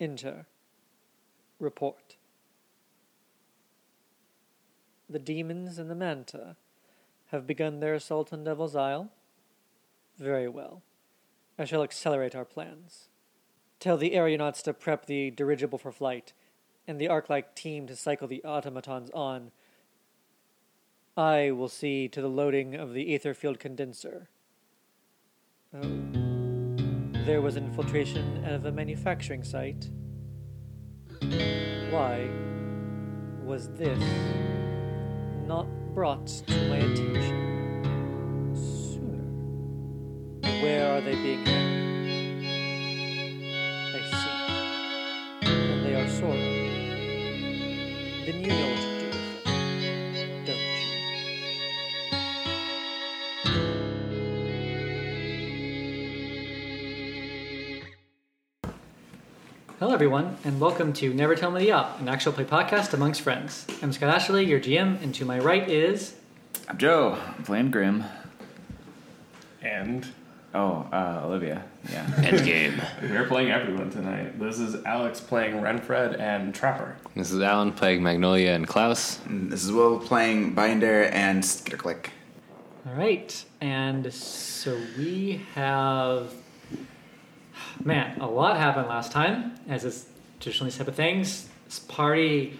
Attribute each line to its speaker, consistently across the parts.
Speaker 1: Enter. Report. The demons in the Manta have begun their assault on Devil's Isle? Very well. I shall accelerate our plans. Tell the aeronauts to prep the dirigible for flight, and the Arclight team to cycle the automatons on. I will see to the loading of the ether field condenser. Oh. There was infiltration of a manufacturing site. Why was this not brought to my attention sooner? Where are they being held? I see. And they are sorely. Then you know what to do with them, don't you? Hello, everyone, and welcome to Never Tell Me the Op, an actual play podcast amongst friends. I'm Scott Ashley, your GM, and to my right is.
Speaker 2: I'm Joe. I'm playing Grim.
Speaker 3: And
Speaker 2: Oh, uh, Olivia. Yeah.
Speaker 3: we're playing everyone tonight. This is Alex playing Renfred and Trapper.
Speaker 4: This is Alan playing Magnolia and Klaus.
Speaker 5: This is Will playing Binder and Skitterclick.
Speaker 1: All right, and so we have. Man, a lot happened last time, as is traditionally type of things. This party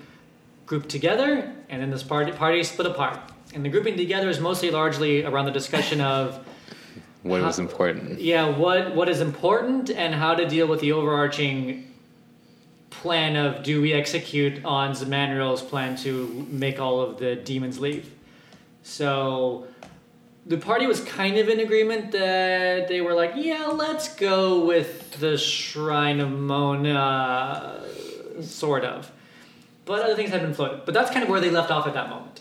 Speaker 1: grouped together, and then this party, party split apart. And the grouping together is mostly largely around the discussion of
Speaker 4: What was
Speaker 1: Huh.
Speaker 4: important?
Speaker 1: yeah what what is important and how to deal with the overarching plan of do we execute on Zemanriel's plan to make all of the demons leave so the party was kind of in agreement that they were like yeah let's go with the shrine of mona sort of but other things had been floated but that's kind of where they left off at that moment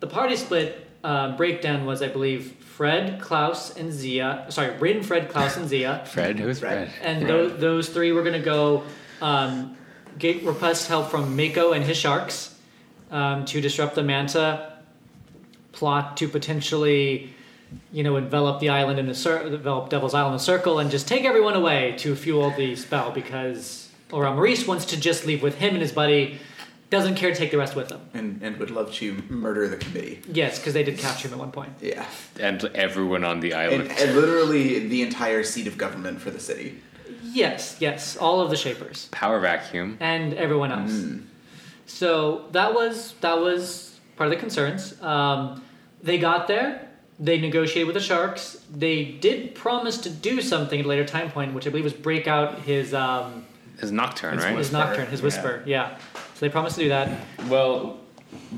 Speaker 1: the party split uh, breakdown was, I believe, Fred, Klaus, and Zia. Sorry, Rin, Fred, Klaus, and Zia.
Speaker 4: Fred? Who's Fred?
Speaker 5: Fred.
Speaker 1: And tho- those three were going to go um, get request help from Mako and his sharks um, to disrupt the Manta plot to potentially, you know, envelop the island in a cir- envelop Devil's Island in a circle and just take everyone away to fuel the spell because Oral Maurice wants to just leave with him and his buddy, doesn't care to take the rest with them.
Speaker 5: And, and would love to murder the committee.
Speaker 1: Yes, because they did capture him at one point.
Speaker 5: Yeah.
Speaker 4: And everyone on the
Speaker 5: And,
Speaker 4: island.
Speaker 5: and literally the entire seat of government for the city.
Speaker 1: Yes, yes, all of the shapers
Speaker 4: Power vacuum.
Speaker 1: and everyone else. So that was that was part of the concerns. Um, they got there. They negotiated with the sharks. They did promise to do something at a later time point, which I believe was break out his um,
Speaker 4: His nocturne,
Speaker 3: His
Speaker 4: right?
Speaker 1: his
Speaker 3: whisper,
Speaker 1: nocturne, his
Speaker 3: yeah.
Speaker 1: whisper. Yeah. So they promised to do that.
Speaker 3: Well,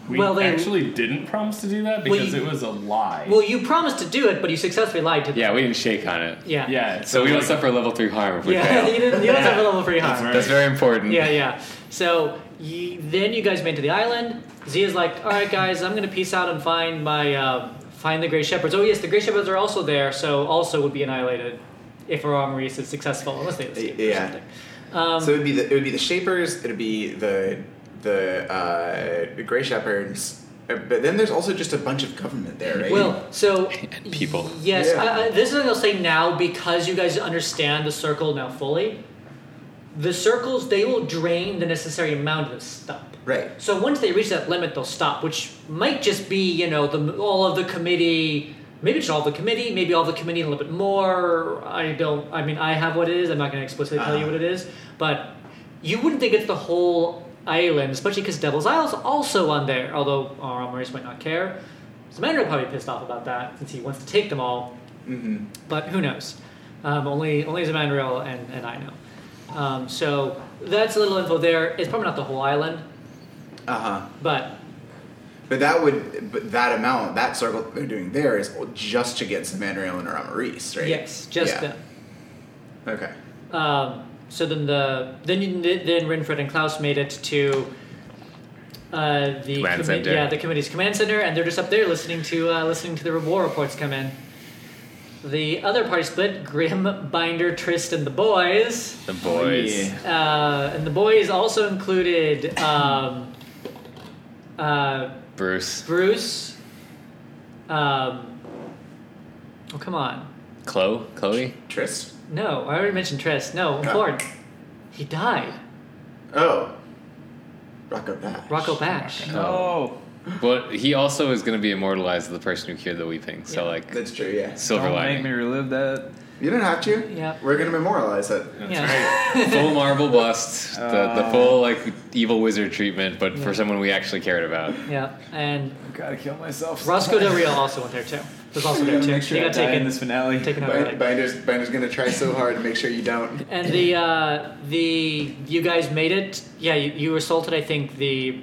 Speaker 3: we
Speaker 1: Well, they-
Speaker 3: actually didn't promise to do that
Speaker 1: Well,
Speaker 3: because
Speaker 1: you-
Speaker 3: it was a lie.
Speaker 1: Well, you promised to do it, but you successfully lied to them.
Speaker 4: yeah, we didn't shake on it.
Speaker 1: Yeah.
Speaker 3: yeah,
Speaker 4: So we don't
Speaker 3: like,
Speaker 4: suffer level 3 harm if we
Speaker 1: Yeah. you
Speaker 4: fail.
Speaker 1: didn't. You don't
Speaker 3: Yeah.
Speaker 1: have a level pretty high.
Speaker 3: right.
Speaker 4: That's very important.
Speaker 1: Yeah, yeah. So you, then you guys made it to the island. Zia's like, all right, guys, I'm gonna peace out and find my um find the Grey Shepherds. Oh yes, the Grey Shepherds are also there, so also would be annihilated if Aurora Maurice is successful, unless they escape or
Speaker 5: Yeah.
Speaker 1: something. Um,
Speaker 5: so it would be the it would be the Shapers. It would be the the uh, Gray Shepherds. Uh, But then there's also just a bunch of government there, right?
Speaker 1: Well, so
Speaker 4: And people.
Speaker 1: Yes,
Speaker 5: Yeah.
Speaker 1: I, I, this is what I'll say now because you guys understand the circle now fully. The circles they will drain the necessary amount of this stuff.
Speaker 5: right.
Speaker 1: So once they reach that limit, they'll stop, which might just be you know the all of the committee. Maybe it's all the committee. Maybe all the committee and a little bit more. I don't. I mean, I have what it is. I'm not going to explicitly tell you
Speaker 5: Uh-huh.
Speaker 1: what it is, but you wouldn't think it's the whole island, especially because Devil's Isle's also on there. Although R.R. Maurice might not care. Samantha will probably be pissed off about that since he wants to take them all. But who knows? Um, only only Zamandriel and, and I know. Um, so that's a little info there. It's probably not the whole island,
Speaker 5: Uh huh.
Speaker 1: but
Speaker 5: But that would but that amount that circle that they're doing there is just to get Samandriel and Ramaris, right?
Speaker 1: Yes, just
Speaker 5: Yeah. Okay.
Speaker 1: them. Um, so then the then you, then Renfred and Klaus made it to uh, the
Speaker 4: Command center.
Speaker 1: yeah the committee's command center, and they're just up there listening to uh, listening to the war reports come in. The other party split: Grim, Binder, Trist, and the boys.
Speaker 4: The boys.
Speaker 2: Yeah.
Speaker 1: Uh, and the boys also included um, uh,
Speaker 4: Bruce.
Speaker 1: Bruce. Um, oh come on!
Speaker 4: Chloe. Chloe.
Speaker 5: Trist.
Speaker 1: No, I already mentioned Trist. No,
Speaker 5: Yeah.
Speaker 1: Lord, he died.
Speaker 5: Oh. Rocco Bash.
Speaker 1: Rocco Batch.
Speaker 2: oh,
Speaker 4: Oh,
Speaker 2: No.
Speaker 4: But he also is going to be immortalized as the person who cured the weeping. So
Speaker 1: Yeah.
Speaker 4: like
Speaker 5: That's true, yeah.
Speaker 4: silver
Speaker 2: Don't make me
Speaker 4: lining,
Speaker 2: relive that.
Speaker 5: You don't have to.
Speaker 1: Yeah.
Speaker 5: We're going to memorialize it.
Speaker 1: Yeah.
Speaker 4: full marble bust, the,
Speaker 1: Uh.
Speaker 4: the full like evil wizard treatment, but for someone we actually cared about.
Speaker 1: yeah. And
Speaker 2: Gotta kill myself.
Speaker 1: Roscoe Del Rio also went there too. Was also there too.
Speaker 2: Make sure
Speaker 1: he
Speaker 2: I
Speaker 1: got
Speaker 2: die
Speaker 1: taken
Speaker 2: in this finale.
Speaker 1: taken over.
Speaker 5: Bind- Binder's, Binder's going to try so hard to make sure you
Speaker 4: Oh,
Speaker 5: don't.
Speaker 1: And the uh, the you guys made it. Yeah, you, you assaulted. I think the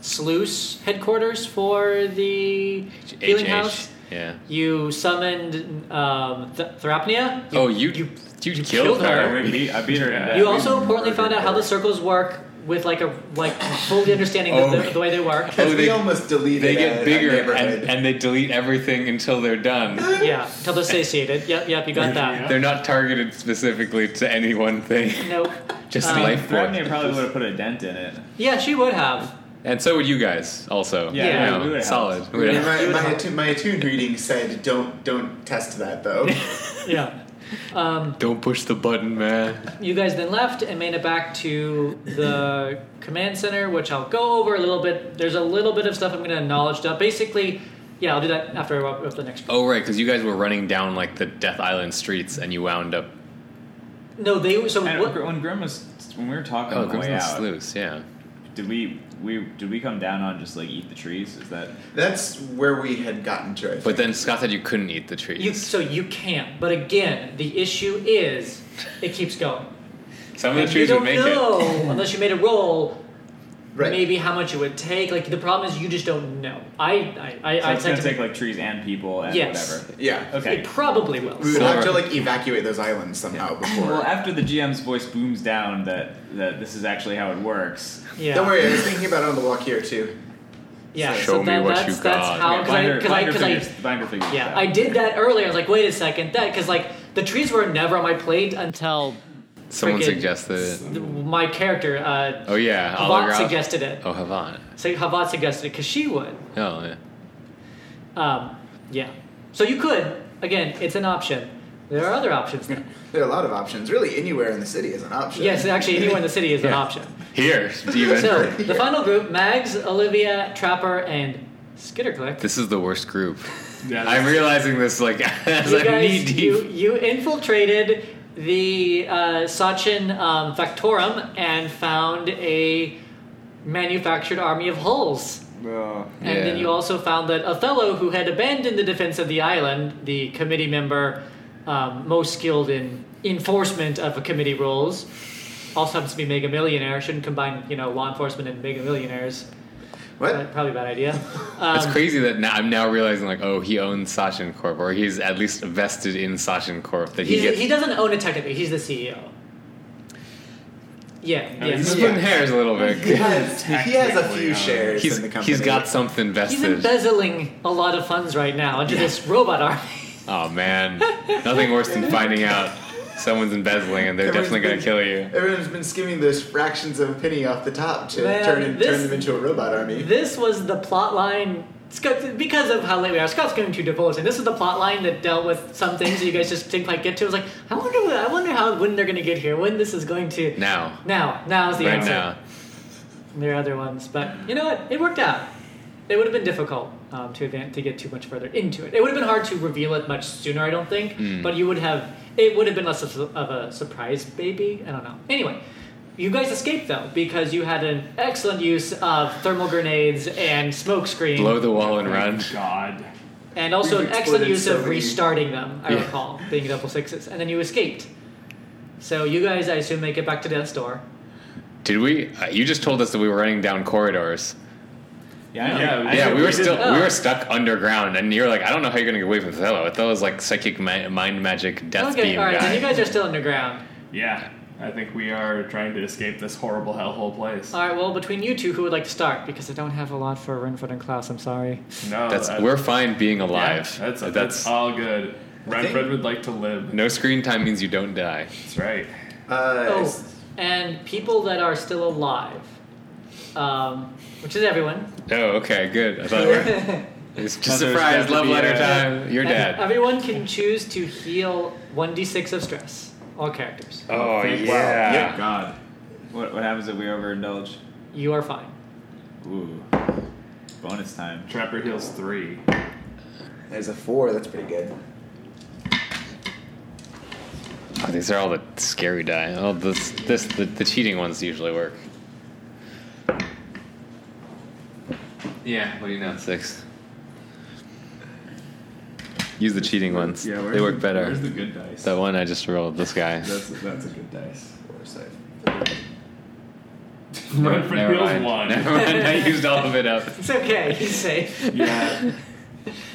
Speaker 1: sluice headquarters for the healing
Speaker 4: HH.
Speaker 1: house.
Speaker 4: Yeah.
Speaker 1: You summoned um, Th- Therapnea.
Speaker 4: oh, you you, killed,
Speaker 1: killed
Speaker 4: her.
Speaker 1: her.
Speaker 3: I beat, I beat her. to death.
Speaker 1: You also importantly found out how the circles work with like a like fully understanding the-
Speaker 4: Oh.
Speaker 1: the, the way they work.
Speaker 4: Oh,
Speaker 5: we
Speaker 4: they-
Speaker 5: almost deleted
Speaker 4: They
Speaker 5: a-
Speaker 4: get
Speaker 5: a
Speaker 4: bigger
Speaker 5: neighborhood.
Speaker 4: and, and they delete everything until they're done.
Speaker 1: Yeah, until they're satiated. Yep, yep, you got that.
Speaker 4: They're not targeted specifically to any one thing,
Speaker 1: Nope.
Speaker 4: just
Speaker 1: Um,
Speaker 4: life force.
Speaker 2: Thrapney probably would have put a dent in it.
Speaker 1: Yeah, she would have.
Speaker 4: And so would you guys also.
Speaker 2: Yeah,
Speaker 1: Yeah.
Speaker 4: You know,
Speaker 2: we would've
Speaker 4: solid. We
Speaker 5: And
Speaker 4: would've-
Speaker 5: my, my, attune, my attune reading said, "Don't don't test that though."
Speaker 1: Yeah.
Speaker 4: Don't push the button, man.
Speaker 1: You guys then left and made it back to the command center, which I'll go over a little bit. There's a little bit of stuff I'm going to acknowledge. Up. Basically, yeah, I'll do that after I wrap up the next.
Speaker 4: Oh right, because you guys were running down like the Death Island streets, and you wound up.
Speaker 1: No, they so
Speaker 2: And
Speaker 1: what,
Speaker 2: when Grim was when we were talking
Speaker 4: Oh,
Speaker 2: on the way
Speaker 4: Crimson
Speaker 2: out,
Speaker 4: Sluice. Yeah.
Speaker 2: did we we did we come down on just like eat the trees? Is that
Speaker 5: That's where we had gotten to. I think.
Speaker 4: But then Scott said you couldn't eat the trees.
Speaker 1: you so you can't. But again, the issue is it keeps going.
Speaker 4: Some of
Speaker 1: And
Speaker 4: the
Speaker 1: you
Speaker 4: trees
Speaker 1: don't
Speaker 4: would make
Speaker 1: know
Speaker 4: it.
Speaker 1: unless you made a roll.
Speaker 5: right.
Speaker 1: Maybe how much it would take. Like the problem is you just don't know. I I I,
Speaker 2: so
Speaker 1: I
Speaker 2: it's gonna
Speaker 1: technically-
Speaker 2: take like trees and people and
Speaker 1: Yes.
Speaker 2: whatever.
Speaker 5: Yeah.
Speaker 2: Okay.
Speaker 1: It probably will.
Speaker 5: We would have to
Speaker 4: Sorry.
Speaker 5: like evacuate those islands somehow before.
Speaker 2: Well, after the GM's voice booms down that that this is actually how it works,
Speaker 1: Yeah.
Speaker 5: Don't worry, I was thinking about it on the walk here too.
Speaker 1: Yeah.
Speaker 4: Show
Speaker 1: so
Speaker 4: me
Speaker 1: that,
Speaker 4: what
Speaker 1: that's,
Speaker 4: you
Speaker 1: that's
Speaker 4: got.
Speaker 1: how
Speaker 2: Yeah,
Speaker 1: because Oh, I
Speaker 2: binder,
Speaker 1: because I
Speaker 2: binder
Speaker 1: because I
Speaker 2: figures, binder figures it
Speaker 1: Yeah,
Speaker 2: out.
Speaker 1: I did that earlier. I was like, wait a second, that because like the trees were never on my plate until
Speaker 4: Someone
Speaker 1: Friggin-
Speaker 4: suggested.
Speaker 1: th- my character uh,
Speaker 4: Oh yeah,
Speaker 1: Havat
Speaker 4: holograph.
Speaker 1: suggested it.
Speaker 4: Oh, Havan.
Speaker 1: So Havat suggested it because she would.
Speaker 4: Oh yeah.
Speaker 1: Um, yeah, so you could again. It's an option. There are other options. Now.
Speaker 5: There are a lot of options. Really, anywhere in the city is an option.
Speaker 1: Yes, actually, anywhere in the city is an
Speaker 4: Yeah.
Speaker 1: option.
Speaker 4: Here, demon.
Speaker 1: So the final group: Mags, Olivia, Trapper, and Skitterclick.
Speaker 4: This is the worst group.
Speaker 3: Yeah,
Speaker 4: I'm realizing this like as
Speaker 1: You
Speaker 4: I'm knee
Speaker 1: guys,
Speaker 4: deep.
Speaker 1: you, you infiltrated the uh, Sachin um, Factorum and found a manufactured army of hulls.
Speaker 2: Well,
Speaker 1: And then
Speaker 4: Yeah.
Speaker 1: you also found that Othello, who had abandoned the defense of the island, the committee member um, most skilled in enforcement of committee roles, also happens to be mega millionaire. Shouldn't combine, you know, law enforcement and mega millionaires.
Speaker 5: What?
Speaker 1: But probably a bad idea.
Speaker 4: It's crazy that now I'm now realizing like oh he owns Sachin Corp or he's at least vested in Sachin Corp that he
Speaker 1: He's,
Speaker 4: gets.
Speaker 1: he doesn't own it technically. He's the CEO. Yeah.
Speaker 3: I mean,
Speaker 1: yeah.
Speaker 3: he's
Speaker 4: He's
Speaker 5: Yeah.
Speaker 4: splitting hairs a little
Speaker 5: He
Speaker 4: bit.
Speaker 5: has, he has a
Speaker 3: Technically,
Speaker 5: few
Speaker 3: uh,
Speaker 5: shares
Speaker 4: um, He's,
Speaker 5: in the company.
Speaker 4: he's got something
Speaker 1: He's
Speaker 4: vested.
Speaker 1: embezzling a lot of funds right now into this robot army.
Speaker 4: Oh man, nothing worse than finding out someone's embezzling and they're
Speaker 5: Everyone's
Speaker 4: definitely gonna
Speaker 5: been-
Speaker 4: kill you.
Speaker 5: Everyone's been skimming those fractions of a penny off the top to
Speaker 1: Man,
Speaker 5: turn and,
Speaker 1: this-
Speaker 5: turn them into a robot army.
Speaker 1: This was the plot line. Scott, because of how late we are, Scott's going to divorce, and this is the plot line that dealt with some things that you guys just didn't quite get to. It was like, I wonder, I wonder how when they're going to get here, when this is going to.
Speaker 4: Now,
Speaker 1: Now, now's the
Speaker 4: right
Speaker 1: answer.
Speaker 4: now,
Speaker 1: There are other ones, but you know what? It worked out. It would have been difficult um, to advance, to get too much further into it. It would have been hard to reveal it much sooner, I don't think.
Speaker 4: Mm.
Speaker 1: But you would have. It would have been less of a- of a surprise, maybe. I don't know. Anyway, you guys escaped though because you had an excellent use of thermal grenades and smoke screen,
Speaker 4: blow the wall and run.
Speaker 3: Thank God.
Speaker 1: and also
Speaker 5: We've
Speaker 1: an excellent
Speaker 5: exploded
Speaker 1: use
Speaker 5: so
Speaker 1: of
Speaker 5: many-
Speaker 1: restarting them. I
Speaker 4: Yeah.
Speaker 1: recall being double sixes, and then you escaped. So you guys, I assume, make it back to Death's Door.
Speaker 4: Did we? Uh, you just told us that we were running down corridors.
Speaker 2: yeah, I know.
Speaker 3: Yeah,
Speaker 2: I
Speaker 3: yeah,
Speaker 2: know
Speaker 4: Yeah, we were
Speaker 2: did-
Speaker 4: still we
Speaker 1: Oh.
Speaker 4: were stuck underground, and you're like, I don't know how you're gonna get away from Othello. Othello's like psychic ma- mind magic death
Speaker 1: okay,
Speaker 4: beam
Speaker 1: all right,
Speaker 4: guy.
Speaker 1: then you guys are still underground.
Speaker 3: Yeah, I think we are trying to escape this horrible hellhole place.
Speaker 1: All right. Well, between you two, who would like to start? Because I don't have a lot for Renford and Klaus. I'm sorry.
Speaker 3: no,
Speaker 4: that's
Speaker 3: that-
Speaker 4: we're fine being
Speaker 3: yeah,
Speaker 4: alive.
Speaker 3: that's, that's
Speaker 4: That's-
Speaker 3: all good. Renfred
Speaker 5: think-
Speaker 3: would like to live.
Speaker 4: no screen time means you don't die.
Speaker 3: That's right.
Speaker 5: Uh,
Speaker 1: Oh,
Speaker 5: it's-
Speaker 1: and people that are still alive, um, which is everyone.
Speaker 4: Oh, okay, good. I thought we were. It's just
Speaker 2: there was
Speaker 4: surprise
Speaker 2: about to
Speaker 4: love
Speaker 2: be,
Speaker 4: letter
Speaker 2: uh,
Speaker 4: time. You're
Speaker 1: And
Speaker 4: dead.
Speaker 1: Everyone can choose to heal one d6 of stress. All characters.
Speaker 4: Oh
Speaker 2: Thank-
Speaker 4: yeah.
Speaker 2: Wow. God. What, what happens if we overindulge?
Speaker 1: You are fine.
Speaker 2: Ooh, bonus time.
Speaker 3: Trapper heals three.
Speaker 5: There's a four. That's pretty good.
Speaker 4: Oh, these are all the scary die. Oh, this, this, the, the cheating ones usually work. Yeah, what do you know? Six. Use the cheating ones.
Speaker 2: Yeah, where's
Speaker 4: they work
Speaker 2: the-
Speaker 4: better.
Speaker 2: Where's the good dice?
Speaker 4: that one I just rolled. This guy.
Speaker 2: That's that's a good dice.
Speaker 5: Four save.
Speaker 3: Renfred
Speaker 4: Never
Speaker 3: heals
Speaker 4: mind.
Speaker 3: one.
Speaker 4: Never mind. I used all of it up.
Speaker 1: It's okay. He's safe.
Speaker 3: Yeah.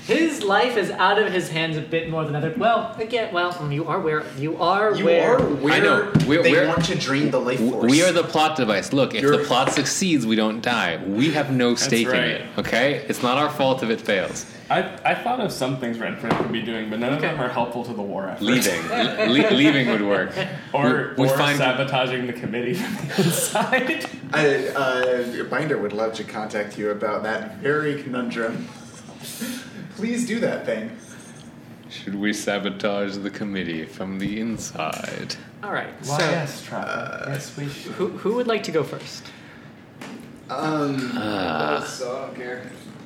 Speaker 1: His life is out of his hands a bit more than other. Well, again, well, mm, you are where you are
Speaker 5: You
Speaker 1: where
Speaker 5: are where
Speaker 4: I know. We're-
Speaker 5: they
Speaker 4: we're-
Speaker 5: want to drain the life
Speaker 4: W-
Speaker 5: force.
Speaker 4: We are the plot device. Look, if
Speaker 5: You're-
Speaker 4: the plot succeeds, we don't die. We have no stake in
Speaker 3: right.
Speaker 4: it. Okay, it's not our fault if it fails.
Speaker 3: I, I thought of some things Renfred could be doing, but none of them are helpful to the war effort.
Speaker 4: Leaving, Le- le- leaving would work.
Speaker 3: Or,
Speaker 4: We- we
Speaker 3: or
Speaker 4: find-
Speaker 3: sabotaging the committee from the inside.
Speaker 5: I, uh, Binder would love to contact you about that very conundrum. Please do that thing.
Speaker 4: Should we sabotage the committee from the inside?
Speaker 1: All right.
Speaker 3: Why,
Speaker 1: so,
Speaker 3: yes, Trapper. yes, we should.
Speaker 1: who who would like to go first?
Speaker 5: Um,
Speaker 4: Ah.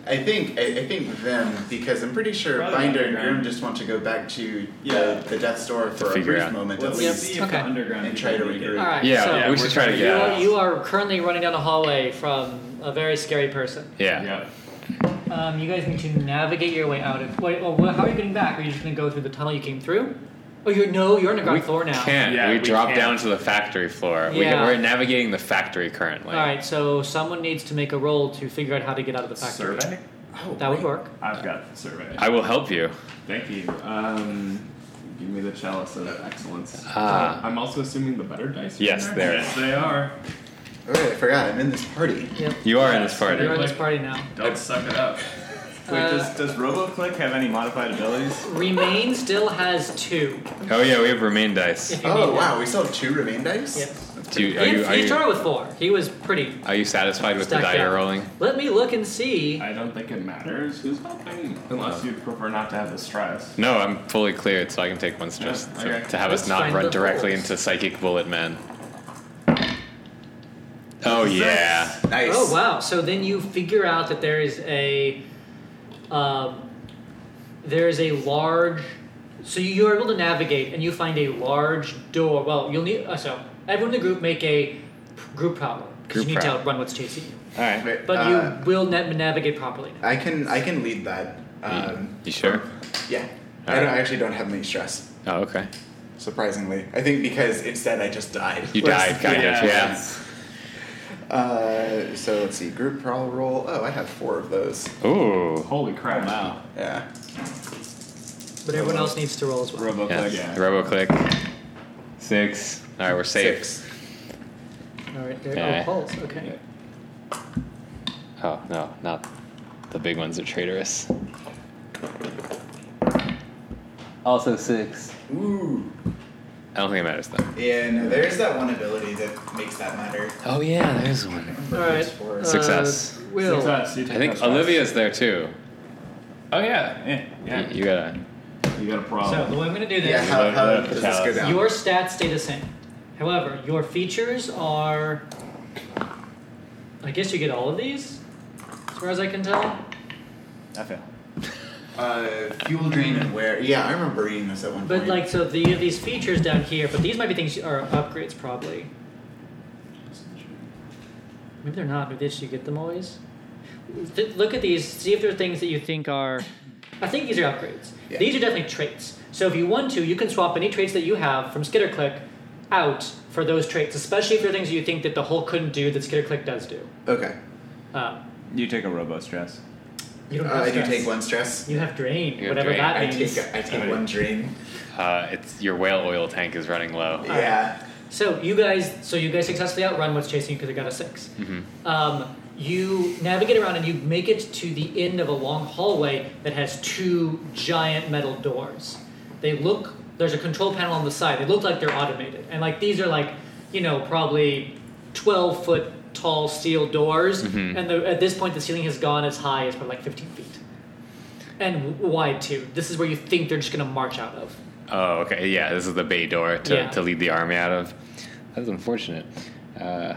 Speaker 5: I think I, I think them because I'm pretty sure
Speaker 2: Probably
Speaker 5: Binder and
Speaker 2: Underground.
Speaker 5: Grim just want to go back to
Speaker 2: Yeah.
Speaker 5: the, the Death Store for a
Speaker 4: figure
Speaker 5: brief
Speaker 4: out.
Speaker 5: moment
Speaker 2: Let's
Speaker 5: at least.
Speaker 2: see if
Speaker 1: Okay.
Speaker 2: the underground
Speaker 5: And try to
Speaker 2: people make it.
Speaker 5: regroup.
Speaker 1: All right.
Speaker 4: Yeah,
Speaker 1: So
Speaker 3: yeah,
Speaker 4: we
Speaker 3: we're
Speaker 4: should try to
Speaker 3: trying
Speaker 4: get
Speaker 1: you
Speaker 3: to-
Speaker 4: out.
Speaker 1: are, you are currently running down a hallway from a very scary person.
Speaker 4: Yeah.
Speaker 3: Yeah.
Speaker 1: Um, you guys need to navigate your way out of. Wait, oh, wh- how are you getting back? Are you just going to go through the tunnel you came through? Oh, you're no, you're on the ground
Speaker 4: We
Speaker 1: floor now.
Speaker 4: can't.
Speaker 3: Yeah,
Speaker 4: we,
Speaker 3: we
Speaker 4: drop
Speaker 3: can't.
Speaker 4: down to the factory floor.
Speaker 1: Yeah.
Speaker 4: We, we're navigating the factory currently.
Speaker 1: All right. So someone needs to make a roll to figure out how to get out of the factory.
Speaker 3: Survey?
Speaker 5: Oh,
Speaker 1: That would
Speaker 5: wait.
Speaker 1: work.
Speaker 2: I've got the survey.
Speaker 4: I will help you.
Speaker 2: Thank you. Um, give me the chalice of excellence.
Speaker 4: Ah.
Speaker 3: I'm also assuming the better dice. are
Speaker 4: Yes,
Speaker 3: in
Speaker 4: there it
Speaker 2: Yes, they are.
Speaker 5: Oh, I forgot. I'm in this party.
Speaker 1: Yep.
Speaker 4: You are in this party.
Speaker 1: You're in this party now.
Speaker 2: Don't suck it up. Wait,
Speaker 1: Uh,
Speaker 2: does, does RoboClick have any modified abilities?
Speaker 1: Remain still has two.
Speaker 4: Oh yeah, we have remain dice.
Speaker 1: if you
Speaker 5: Oh
Speaker 1: need
Speaker 5: wow, we still have two remain dice.
Speaker 1: Yes.
Speaker 4: Do you, are
Speaker 1: he,
Speaker 4: you are
Speaker 1: he
Speaker 4: you,
Speaker 1: started with four. He was pretty
Speaker 4: are you satisfied with the
Speaker 1: stacked
Speaker 4: die you're
Speaker 1: up.
Speaker 4: rolling?
Speaker 1: Let me look and see.
Speaker 3: I don't think it matters who's helping, unless you prefer not to have the stress.
Speaker 4: No, I'm fully cleared, so I can take one stress
Speaker 3: Yeah,
Speaker 4: to,
Speaker 3: okay.
Speaker 4: to have
Speaker 1: Let's
Speaker 4: us not
Speaker 1: find
Speaker 4: run
Speaker 1: the
Speaker 4: directly
Speaker 1: holes.
Speaker 4: into Psychic Bullet Man. Oh yeah.
Speaker 5: Nice.
Speaker 1: Oh wow! So then you figure out that there is a, um, there is a large. So you- you are able to navigate, and you find a large door. Well, you'll need. Uh, so everyone in the group make a p- group power because
Speaker 4: Group
Speaker 1: you need
Speaker 4: power.
Speaker 1: to outrun what's chasing you.
Speaker 4: All right.
Speaker 5: Wait,
Speaker 1: But
Speaker 5: uh,
Speaker 1: you will na- navigate properly. Now.
Speaker 5: I can I can lead that.
Speaker 4: Hmm.
Speaker 5: Um,
Speaker 4: You sure?
Speaker 5: yeah. I,
Speaker 4: All
Speaker 5: don't,
Speaker 4: right.
Speaker 5: I actually don't have any stress.
Speaker 4: Oh okay.
Speaker 5: Surprisingly, I think because instead I just died.
Speaker 4: You died, kind of. Yeah.
Speaker 5: Uh, so let's see, group prowl roll. Oh, I have four of those.
Speaker 4: Ooh.
Speaker 3: Holy crap.
Speaker 2: Wow.
Speaker 5: Yeah.
Speaker 1: But everyone else needs to roll as well.
Speaker 2: RoboClick.
Speaker 4: Yes.
Speaker 2: Yeah.
Speaker 4: Robo click. Six. All right, we're safe.
Speaker 5: Six.
Speaker 1: All right. There.
Speaker 4: Yeah.
Speaker 1: Oh, pulse. Okay.
Speaker 4: Oh no, not the big ones are traitorous. Also six.
Speaker 5: Ooh.
Speaker 4: I don't think it matters though.
Speaker 5: Yeah, no, there's that one ability that makes that matter.
Speaker 4: Oh yeah, there's one.
Speaker 1: All right.
Speaker 5: Four.
Speaker 1: uh,
Speaker 4: Success.
Speaker 1: Will.
Speaker 3: Success, you
Speaker 4: I
Speaker 3: take
Speaker 4: think
Speaker 3: that stress.
Speaker 4: Olivia's there too.
Speaker 3: Oh, yeah.
Speaker 2: Eh,
Speaker 4: Y-
Speaker 3: Yeah.
Speaker 4: You gotta.
Speaker 2: you got a
Speaker 1: So
Speaker 2: problem.
Speaker 1: the way I'm going to do this.
Speaker 5: yeah, how,
Speaker 4: load-
Speaker 5: how
Speaker 4: load up the
Speaker 5: does this go
Speaker 4: chalice.
Speaker 5: down?
Speaker 1: Your stats stay the same. However, your features are. I guess you get all of these, as far as I can tell.
Speaker 2: I fail.
Speaker 5: uh, fuel drain and wear. Yeah, I remember reading this at one
Speaker 1: But
Speaker 5: point.
Speaker 1: like, so the you have these features down here, but these might be things are upgrades probably. Maybe they're not. Maybe they should get them always. Th- look at these. See if there are things that you think are. I think these are upgrades.
Speaker 5: Yeah.
Speaker 1: These are definitely traits. So if you want to, you can swap any traits that you have from SkitterClick out for those traits, especially if there are things that you think that the Hulk couldn't do that SkitterClick does do.
Speaker 5: okay,
Speaker 1: Uh,
Speaker 2: You take a robo stress.
Speaker 1: you
Speaker 5: uh,
Speaker 1: don't have
Speaker 5: I do
Speaker 1: stress.
Speaker 5: take one stress.
Speaker 1: You have drain,
Speaker 4: You have
Speaker 1: whatever
Speaker 4: drain.
Speaker 1: that
Speaker 5: I
Speaker 1: means.
Speaker 5: take I take one drain.
Speaker 4: Uh, it's your whale oil tank is running low.
Speaker 5: Yeah.
Speaker 1: So you guys, so you guys successfully outrun what's chasing you because it got a 6 Um, you navigate around and you make it to the end of a long hallway that has two giant metal doors. They look there's a control panel on the side. They look like they're automated, and like these are like you know probably twelve foot tall steel doors, and the, at this point the ceiling has gone as high as probably like fifteen feet, and w- wide too. This is where you think they're just gonna march out of.
Speaker 4: Oh, okay. Yeah, this is the bay door to,
Speaker 1: Yeah.
Speaker 4: to lead the army out of. That's unfortunate. Uh,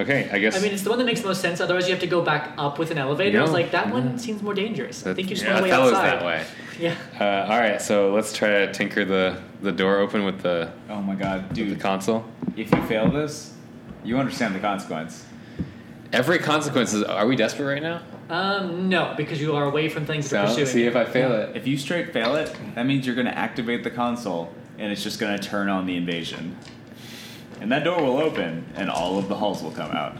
Speaker 4: okay, I guess.
Speaker 1: I mean, it's the one that makes the most sense. Otherwise, you have to go back up with an elevator. I was
Speaker 4: Yeah.
Speaker 1: like, that one seems more dangerous. I think you just
Speaker 4: yeah,
Speaker 1: want to
Speaker 4: that
Speaker 1: way
Speaker 4: was
Speaker 1: outside.
Speaker 4: that way.
Speaker 1: Yeah.
Speaker 4: Uh, all right, so let's try to tinker the, the door open with the
Speaker 2: Oh my god,
Speaker 4: with the
Speaker 2: dude!
Speaker 4: console.
Speaker 2: if you fail this, you understand the consequence.
Speaker 4: Every consequence is. Are we desperate right now?
Speaker 1: Um, no, because you are away from things
Speaker 4: So
Speaker 1: you're pursuing.
Speaker 4: see if I fail it.
Speaker 2: If you straight fail it, that means you're going to activate the console, and it's just going to turn on the invasion. And that door will open, and all of the hulls will come out.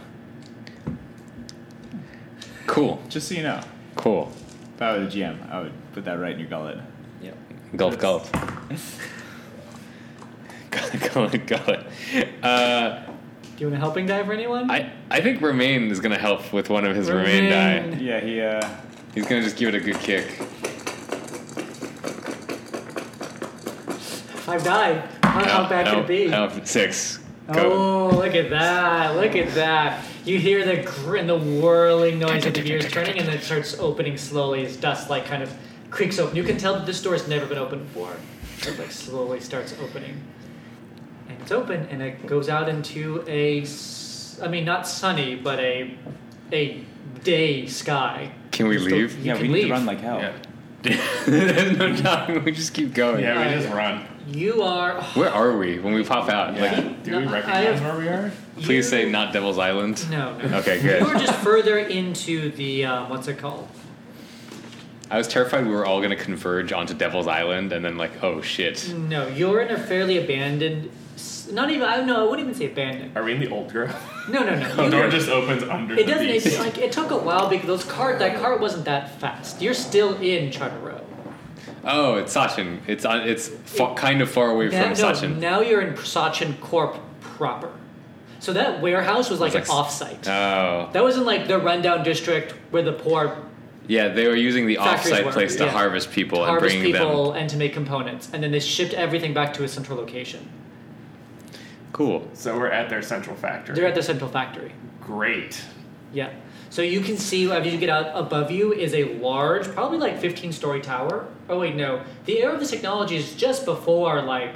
Speaker 4: Cool,
Speaker 2: Just so you know,
Speaker 4: cool.
Speaker 2: if I were the GM, I would put that right in your gullet.
Speaker 3: Yep.
Speaker 4: Gulp, gulp. gulp, gulp. Uh,
Speaker 1: Do you want a helping die for anyone?
Speaker 4: I I think Remain is gonna help with one of his Remain,
Speaker 1: Remain.
Speaker 4: die.
Speaker 2: Yeah, he. Uh,
Speaker 4: He's gonna just give it a good kick.
Speaker 1: I've died. How, how bad could it be?
Speaker 4: Nope, six. Go.
Speaker 1: Oh, look at that! Look at that! You hear the gr- and the whirling noise of the gears turning, and then it starts opening slowly as dust, like kind of creaks open. You can tell that this door has never been opened before. It like slowly starts opening, and it's open, and it goes out into a, s- I mean, not sunny, but a, a day sky.
Speaker 4: Can we
Speaker 1: You're still-
Speaker 4: leave?
Speaker 1: You
Speaker 2: yeah,
Speaker 1: can
Speaker 2: we need
Speaker 1: leave.
Speaker 2: to run like hell.
Speaker 3: Yeah.
Speaker 4: There's no time. We just keep going.
Speaker 3: Yeah, we just run.
Speaker 1: You are.
Speaker 4: Where are we when we pop out? Like,
Speaker 3: Yeah. Do we
Speaker 1: No, I-
Speaker 3: recognize
Speaker 1: I-
Speaker 3: where we are?
Speaker 4: please
Speaker 1: you-
Speaker 4: say not Devil's Island.
Speaker 1: No, no.
Speaker 4: Okay,
Speaker 1: You were
Speaker 4: good.
Speaker 1: just further into the um, what's it called?
Speaker 4: I was terrified we were all gonna converge onto Devil's Island, and then like, oh shit.
Speaker 1: No, you're in a fairly abandoned. s- Not even. I no, I wouldn't even say abandoned.
Speaker 3: Are we in the old girl?
Speaker 1: No, no, no.
Speaker 3: The
Speaker 1: You-
Speaker 3: door just opens under
Speaker 1: it
Speaker 3: the
Speaker 1: doesn't.
Speaker 3: beast.
Speaker 1: It, like it took a while because those cart that cart wasn't that fast. You're still in Charter Row.
Speaker 4: Oh, it's Sachin. It's on. It's fa- kind of far away
Speaker 1: Now,
Speaker 4: from
Speaker 1: no,
Speaker 4: Sachin.
Speaker 1: now you're in Sachin Corp proper. So that warehouse was like
Speaker 4: It's
Speaker 1: an
Speaker 4: like
Speaker 1: offsite.
Speaker 4: Oh,
Speaker 1: that was in like the rundown district where the poor
Speaker 4: yeah. They were using the
Speaker 1: Factories
Speaker 4: offsite
Speaker 1: were,
Speaker 4: place to
Speaker 1: yeah.
Speaker 4: harvest people and
Speaker 1: harvest
Speaker 4: bringing
Speaker 1: people and to make components, and then they shipped everything back to a central location.
Speaker 4: them. Cool.
Speaker 3: So we're at their central factory.
Speaker 1: They're at the central factory.
Speaker 3: Great.
Speaker 1: Yeah. So you can see as you get out above you is a large, probably like 15 story tower. Oh, wait, no. The era of this technology is just before like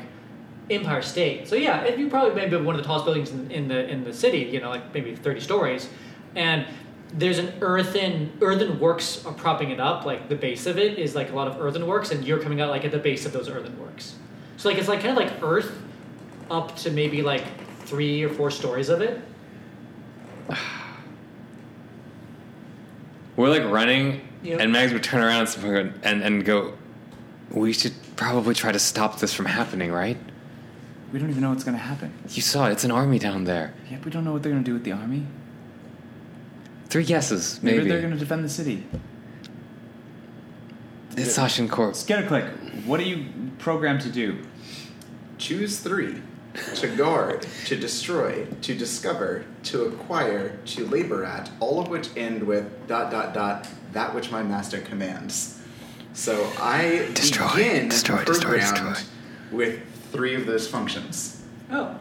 Speaker 1: Empire State. So yeah, it, you probably maybe one of the tallest buildings in, in the in the city. You know, like maybe 30 stories, and there's an earthen earthen works are propping it up. Like the base of it is like a lot of earthen works, and you're coming out like at the base of those earthen works. So like it's like kind of like earth up to maybe like three or four stories of it.
Speaker 4: We're like running,
Speaker 1: Yep.
Speaker 4: and Mags would turn around and, and and go. We should probably try to stop this from happening, right?
Speaker 2: We don't even know what's going to happen.
Speaker 4: You saw it. It's an army down there.
Speaker 2: Yep, we don't know what they're going to do with the army.
Speaker 4: Three guesses, maybe.
Speaker 2: they're going to defend the city.
Speaker 4: It's Sachin Corp.
Speaker 2: Sketterclick, what are you programmed to do?
Speaker 5: Choose three to guard, to destroy, to discover, to acquire, to labor at, all of which end with dot dot dot that which my master commands. So I
Speaker 4: Destroy,
Speaker 5: begin
Speaker 4: destroy, destroy,
Speaker 5: programmed
Speaker 4: destroy.
Speaker 5: with three of those functions.
Speaker 1: Oh,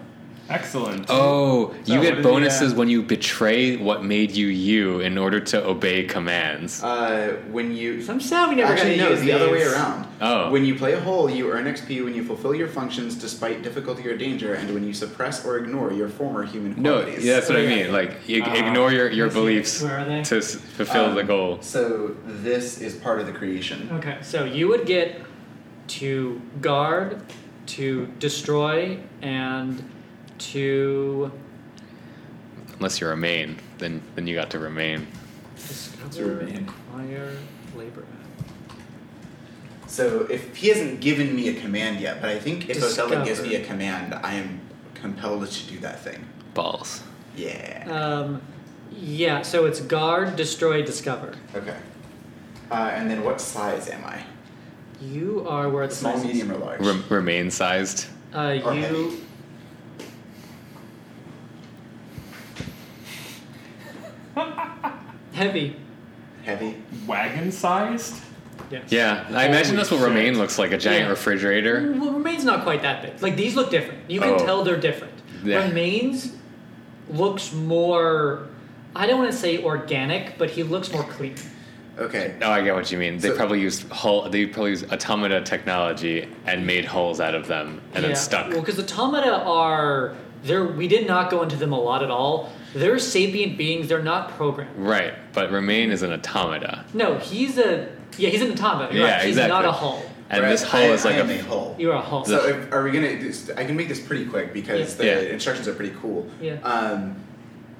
Speaker 3: Excellent.
Speaker 4: Oh, you
Speaker 2: So what
Speaker 4: get
Speaker 2: is the, uh,
Speaker 4: bonuses when you betray what made you you in order to obey commands.
Speaker 5: Uh, when you
Speaker 1: so I'm sad we never
Speaker 5: Actually,
Speaker 1: got
Speaker 5: no,
Speaker 1: use
Speaker 5: the other way
Speaker 1: these.
Speaker 5: around.
Speaker 4: Oh.
Speaker 5: When you play a whole, you earn XP when you fulfill your functions despite difficulty or danger, and when you suppress or ignore your former human
Speaker 4: no,
Speaker 5: qualities.
Speaker 4: yeah, that's what I
Speaker 1: Yeah.
Speaker 4: mean. Like, ig-
Speaker 3: Uh,
Speaker 4: ignore your, your
Speaker 1: let's see,
Speaker 4: beliefs
Speaker 1: where are they?
Speaker 4: to s- fulfill the
Speaker 5: Um,
Speaker 4: goal.
Speaker 5: So this is part of the creation.
Speaker 1: Okay, so you would get to guard, to destroy, and to.
Speaker 4: Unless you're a main, then then you got to remain.
Speaker 1: Discover,
Speaker 2: remain.
Speaker 1: acquire, labor.
Speaker 5: So if he hasn't given me a command yet, but I think if Othello gives me a
Speaker 1: Discover.
Speaker 5: command, I am compelled to do that thing.
Speaker 4: Balls.
Speaker 5: Yeah.
Speaker 1: Um, yeah, so it's guard, destroy, discover.
Speaker 5: Okay. Uh, and then what size am I?
Speaker 1: You are where it's
Speaker 5: Small, medium, or large?
Speaker 4: Rem- remain sized.
Speaker 1: Uh,
Speaker 5: Or
Speaker 1: you. Heavy.
Speaker 5: Heavy.
Speaker 3: Wagon sized?
Speaker 1: Yes.
Speaker 4: Yeah, I imagine that's what
Speaker 3: shit.
Speaker 4: remain looks like a giant
Speaker 1: Yeah.
Speaker 4: refrigerator.
Speaker 1: Well, remains not quite that big. Like these look different. You can
Speaker 4: Oh.
Speaker 1: tell they're different.
Speaker 4: Yeah.
Speaker 1: Remains looks more. I don't want to say organic, but he looks more clean.
Speaker 5: Okay.
Speaker 4: Oh, I get what you mean. They
Speaker 5: So-
Speaker 4: probably used hull. They probably used automata technology and made hulls out of them, and
Speaker 1: Yeah.
Speaker 4: then stuck.
Speaker 1: Well, because automata are They're, we did not go into them a lot at all. They're sapient beings. They're not programmed.
Speaker 4: Right, but Remain is an automata.
Speaker 1: No, he's a yeah. He's an automata. You're
Speaker 4: yeah,
Speaker 1: right. He's
Speaker 4: exactly.
Speaker 1: not a hull.
Speaker 4: And
Speaker 5: Right,
Speaker 4: this hull
Speaker 5: I-
Speaker 4: is like
Speaker 5: I am
Speaker 4: a.
Speaker 5: hull.
Speaker 1: You're a hull.
Speaker 5: So if, are we gonna? this- I can make this pretty quick because
Speaker 4: Yeah.
Speaker 5: the
Speaker 4: Yeah.
Speaker 5: instructions are pretty cool.
Speaker 1: Yeah.
Speaker 5: Um,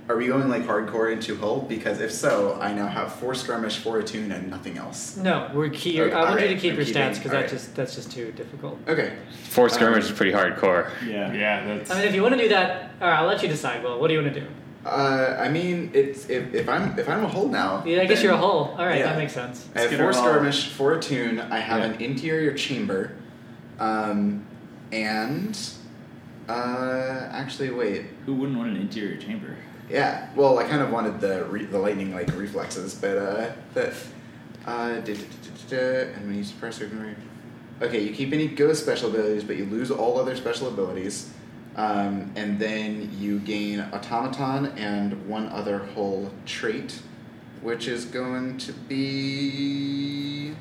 Speaker 5: are we going like hardcore into hull? Because if so, I now have four skirmish, four attune, and nothing else.
Speaker 1: no, we're key.
Speaker 5: Okay,
Speaker 1: I want you
Speaker 5: alright,
Speaker 1: to keep
Speaker 5: I'm
Speaker 1: your
Speaker 5: keeping-
Speaker 1: stats because
Speaker 5: alright.
Speaker 1: that's just that's just too difficult.
Speaker 5: Okay.
Speaker 4: Four skirmish is pretty hardcore.
Speaker 2: Yeah.
Speaker 3: Yeah, that's.
Speaker 1: I mean, if you want to do that, all right, I'll let you decide. Well, what do you want to do?
Speaker 5: Uh, I mean, it's if, if I'm if I'm a hull now.
Speaker 1: Yeah, I guess
Speaker 5: then
Speaker 1: you're a hull. All right,
Speaker 5: yeah.
Speaker 1: that makes sense.
Speaker 5: I
Speaker 2: Let's
Speaker 5: have
Speaker 2: get
Speaker 5: four
Speaker 2: her all.
Speaker 5: skirmish, four attune. I have
Speaker 4: Yeah.
Speaker 5: an interior chamber, um, and uh, actually, wait.
Speaker 2: Who wouldn't want an interior chamber?
Speaker 5: Yeah. Well, I kind of wanted the re- the lightning like reflexes, but uh, the uh, da- da- da- da- da- and when you suppress or ignore- Okay, you keep any ghost special abilities, but you lose all other special abilities, um, and then you gain automaton and one other whole trait, which is going to be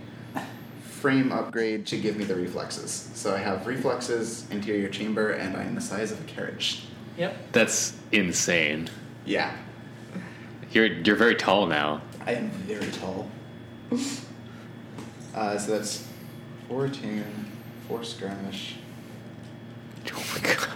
Speaker 5: frame upgrade to give me the reflexes. So I have reflexes, interior chamber, and I'm the size of a carriage.
Speaker 1: Yep.
Speaker 4: That's insane.
Speaker 5: Yeah,
Speaker 4: You're you're very tall now.
Speaker 5: I am very tall. Uh, so that's four attune, four skirmish.
Speaker 4: Oh my god.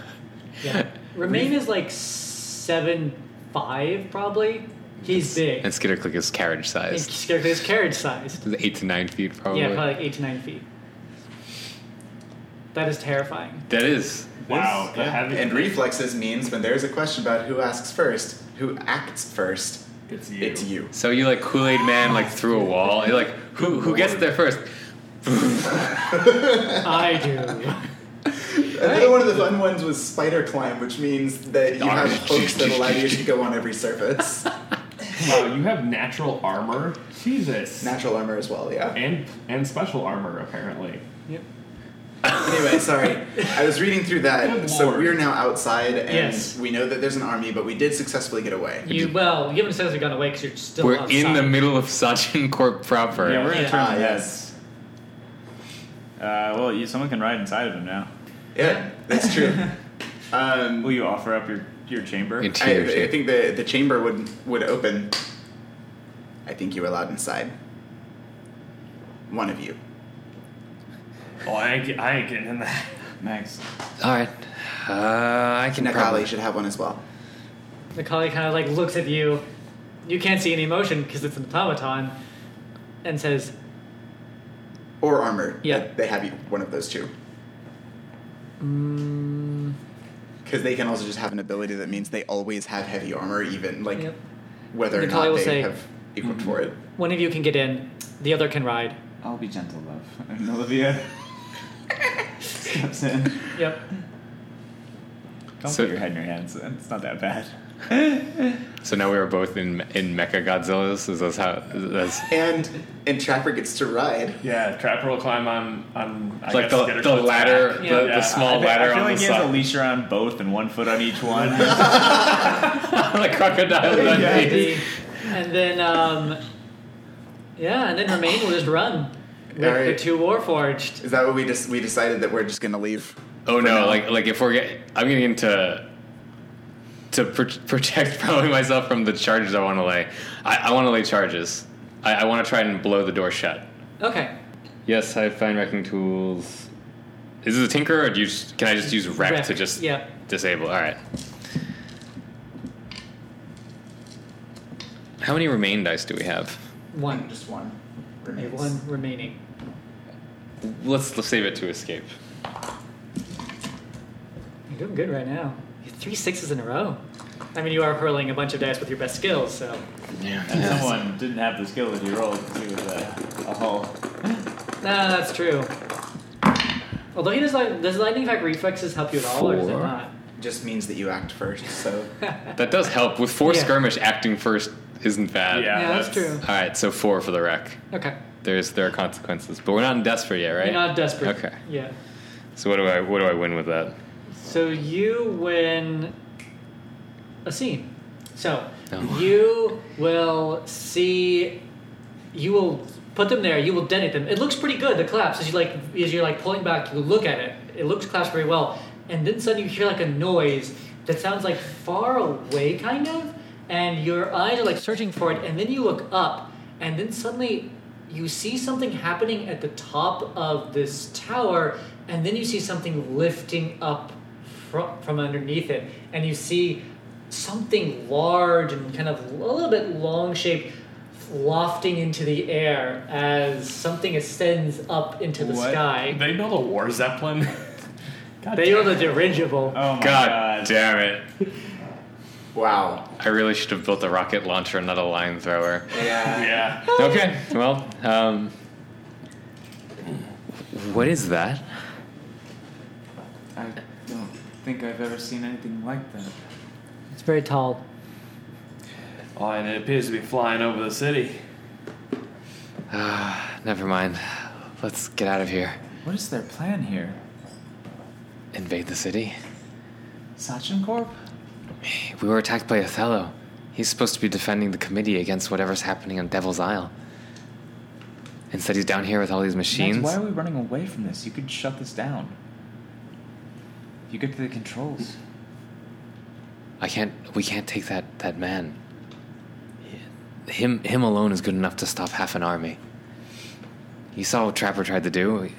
Speaker 1: Yeah. Remain is like seven five probably. He's big.
Speaker 4: And Skitter Click is carriage
Speaker 1: And
Speaker 4: sized.
Speaker 1: Scarecrow is carriage sized.
Speaker 4: Eight to nine feet probably.
Speaker 1: Yeah, probably like eight to nine feet. That is terrifying.
Speaker 4: That is.
Speaker 3: wow, the heavy.
Speaker 5: And reflexes means when there's a question about who asks first, who acts first,
Speaker 3: it's you.
Speaker 5: it's you.
Speaker 4: So you like Kool Aid Man like through a wall. You're like who who gets there first?
Speaker 1: I do.
Speaker 5: Another one of the fun ones was spider climb, which means that you have hooks that allow you to go on every surface.
Speaker 3: Wow, you have natural armor. Jesus.
Speaker 5: Natural armor as well, yeah.
Speaker 3: and and special armor apparently.
Speaker 1: Yep.
Speaker 5: Anyway, sorry. I was reading through that.
Speaker 3: Good
Speaker 5: So
Speaker 3: lord.
Speaker 5: we're now outside, and
Speaker 1: Yes.
Speaker 5: we know that there's an army, but we did successfully get away.
Speaker 1: You well, you haven't said you're gone away because you're still
Speaker 4: We're
Speaker 1: outside.
Speaker 4: in the middle of Sachin Corp proper.
Speaker 2: Yeah, we're gonna
Speaker 1: Yeah.
Speaker 2: turn
Speaker 5: Ah,
Speaker 2: him
Speaker 5: yes.
Speaker 2: in. Uh, well, you, someone can ride inside of him now.
Speaker 5: Yeah, that's true. Um,
Speaker 2: Will you offer up your, your chamber?
Speaker 4: Int-
Speaker 5: I,
Speaker 4: Tears, yeah.
Speaker 5: I think the, the chamber would would open. I think you were allowed inside. One of you.
Speaker 3: Oh, I ain't, get- I ain't getting in that.
Speaker 2: Max.
Speaker 4: All right. Uh, I can
Speaker 5: Nakali
Speaker 4: probably.
Speaker 5: should have one as well.
Speaker 1: The colleague kind of like looks at you. You can't see any emotion because it's an automaton, and says,
Speaker 5: Or armor.
Speaker 1: Yeah.
Speaker 5: They have you one of those two.
Speaker 1: Mm.
Speaker 5: Because they can also just have an ability that means they always have heavy armor, even like
Speaker 1: yep.
Speaker 5: whether or
Speaker 1: Nakali
Speaker 5: not
Speaker 1: will
Speaker 5: they
Speaker 1: say- mm-hmm.
Speaker 5: have equipped for it.
Speaker 1: "One of you can get in, the other can ride."
Speaker 2: I'll be gentle, love. And Olivia steps in.
Speaker 1: Yep.
Speaker 2: Don't
Speaker 4: So-
Speaker 2: put your head in your hands. It's not that bad.
Speaker 4: So now we are both in in Mecha Godzilla's. Is that how? That's
Speaker 5: And and Trapper gets to ride.
Speaker 3: Yeah, Trapper will climb on on. I
Speaker 4: it's like
Speaker 3: guess,
Speaker 4: the,
Speaker 3: Skitter
Speaker 4: the
Speaker 3: Click's
Speaker 4: ladder,
Speaker 3: back.
Speaker 1: Yeah.
Speaker 4: the,
Speaker 3: Yeah,
Speaker 4: the
Speaker 2: I,
Speaker 4: small
Speaker 2: thi- I
Speaker 4: ladder
Speaker 2: feel
Speaker 4: on
Speaker 2: like
Speaker 4: the
Speaker 2: he has a
Speaker 4: side,
Speaker 2: leash around both and one foot on each one.
Speaker 4: like crocodile Dundee.
Speaker 1: The- and then, um, yeah, and then Remain will just run with
Speaker 5: All right.
Speaker 1: the two Warforged.
Speaker 5: Is that what we just we decided that we're just gonna leave?
Speaker 4: Oh no! Like like if we're get, I'm getting into to pr- protect probably myself from the charges I want to lay. I, I want to lay charges. I, I want to try and blow the door shut.
Speaker 1: Okay.
Speaker 4: Yes, I find wrecking tools. Is this a tinker, or do you just, can I just use wreck,
Speaker 1: Wreck,
Speaker 4: to just
Speaker 1: yeah.
Speaker 4: disable? All right. How many remain dice do we have?
Speaker 1: One.
Speaker 5: Just one.
Speaker 1: Okay,
Speaker 5: Remains.
Speaker 1: One remaining.
Speaker 4: Let's, let's save it to escape.
Speaker 1: You're doing good right now. You have three sixes in a row. I mean, you are hurling a bunch of dice with your best skills, so.
Speaker 2: And someone didn't have the skill that he rolled. 'cause He was a, a hull.
Speaker 1: Nah, that's true. Although he does like, does lightning effect reflexes help you at all, or is it
Speaker 4: Four.
Speaker 1: not?
Speaker 5: Just means that you act first. So
Speaker 4: That does help. With four
Speaker 1: Yeah.
Speaker 4: skirmish, acting first isn't bad.
Speaker 3: Yeah,
Speaker 1: yeah, that's,
Speaker 3: that's-
Speaker 1: true.
Speaker 4: All right, so four for the wreck.
Speaker 1: Okay.
Speaker 4: There's there are consequences, but we're not in desperate yet, right?
Speaker 1: You're not desperate.
Speaker 4: Okay.
Speaker 1: Yeah.
Speaker 4: So what do I what do I win with that?
Speaker 1: So you win a scene. So
Speaker 4: No.
Speaker 1: you will see. You will put them there. You will detonate them. It looks pretty good. The claps as you like as you're like pulling back. You look at it. It looks claps very well. And then suddenly you hear like a noise that sounds like far away, kind of, and your eyes are like searching for it, and then you look up, and then suddenly you see something happening at the top of this tower, and then you see something lifting up from, from underneath it, and you see something large and kind of a little bit long shaped lofting into the air as something ascends up into the
Speaker 2: What?
Speaker 1: sky.
Speaker 3: They built a war zeppelin. God
Speaker 1: They
Speaker 3: damn.
Speaker 1: are the dirigible.
Speaker 2: Oh my
Speaker 4: God,
Speaker 2: god.
Speaker 4: damn it.
Speaker 5: Wow.
Speaker 4: I really should have built a rocket launcher, not a line thrower.
Speaker 5: Yeah.
Speaker 3: Yeah.
Speaker 4: Okay, well, um. What is that?
Speaker 2: I don't think I've ever seen anything like that.
Speaker 1: It's very tall.
Speaker 3: Oh, and it appears to be flying over the city.
Speaker 4: Never mind. Let's get out of here.
Speaker 2: What is their plan here?
Speaker 4: Invade the city?
Speaker 2: Sachin Corp?
Speaker 4: We were attacked by Othello. He's supposed to be defending the committee against whatever's happening on Devil's Isle. Instead, he's down here with all these machines.
Speaker 2: Max, Why are we running away from this? You could shut this down. You get to the controls.
Speaker 4: I can't. We can't take that that man. Him him alone is good enough to stop half an army. You saw what Trapper tried to do.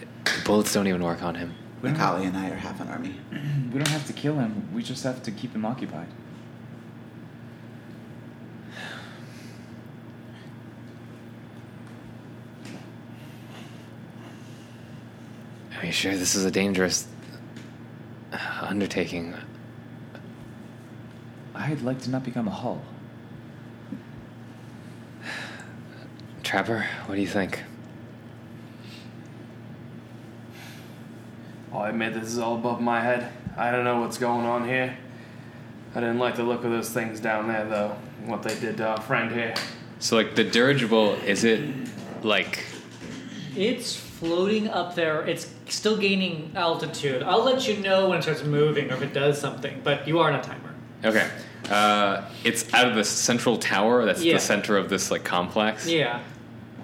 Speaker 4: Bullets don't even work on him.
Speaker 2: We don't,
Speaker 5: Macaulay and I are half an army.
Speaker 2: we don't have to kill him. We just have to keep him occupied.
Speaker 4: Are you sure this is a dangerous uh, undertaking?
Speaker 2: I'd like to not become a Hull.
Speaker 4: Trapper, what do you think?
Speaker 3: I'll Oh, admit this is all above my head. I don't know what's going on here. I didn't like the look of those things down there, though. What they did to our friend here.
Speaker 4: So, like the dirigible, is it like?
Speaker 1: It's floating up there. It's still gaining altitude. I'll let you know when it starts moving or if it does something, but you are on a timer.
Speaker 4: Okay. Uh, it's out of the central tower. That's
Speaker 1: Yeah.
Speaker 4: the center of this like complex.
Speaker 1: Yeah.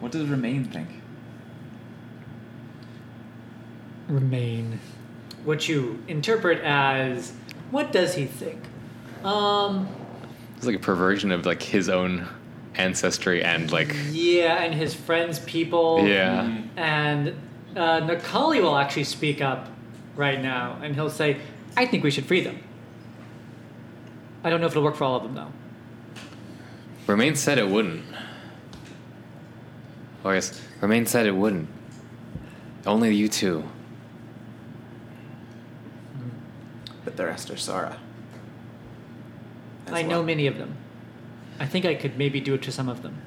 Speaker 2: What does Remain think?
Speaker 1: Remain. What you interpret as what does he think? Um,
Speaker 4: It's like a perversion of like his own ancestry and like.
Speaker 1: yeah, and his friends, people.
Speaker 4: Yeah.
Speaker 1: And uh, Nikali will actually speak up right now, and he'll say, I think we should free them. I don't know if it'll work for all of them, though.
Speaker 4: Romaine said it wouldn't. Or yes, Romaine said it wouldn't. Only you two.
Speaker 5: But the rest are Sara. As
Speaker 1: I know
Speaker 5: well.
Speaker 1: many of them. I think I could maybe do it to some of them.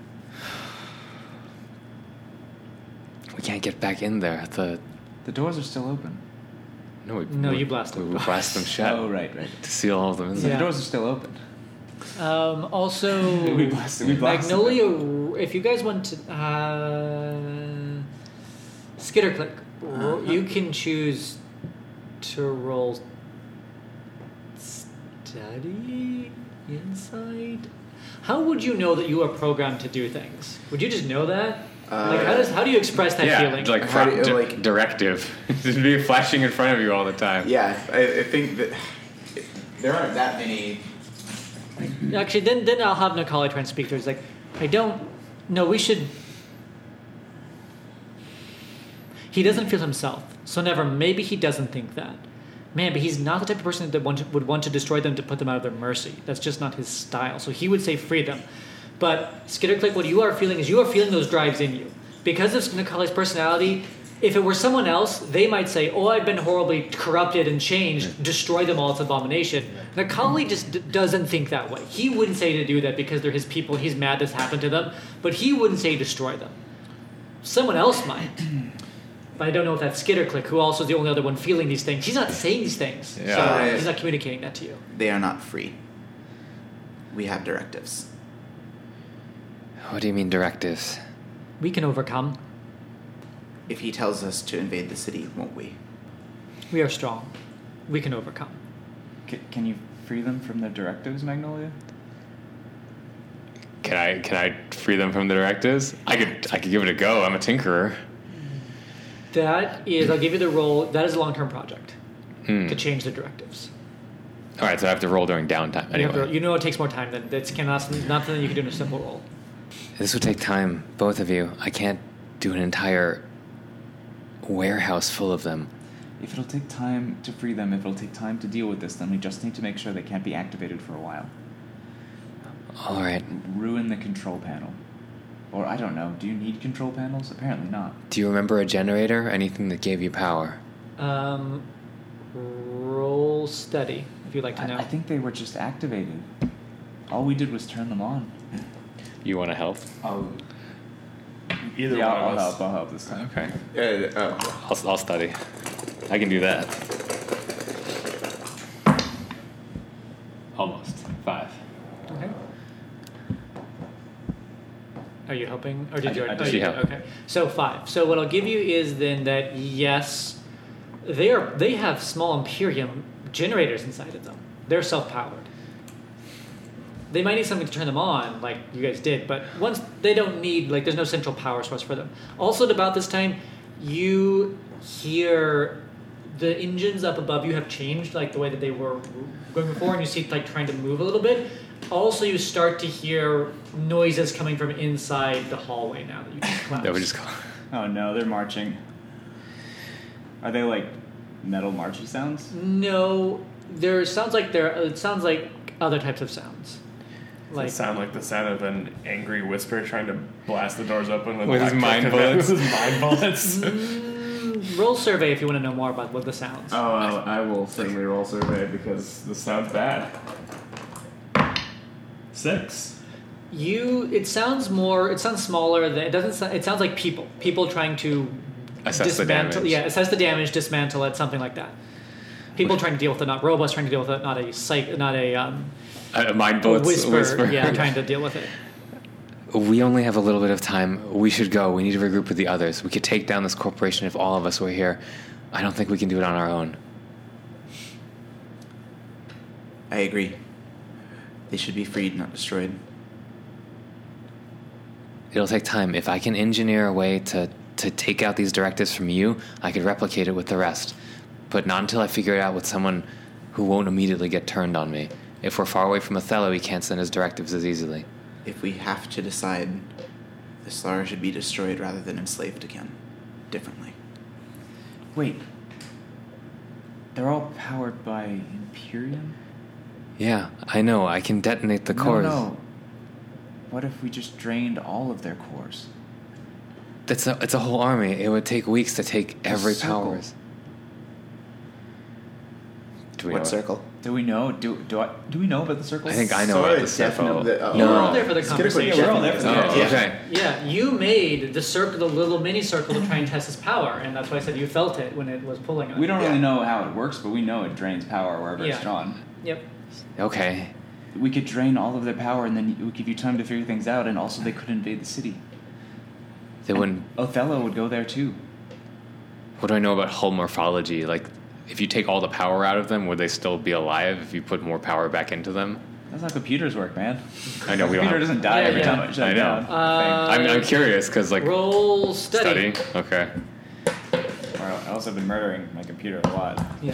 Speaker 4: We can't get back in there. The
Speaker 2: The doors are still open.
Speaker 4: no, we,
Speaker 1: No,
Speaker 4: we-
Speaker 1: you blast
Speaker 4: we,
Speaker 1: them.
Speaker 4: We blast them shut
Speaker 2: Oh, right, right.
Speaker 4: to seal all of them. in
Speaker 2: So
Speaker 4: there.
Speaker 1: Yeah.
Speaker 2: The doors are still open.
Speaker 1: Um, also,
Speaker 2: We blasted- we blasted
Speaker 1: Magnolia. If you guys want to, uh, Skitter Click, ro- you can choose to roll study insight. How would you know that you are programmed to do things? Would you just know that? like, how
Speaker 5: Uh,
Speaker 1: does how do you express that
Speaker 4: Yeah,
Speaker 1: feeling?
Speaker 4: like,
Speaker 5: How do
Speaker 4: prop-
Speaker 5: you,
Speaker 4: di-
Speaker 5: like-
Speaker 4: directive. It'd be flashing in front of you all the time.
Speaker 5: Yeah, I, I think that there aren't that many.
Speaker 1: Actually, then then I'll have Nakali try and speak to her. He's like, I don't. No, we should. He doesn't feel himself, so never. Maybe he doesn't think that. Man, but he's not the type of person that want to- would want to destroy them to put them out of their mercy. That's just not his style. So he would say freedom. But Skitterclick, what you are feeling is you are feeling those drives in you. Because of Nakali's personality, if it were someone else, they might say, Oh, I've been horribly corrupted and changed, destroy them all, it's abomination. Nakali just d- doesn't think that way. He wouldn't say to do that because they're his people, he's mad this happened to them, but he wouldn't say destroy them. Someone else might. But I don't know if that's Skitterclick, who also is the only other one feeling these things. He's not saying these things.
Speaker 4: Yeah.
Speaker 1: So he's not communicating that to you.
Speaker 5: They are not free. We have directives.
Speaker 4: What do you mean directives?
Speaker 1: We can overcome.
Speaker 5: If he tells us to invade the city, won't we?
Speaker 1: We are strong. We can overcome.
Speaker 2: C- can you free them from their directives, Magnolia?
Speaker 4: Can I can I free them from the directives? I could I could give it a go. I'm a tinkerer.
Speaker 1: That is, I'll give you the role. That is a long term project
Speaker 4: Hmm.
Speaker 1: to change the directives.
Speaker 4: All right, so I have to roll during downtime
Speaker 1: You have to-
Speaker 4: anyway.
Speaker 1: You know it takes more time than that's cannot nothing you can do in a simple roll.
Speaker 4: This would take time, both of you. I can't do an entire warehouse full of them.
Speaker 6: If it'll take time to free them, if it'll take time to deal with this, then we just need to make sure they can't be activated for a while.
Speaker 4: All right.
Speaker 6: Ruin the control panel. Or I don't know, do you need control panels? Apparently not.
Speaker 4: Do you remember a generator? Anything that gave you power?
Speaker 1: Um, roll study if you'd like to know.
Speaker 6: I, I think they were just activated. All we did was turn them on.
Speaker 4: You want to help?
Speaker 7: I'll, Oh. either
Speaker 6: yeah, I'll,
Speaker 7: one
Speaker 6: I'll
Speaker 7: of us.
Speaker 6: help. I'll help this time.
Speaker 4: Okay.
Speaker 5: Uh, oh,
Speaker 4: I'll, I'll study. I can do that. Almost. Five.
Speaker 1: Okay. Are you helping, or did
Speaker 6: I-
Speaker 1: you?
Speaker 6: I
Speaker 1: already-
Speaker 4: did.
Speaker 1: oh, you
Speaker 4: She
Speaker 1: did,
Speaker 4: helped.
Speaker 1: Okay. So five. So what I'll give you is then that yes, they are. They have small Imperium generators inside of them. They're self-powered. They might need something to turn them on, like you guys did. But once they don't need, like, there's no central power source for them. Also, at about this time, you hear the engines up above you have changed, like the way that they were going before, and you see it, like trying to move a little bit. Also, you start to hear noises coming from inside the hallway now that you just collapsed.
Speaker 4: That would just call.
Speaker 6: Oh no, they're marching. Are they like metal marchy sounds?
Speaker 1: No, there sounds like there. It sounds like other types of sounds.
Speaker 7: Does
Speaker 1: Like
Speaker 7: it sound like the sound of an angry whisper trying to blast the doors open with,
Speaker 4: With his
Speaker 7: electric-
Speaker 4: mind bullets.
Speaker 7: with his mind bullets.
Speaker 1: mm, roll survey if you want to know more about what the sounds.
Speaker 7: Oh, I will certainly roll survey because this sounds bad. Six.
Speaker 1: You. It sounds more. It sounds smaller. Than, it doesn't. sou- It sounds like people. People trying to
Speaker 4: Assess the
Speaker 1: dismantle.
Speaker 4: damage.
Speaker 1: Yeah, assess the damage, dismantle it, something like that. People trying to deal with it, not robots trying to deal with it, not a psych, not a um,
Speaker 4: Uh, mind
Speaker 1: a
Speaker 4: bullets.
Speaker 1: whisper. Yeah, trying to deal with it.
Speaker 4: We only have a little bit of time. We should go. We need to regroup with the others. We could take down this corporation if all of us were here. I don't think we can do it on our own.
Speaker 5: I agree. They should be freed, not destroyed.
Speaker 4: It'll take time. If I can engineer a way to, to take out these directives from you, I could replicate it with the rest. But not until I figure it out with someone who won't immediately get turned on me. If we're far away from Othello, he can't send his directives as easily.
Speaker 5: If we have to decide, the Star should be destroyed rather than enslaved again. Differently.
Speaker 6: Wait. They're all powered by Imperium?
Speaker 4: Yeah, I know. I can detonate the
Speaker 6: No,
Speaker 4: cores.
Speaker 6: No. What if we just drained all of their cores?
Speaker 4: That's a, it's a whole army. It would take weeks to take every
Speaker 6: circle.
Speaker 4: power. Do
Speaker 5: what
Speaker 4: know it?
Speaker 5: circle?
Speaker 6: Do we know? Do do I do we know about the circles?
Speaker 4: I think I know
Speaker 5: Star
Speaker 4: about the
Speaker 5: is definitely-
Speaker 4: circle.
Speaker 5: uh,
Speaker 1: You Oh. were
Speaker 4: No.
Speaker 1: all there for the
Speaker 5: It's gonna go
Speaker 1: conversation.
Speaker 6: Yeah, we're all there for the
Speaker 4: Oh,
Speaker 6: Yeah.
Speaker 4: okay.
Speaker 1: Yeah, you made the circle, the little mini circle to try and test its power, and that's why I said you felt it when it was pulling on.
Speaker 6: We don't
Speaker 5: Yeah.
Speaker 6: really know how it works, but we know it drains power wherever
Speaker 1: Yeah.
Speaker 6: it's drawn.
Speaker 1: you. Yep.
Speaker 4: Okay.
Speaker 6: We could drain all of their power, and then it would give you time to figure things out. And also, they could invade the city.
Speaker 4: They wouldn't.
Speaker 6: Othello would go there too.
Speaker 4: What do I know about hull morphology? Like, if you take all the power out of them, would they still be alive if you put more power back into them?
Speaker 6: That's how computers work, man.
Speaker 4: I know we don't.
Speaker 6: Computer
Speaker 4: Have,
Speaker 6: doesn't die
Speaker 1: Oh, Yeah,
Speaker 6: every
Speaker 1: yeah.
Speaker 6: time it shuts
Speaker 4: I know.
Speaker 6: down.
Speaker 1: Uh,
Speaker 4: I'm, I'm curious because like
Speaker 1: Roll study.
Speaker 4: Okay.
Speaker 6: Or I also have been murdering my computer a lot.
Speaker 1: Yeah.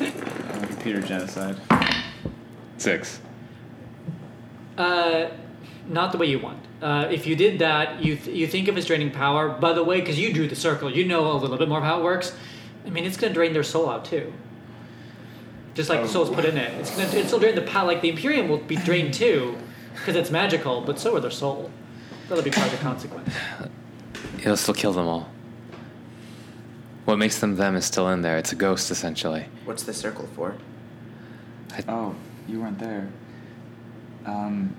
Speaker 6: I'm a computer genocide.
Speaker 4: Six.
Speaker 1: Uh, not the way you want. Uh, if you did that, you th- you think of as draining power. By the way, because you drew the circle, you know a little bit more of how it works. I mean, it's going to drain their soul out too. Just like the soul's put in it, it's going to it'll drain the power. Like the Imperium will be drained too, because it's magical. But so are their soul. That'll be part of the consequence.
Speaker 4: It'll still kill them all. What makes them them is still in there. It's a ghost essentially.
Speaker 5: What's the circle for?
Speaker 6: Oh, you weren't there. Um,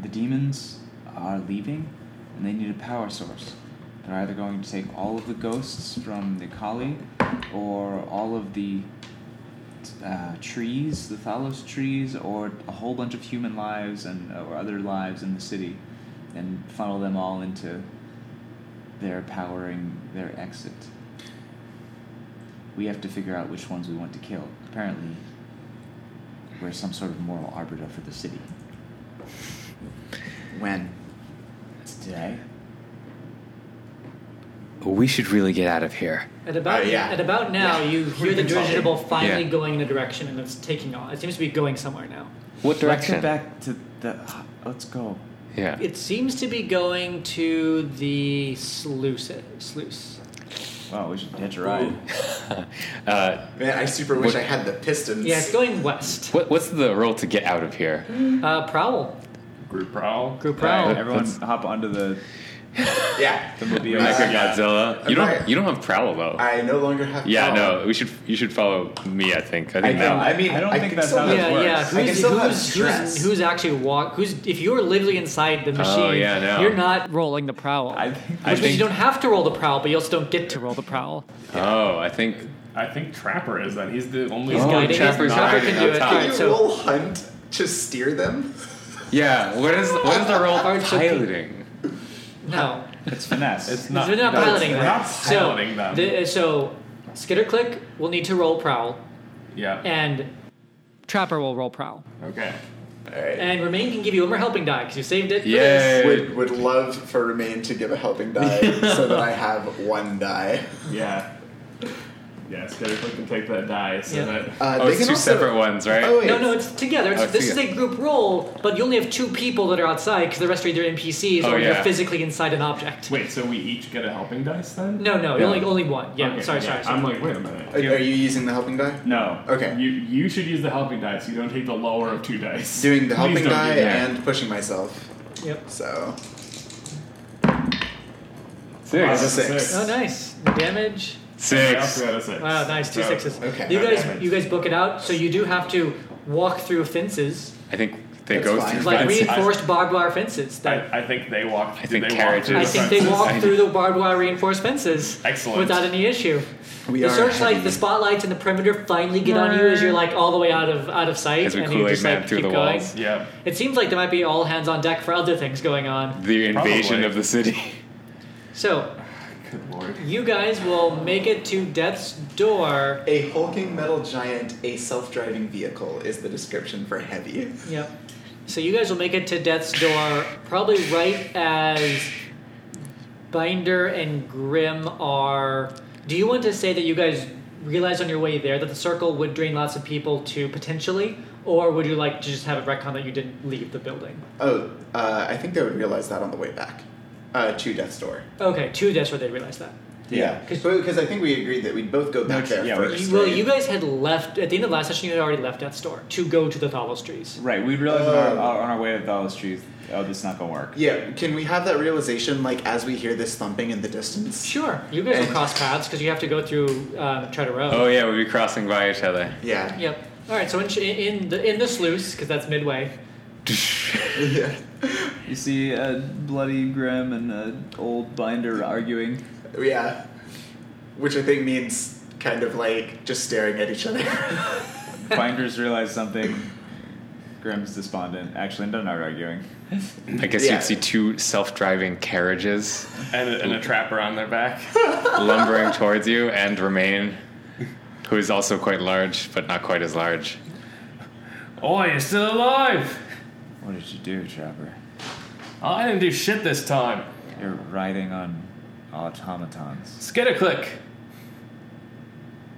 Speaker 6: the demons are leaving, and they need a power source. They're either going to take all of the ghosts from the Kali, or all of the uh, trees, the Thalos trees, or a whole bunch of human lives and uh, or other lives in the city, and funnel them all into their powering their exit. We have to figure out which ones we want to kill. Apparently, we're some sort of moral arbiter for the city.
Speaker 5: When?
Speaker 6: That's today.
Speaker 4: we should really get out of here.
Speaker 1: At about
Speaker 5: Oh, yeah.
Speaker 1: at about now,
Speaker 5: Yeah.
Speaker 1: you
Speaker 5: We've
Speaker 1: hear the
Speaker 5: been talking.
Speaker 1: dirigible finally
Speaker 4: Yeah.
Speaker 1: going in a direction, and it's taking off. It seems to be going somewhere now.
Speaker 4: What
Speaker 2: Let's
Speaker 4: direction?
Speaker 2: get back to the. Let's go.
Speaker 4: Yeah.
Speaker 1: It seems to be going to the sluice. Sluice.
Speaker 2: Wow, we should hitch a ride.
Speaker 4: Uh,
Speaker 5: Man, I super wish I had the Pistons.
Speaker 1: Yeah, it's going west.
Speaker 4: what, what's the roll to get out of here?
Speaker 1: Uh, prowl.
Speaker 3: Group prowl.
Speaker 1: Group
Speaker 2: All
Speaker 1: prowl.
Speaker 2: right, everyone,
Speaker 4: Let's-
Speaker 2: hop onto the
Speaker 5: Yeah.
Speaker 2: the movie.
Speaker 5: Uh, Mega-
Speaker 4: Mechagodzilla.
Speaker 5: yeah.
Speaker 4: You
Speaker 5: Okay.
Speaker 4: don't. You don't have prowl though.
Speaker 5: I no longer have.
Speaker 4: yeah.
Speaker 5: power.
Speaker 4: No. We should. You should follow me. I think. I
Speaker 5: I, can,
Speaker 4: think now.
Speaker 5: I mean,
Speaker 2: I don't
Speaker 5: I
Speaker 2: think
Speaker 5: can
Speaker 2: that's
Speaker 5: still
Speaker 2: how
Speaker 1: Yeah,
Speaker 2: that
Speaker 5: have-
Speaker 2: works.
Speaker 1: yeah.
Speaker 2: I
Speaker 5: can
Speaker 1: Who's,
Speaker 5: still have
Speaker 1: who's,
Speaker 5: stress.
Speaker 1: who's, who's actually walk? Who's if you're literally inside the machine?
Speaker 4: yeah, no.
Speaker 1: You're not rolling the prowl.
Speaker 2: I think
Speaker 4: I
Speaker 1: which means
Speaker 4: think-
Speaker 1: you don't have to roll the prowl, but you also don't get to roll the prowl.
Speaker 4: Oh, I think.
Speaker 7: I think Trapper is then. He's the only
Speaker 1: He's
Speaker 4: Oh,
Speaker 1: guiding.
Speaker 4: Trapper's
Speaker 1: it. Trapper
Speaker 4: guiding
Speaker 1: can do
Speaker 4: on
Speaker 1: it.
Speaker 4: top.
Speaker 5: Can
Speaker 1: All right,
Speaker 5: you
Speaker 1: so
Speaker 5: roll hunt to steer them?
Speaker 4: Yeah. What is? What is the roll?
Speaker 1: Alright, so-
Speaker 4: Piloting.
Speaker 1: no,
Speaker 2: it's finesse.
Speaker 7: It's
Speaker 1: No,
Speaker 7: not.
Speaker 1: they're not
Speaker 5: no,
Speaker 1: piloting
Speaker 5: it's
Speaker 1: them.
Speaker 7: not
Speaker 1: so,
Speaker 7: piloting them.
Speaker 1: The, so Skitterclick will need to roll prowl,
Speaker 7: Yeah.
Speaker 1: and Trapper will roll prowl.
Speaker 7: Okay.
Speaker 5: All right.
Speaker 1: And Remain can give you one more helping die because you saved it. for this.
Speaker 4: Yay.
Speaker 5: Would would love for Remain to give a helping die so that I have one die.
Speaker 7: Yeah. Yeah, Scatterfoot can take that die so
Speaker 1: Yeah.
Speaker 7: that.
Speaker 5: Uh,
Speaker 4: Oh,
Speaker 5: they
Speaker 4: it's
Speaker 5: can
Speaker 4: two
Speaker 5: also-
Speaker 4: separate ones, right?
Speaker 5: Oh, wait.
Speaker 1: No, no, it's together. It's,
Speaker 4: Oh,
Speaker 1: this
Speaker 4: together.
Speaker 1: is a group roll, but you only have two people that are outside because the rest are either NPCs
Speaker 4: Oh,
Speaker 1: or
Speaker 4: yeah.
Speaker 1: you're physically inside an object.
Speaker 7: Wait, so we each get a helping dice then?
Speaker 1: No, no,
Speaker 4: Yeah.
Speaker 1: only only one. Yeah,
Speaker 7: Okay,
Speaker 1: sorry,
Speaker 7: yeah.
Speaker 1: sorry, sorry.
Speaker 7: I'm like, wait a minute.
Speaker 5: Are, are you using the helping die?
Speaker 2: no.
Speaker 5: Okay.
Speaker 7: You you should use the helping dice. You don't take the lower of two dice.
Speaker 5: Doing the
Speaker 7: Please
Speaker 5: helping
Speaker 7: don't
Speaker 5: die
Speaker 7: do that.
Speaker 5: and pushing myself.
Speaker 1: Yep.
Speaker 5: So
Speaker 7: Oh,
Speaker 4: Six.
Speaker 7: that's a
Speaker 5: Six.
Speaker 1: Oh, nice The damage.
Speaker 7: I also
Speaker 4: Six.
Speaker 7: got a six.
Speaker 1: Wow, nice two
Speaker 7: So-
Speaker 1: sixes.
Speaker 5: okay.
Speaker 1: You guys,
Speaker 7: Oh, Okay.
Speaker 1: you guys book it out. So you do have to walk through fences,
Speaker 4: I think they
Speaker 5: That's
Speaker 4: go
Speaker 5: fine.
Speaker 4: through
Speaker 1: like
Speaker 4: fences.
Speaker 1: reinforced barbed wire fences. That
Speaker 7: I, I think they walk.
Speaker 4: I
Speaker 7: did
Speaker 4: think
Speaker 7: they
Speaker 4: carriages-
Speaker 7: Walk through
Speaker 1: I
Speaker 7: the
Speaker 1: think they
Speaker 7: fences?
Speaker 1: walk through the barbed wire reinforced fences
Speaker 7: Excellent.
Speaker 1: without any issue.
Speaker 5: we
Speaker 1: the
Speaker 5: are.
Speaker 1: searchlight,
Speaker 5: heavy.
Speaker 1: the spotlights, and the perimeter finally get on you as you're like all the way out of out of sight,
Speaker 4: As we
Speaker 1: and you
Speaker 4: Kool-Aid
Speaker 1: just
Speaker 4: Man
Speaker 1: like
Speaker 4: through
Speaker 1: keep
Speaker 4: the
Speaker 1: going.
Speaker 4: walls.
Speaker 7: Yeah.
Speaker 1: It seems like there might be all hands on deck for other things going on.
Speaker 4: The invasion
Speaker 7: Probably.
Speaker 4: of the city.
Speaker 1: So
Speaker 7: Good lord.
Speaker 1: you guys will make it to Death's Door.
Speaker 5: A hulking metal giant, a self-driving vehicle is the description for heavy.
Speaker 1: Yep. So you guys will make it to Death's Door probably right as Binder and Grim are. Do you want to say that you guys realized on your way there that the circle would drain lots of people to potentially, or would you like to just have a retcon that you didn't leave the building?
Speaker 5: Oh, uh, I think they would realize that on the way back uh, to Death's Door.
Speaker 1: Okay, to Death's Door they realized that.
Speaker 5: Yeah, because I think we agreed that we'd both go back
Speaker 2: No,
Speaker 5: there
Speaker 2: yeah, we-
Speaker 5: first.
Speaker 1: well,
Speaker 5: right?
Speaker 1: you guys had left at the end of last session. You had already left Death's Door to go to the Thalos trees.
Speaker 2: Right, we realized on our,
Speaker 5: Oh.
Speaker 2: our- on our way to Dallas Street, oh, this is not gonna work.
Speaker 5: Yeah, can we have that realization like as we hear this thumping in the distance?
Speaker 1: Sure, you guys
Speaker 5: And-
Speaker 1: will cross paths because you have to go through um, Treader Road.
Speaker 4: Oh yeah, we'll be crossing by each other.
Speaker 5: Yeah.
Speaker 1: Yep. All right. So in in the in the sluice because that's midway.
Speaker 5: Yeah.
Speaker 2: You see a bloody Grim and an old binder arguing.
Speaker 5: yeah. Which I think means kind of like just staring at each other.
Speaker 2: Binders realize something. Grim's despondent. Actually, they're not arguing.
Speaker 4: I guess
Speaker 5: Yeah.
Speaker 4: you'd see two self-driving carriages
Speaker 7: And a, and a trapper on their back.
Speaker 4: lumbering towards you, and Romain, who is also quite large, but not quite as large.
Speaker 7: oh, you're still alive. Oh,
Speaker 2: What did you do, Trapper?
Speaker 7: I didn't do shit this time.
Speaker 2: You're riding on automatons.
Speaker 7: Skid a click.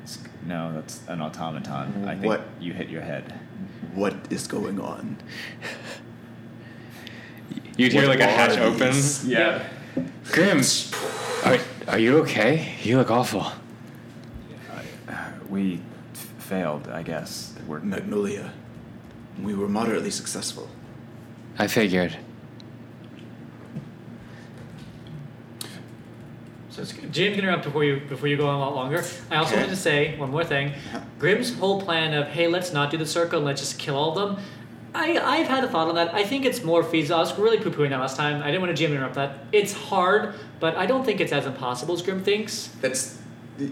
Speaker 2: Sk- No, that's an automaton. I think
Speaker 5: What?
Speaker 2: you hit your head.
Speaker 5: what is going on?
Speaker 4: You'd hear
Speaker 5: What
Speaker 4: like a hatch
Speaker 5: are these?
Speaker 4: open.
Speaker 7: Yeah.
Speaker 4: Grim, are, are you okay? You look awful.
Speaker 2: We f- failed, I guess. We're
Speaker 5: Magnolia. We were moderately successful.
Speaker 4: I figured.
Speaker 1: So it's, Jim's gonna interrupt before you before you go on a lot longer. I also
Speaker 5: Okay.
Speaker 1: wanted to say one more thing. Grimm's whole plan of hey, let's not do the circle and let's just kill all of them. I, I've had a thought on that. I think it's more feasible. I was really poo pooing that last time. I didn't want to Jim interrupt that. It's hard, but I don't think it's as impossible as Grim thinks.
Speaker 5: That's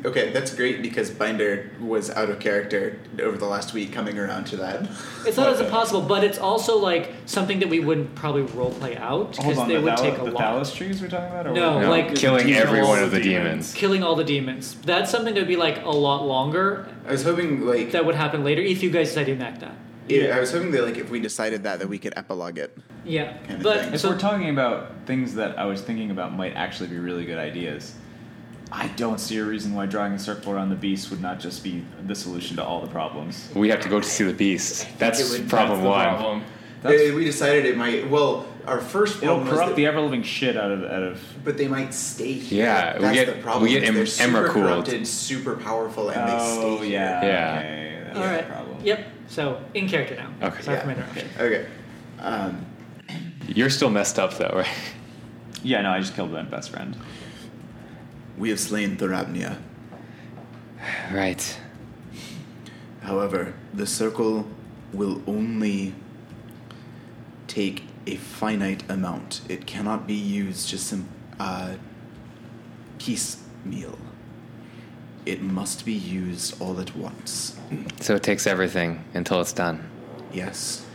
Speaker 5: okay. That's great because Binder was out of character over the last week, coming around to that.
Speaker 1: It's not as impossible, but it's also like something that we wouldn't probably roleplay out
Speaker 2: Hold
Speaker 1: because
Speaker 2: on,
Speaker 1: they
Speaker 2: the,
Speaker 1: would
Speaker 2: Thal-
Speaker 1: take a
Speaker 2: the
Speaker 1: lot.
Speaker 2: Thalos trees we're talking about? Or
Speaker 1: No,
Speaker 2: what?
Speaker 4: No,
Speaker 1: like
Speaker 4: killing
Speaker 1: demons.
Speaker 4: every one of the
Speaker 7: Demons.
Speaker 4: demons.
Speaker 1: Killing all the demons. That's something that would be like a lot longer.
Speaker 5: I was hoping like
Speaker 1: That would happen later if you guys decide to enact that.
Speaker 5: yeah, I was hoping that like if we decided that that we could epilogue it.
Speaker 1: Yeah,
Speaker 5: Kinda
Speaker 1: but
Speaker 5: thing.
Speaker 2: If
Speaker 1: so
Speaker 2: we're talking about things that I was thinking about might actually be really good ideas,
Speaker 6: I don't see a reason why drawing a circle around the beast would not just be the solution to all the problems.
Speaker 4: We have to go to see the beast. That's
Speaker 5: would-
Speaker 4: problem
Speaker 7: That's the
Speaker 4: one.
Speaker 7: problem.
Speaker 6: That's-
Speaker 5: Uh, we decided it might. Well, our first
Speaker 6: It'll
Speaker 5: one was
Speaker 6: corrupt
Speaker 5: that-
Speaker 6: the ever living shit out of out of.
Speaker 5: but they might stay here.
Speaker 4: Yeah, we
Speaker 5: that's
Speaker 4: get-
Speaker 5: the problem.
Speaker 4: we get
Speaker 5: is
Speaker 4: em-
Speaker 5: they're super
Speaker 4: Emrakul.
Speaker 5: corrupted, super powerful, and they
Speaker 6: Oh
Speaker 5: stay here.
Speaker 6: yeah,
Speaker 4: Yeah.
Speaker 6: Okay, that's
Speaker 1: All
Speaker 6: the
Speaker 1: right.
Speaker 6: problem.
Speaker 1: Yep. So in character now.
Speaker 4: Okay.
Speaker 1: Sorry
Speaker 5: Yeah.
Speaker 1: for my interruption.
Speaker 5: Okay. Um,
Speaker 4: You're still messed up though, right?
Speaker 6: Yeah, no, I just killed my best friend.
Speaker 5: we have slain Therapnia.
Speaker 4: Right.
Speaker 5: However, the circle will only take a finite amount. It cannot be used just some uh, piecemeal. It must be used all at once.
Speaker 4: So it takes everything until it's done.
Speaker 5: Yes.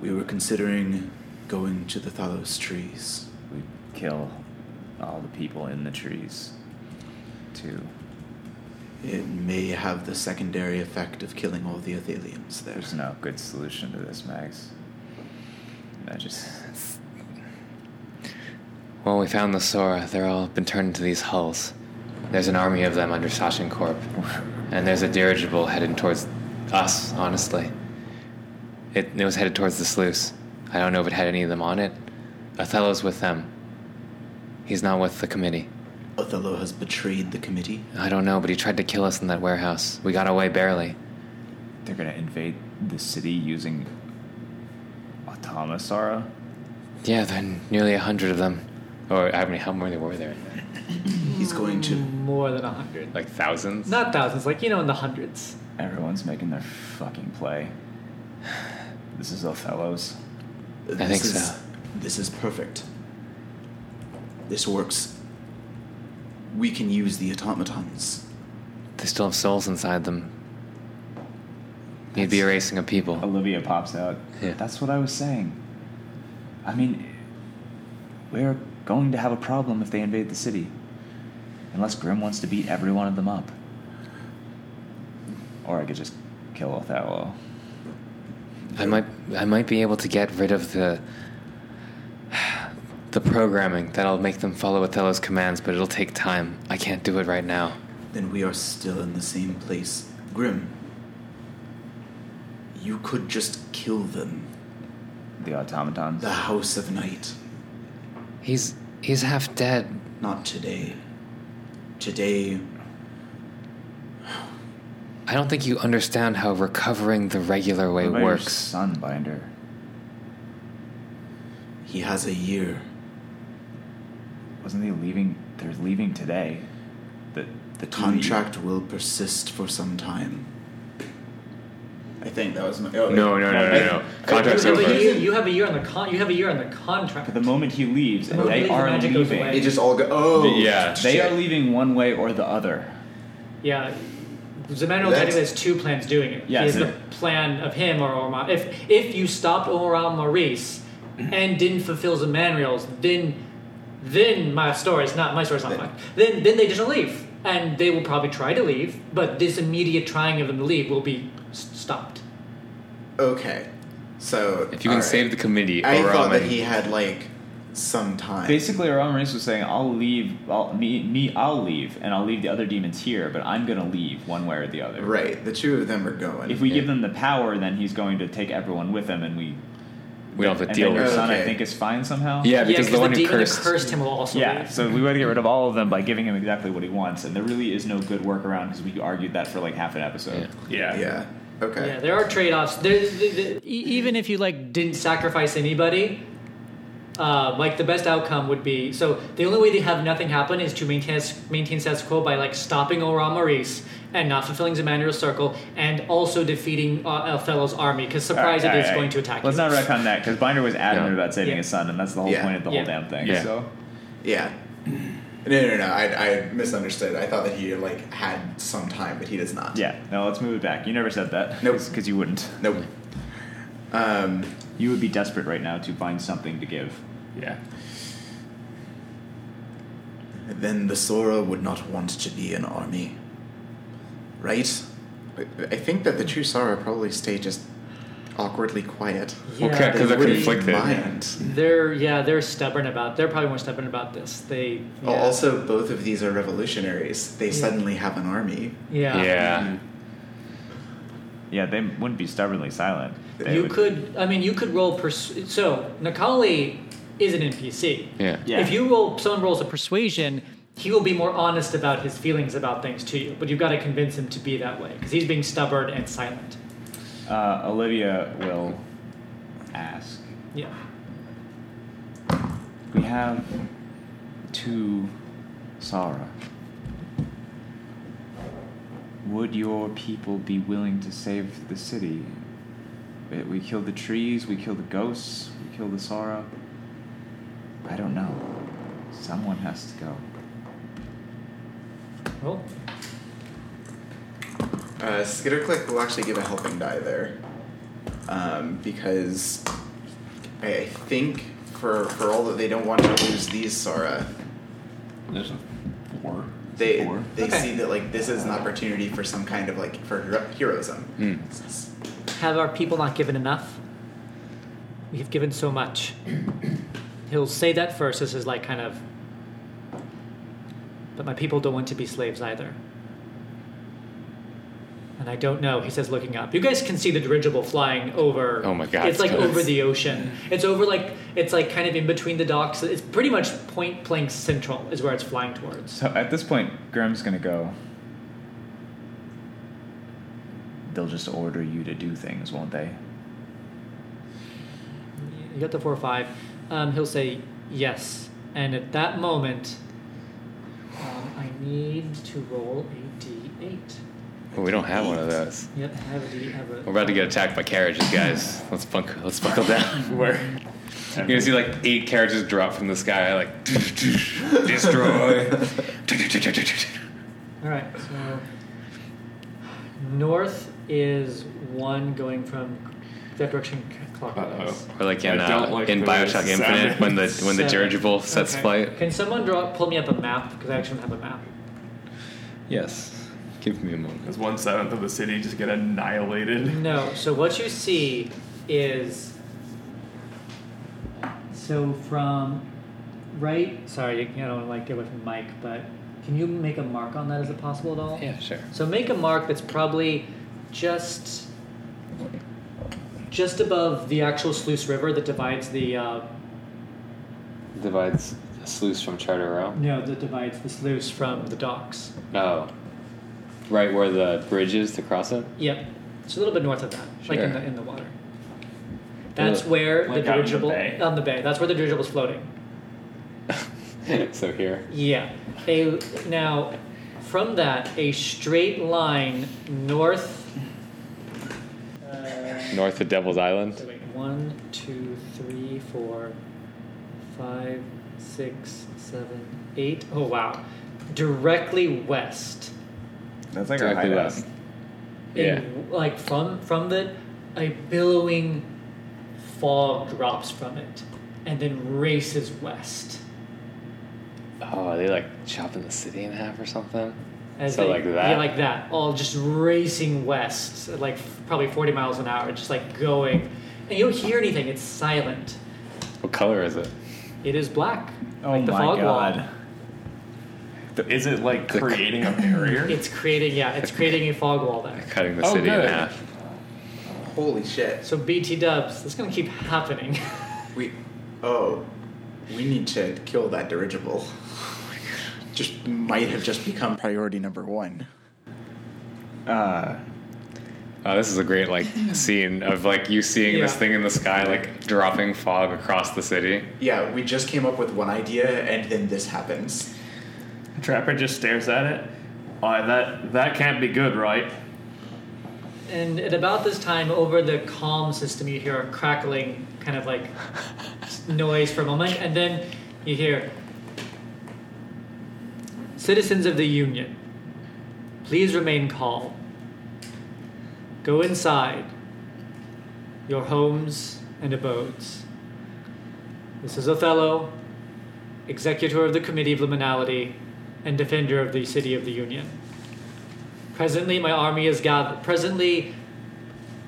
Speaker 5: We were considering going to the Thalos trees.
Speaker 6: We kill all the people in the trees. Too.
Speaker 5: It may have the secondary effect of killing all the Athelians there.
Speaker 6: There's no good solution to this, Max. I just
Speaker 4: Well, we found the Sora. They're all been turned into these hulls. There's an army of them under Sashin Corp. And there's a dirigible headed towards us, honestly. It, it was headed towards the sluice. I don't know if it had any of them on it. Othello's with them. He's not with the committee.
Speaker 5: Othello has betrayed the committee.
Speaker 4: I don't know, but he tried to kill us in that warehouse. We got away barely.
Speaker 6: They're gonna invade the city using Automasara?
Speaker 4: Yeah, there are nearly a hundred of them. Or, I mean, how many were there?
Speaker 5: He's going to
Speaker 1: More than a hundred.
Speaker 4: Like thousands?
Speaker 1: Not thousands. Like you know, in the hundreds.
Speaker 6: Everyone's making their fucking play. This is Othello's.
Speaker 5: This
Speaker 4: think
Speaker 5: is,
Speaker 4: so.
Speaker 5: This is perfect. This works. We can use the automatons.
Speaker 4: They still have souls inside them. You'd be erasing a people.
Speaker 6: Olivia pops out.
Speaker 4: Yeah.
Speaker 6: That's what I was saying. I mean, we're going to have a problem if they invade the city. Unless Grimm wants to beat every one of them up. Or I could just kill Othello.
Speaker 4: I might, I might be able to get rid of the, the programming that'll make them follow Othello's commands, but it'll take time. I can't do it right now.
Speaker 5: Then we are still in the same place. Grim, you could just kill them.
Speaker 6: The automatons.
Speaker 5: The House of Night.
Speaker 4: He's, he's half dead.
Speaker 5: Not today. Today,
Speaker 4: I don't think you understand how recovering the regular way
Speaker 6: What about your
Speaker 4: works.
Speaker 6: Sunbinder.
Speaker 5: he has a year.
Speaker 6: Wasn't he leaving? They're leaving today. The
Speaker 5: The contract will persist for some time. I think that was my. Oh,
Speaker 4: no,
Speaker 6: no, no, no. Contract's
Speaker 1: you, have
Speaker 5: over.
Speaker 1: a year, you have a year on the con. You have a year on the contract.
Speaker 6: But the moment he leaves,
Speaker 1: The
Speaker 6: and
Speaker 1: moment
Speaker 6: they
Speaker 1: the
Speaker 6: are
Speaker 1: magic goes away.
Speaker 5: It
Speaker 6: leaving.
Speaker 5: just all go. Oh!
Speaker 4: Yeah.
Speaker 6: They are
Speaker 5: shit.
Speaker 6: leaving one way or the other.
Speaker 1: Yeah. Zemano
Speaker 5: That's-
Speaker 1: technically has two plans doing it.
Speaker 6: Yes.
Speaker 1: He has the plan of him or Ormond. If if you stopped Ormond Maurice and didn't fulfill Zemanriel's, then then my story is not my story's not mine. Then then they just leave. And they will probably try to leave, but this immediate trying of them to leave will be s- stopped.
Speaker 5: Okay. So.
Speaker 4: If you can
Speaker 5: alright.
Speaker 4: save the committee, um,
Speaker 5: I thought that
Speaker 4: Oraman-
Speaker 5: he had like some time.
Speaker 6: Basically, Aram Reese was saying, "I'll leave. I'll, me, me, I'll leave, and I'll leave the other demons here. But I'm gonna leave one way or the other.
Speaker 5: right, the two of them are going.
Speaker 6: If we give
Speaker 4: Yeah.
Speaker 6: them the power, then he's going to take everyone with him, and we.
Speaker 4: we don't have to
Speaker 6: and
Speaker 4: deal
Speaker 6: then your
Speaker 4: with.
Speaker 5: it.
Speaker 6: son, I
Speaker 5: Okay.
Speaker 6: think, is fine somehow.
Speaker 4: Yeah, because the one who
Speaker 1: demon
Speaker 4: cursed.
Speaker 1: who cursed him will also
Speaker 6: Yeah,
Speaker 1: leave.
Speaker 6: so we want to get rid of all of them by giving him exactly what he wants, and there really is no good workaround because we argued that for like half an episode.
Speaker 7: Yeah.
Speaker 5: yeah, okay.
Speaker 1: Yeah, there are trade-offs. There's, the, the, e- even if you like didn't sacrifice anybody, uh, like the best outcome would be so the only way to have nothing happen is to maintain maintain status quo by like stopping Oran Maurice and not fulfilling Zemander's circle and also defeating uh, Othello's army because surprise
Speaker 6: All right,
Speaker 1: it is
Speaker 6: all right.
Speaker 1: going to attack.
Speaker 6: Let's
Speaker 1: you.
Speaker 6: not retcon that because Binder was adamant
Speaker 4: Yeah.
Speaker 6: about saving
Speaker 1: Yeah.
Speaker 6: his son, and that's the whole
Speaker 5: Yeah.
Speaker 6: point of the
Speaker 1: Yeah.
Speaker 6: whole damn thing.
Speaker 4: Yeah.
Speaker 6: So
Speaker 5: Yeah. No, no, no. I, I misunderstood. I thought that he like had some time, but he does not.
Speaker 6: yeah, no, let's move it back. You never said that.
Speaker 5: Nope.
Speaker 6: because you wouldn't.
Speaker 5: Nope. Um,
Speaker 6: You would be desperate right now to find something to give.
Speaker 7: Yeah.
Speaker 5: then the Sora would not want to be an army, right? I I think that the true Sora probably stay just awkwardly quiet.
Speaker 1: Yeah,
Speaker 7: okay, because
Speaker 5: they
Speaker 7: they're
Speaker 5: wouldn't
Speaker 7: conflicted.
Speaker 5: Mind.
Speaker 1: They're yeah, they're stubborn about. They're probably more stubborn about this. They yeah.
Speaker 5: Oh, Also, both of these are revolutionaries. They suddenly have an army.
Speaker 1: yeah.
Speaker 4: Yeah.
Speaker 2: Yeah, they wouldn't be stubbornly silent. They
Speaker 1: You
Speaker 2: would-
Speaker 1: could. I mean, you could roll. Pers- so Nakali is an NPC.
Speaker 4: Yeah.
Speaker 2: Yeah.
Speaker 1: If you roll, someone rolls a persuasion, he will be more honest about his feelings about things to you. But you've got to convince him to be that way because he's being stubborn and silent.
Speaker 2: Uh, Olivia will ask.
Speaker 1: Yeah.
Speaker 2: We have two Sara. Would your people be willing to save the city? We- We kill the trees, we kill the ghosts, we kill the Sara. I don't know. Someone has to go.
Speaker 1: Roll.
Speaker 5: Uh, Skitter Click will actually give a helping die there. Um, because I I think for for all that they don't want to lose these Sora,
Speaker 7: There's a four.
Speaker 5: they
Speaker 2: Four.
Speaker 5: they
Speaker 1: Okay.
Speaker 5: see that like this is an opportunity for some kind of like for hero- heroism.
Speaker 7: Hmm.
Speaker 1: Have our people not given enough? We have given so much. He'll say that first. This is like kind of. But my people don't want to be slaves either. And I don't know, he says, looking up. You guys can see the dirigible flying over.
Speaker 4: Oh my God,
Speaker 1: It's like
Speaker 4: it's-
Speaker 1: over the ocean. It's over like it's like kind of in between the docks. It's pretty much Point Blank Central is where it's flying towards.
Speaker 2: So at this point, Grim's gonna go. They'll just order you to do things, won't they?
Speaker 1: You got the four or five. Um, he'll say yes, and at that moment, um, I need to roll a d8.
Speaker 4: Well, we don't have one of those.
Speaker 1: Yep, I have a d. I Have a,
Speaker 4: We're about to get attacked by carriages, guys. Let's bunk. Let's buckle down. Where you're gonna see like eight carriages drop from the sky, like destroy.
Speaker 1: All right, so north is one going from that direction clockwise.
Speaker 4: or like in,
Speaker 7: I don't
Speaker 4: uh,
Speaker 7: like
Speaker 4: in
Speaker 7: the
Speaker 4: Bioshock
Speaker 7: sound.
Speaker 4: Infinite when the when the
Speaker 1: Seven.
Speaker 4: dirigible sets
Speaker 1: Okay.
Speaker 4: flight.
Speaker 1: Can someone draw? Pull me up a map because I actually don't have a map.
Speaker 4: Yes. Give me a moment.
Speaker 7: Does one seventh of the city just get annihilated?
Speaker 1: No. So what you see is so from right. Sorry, I don't like get away from the mic, but can you make a mark on that? Is it possible at all?
Speaker 4: Yeah, sure.
Speaker 1: So make a mark that's probably just just above the actual Sluice River that divides the uh,
Speaker 4: Divides sluice from Charter Row.
Speaker 1: no that divides the sluice from the docks.
Speaker 4: Oh, right where the bridge is to cross it.
Speaker 1: Yep. It's a little bit north of that, like in
Speaker 4: Sure.
Speaker 1: the in the water. That's
Speaker 4: Yeah.
Speaker 1: where
Speaker 7: Like
Speaker 1: the
Speaker 7: out in the
Speaker 1: dirigible
Speaker 7: bay?
Speaker 1: on the bay. That's where the dirigible is floating.
Speaker 4: so here.
Speaker 1: Yeah. A now from that a straight line north. Uh,
Speaker 4: North of Devil's Island.
Speaker 1: so wait, one, two, three, four, five, six, seven, eight. Oh wow! Directly west.
Speaker 2: That's like
Speaker 4: Directly
Speaker 2: hideout.
Speaker 4: west.
Speaker 1: And, Like from from the a billowing fog drops from it, and then races west.
Speaker 4: Oh, are they like chopping the city in half or something?
Speaker 1: As
Speaker 4: So
Speaker 1: they-
Speaker 4: like that?
Speaker 1: Yeah, like that. All just racing west, at like f- probably 40 miles an hour, just like going. And you don't hear anything, it's silent.
Speaker 4: What color is it?
Speaker 1: It is black.
Speaker 2: Oh
Speaker 1: like the
Speaker 2: my
Speaker 1: fog
Speaker 2: god.
Speaker 1: wall.
Speaker 7: Is it like creating a barrier?
Speaker 1: It's creating, yeah, it's creating a fog wall there.
Speaker 4: Cutting the
Speaker 7: Oh,
Speaker 4: city in
Speaker 7: good.
Speaker 4: half.
Speaker 5: Holy shit!
Speaker 1: So BT dubs, that's gonna keep happening.
Speaker 5: We oh, we need to kill that dirigible. Just might have just become priority number one.
Speaker 2: Uh,
Speaker 4: Oh, this is a great like scene of like you seeing this
Speaker 1: Yeah.
Speaker 4: thing in the sky like dropping fog across the city.
Speaker 5: Yeah, we just came up with one idea, and then this happens.
Speaker 7: Trapper just stares at it. Uh, that that can't be good, right?
Speaker 1: and at about this time, over the calm system, you hear a crackling kind of like noise for a moment, and then you hear Citizens of the Union, please remain calm. Go inside your homes and abodes. This is Othello, executor of the Committee of Liminality and defender of the City of the Union. Presently, my army is gathered. Presently,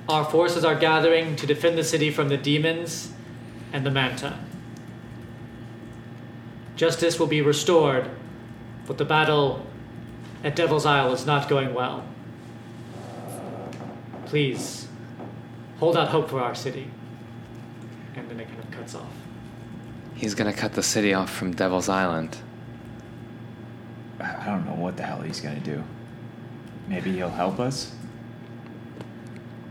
Speaker 1: Our forces are gathering to defend the city from the demons and the manta. Justice will be restored, but the battle at Devil's Isle is not going well. Please, hold out hope for our city. And then it kind of cuts off.
Speaker 4: He's gonna cut the city off from Devil's Island.
Speaker 6: I I don't know what the hell he's gonna do. Maybe he'll help us.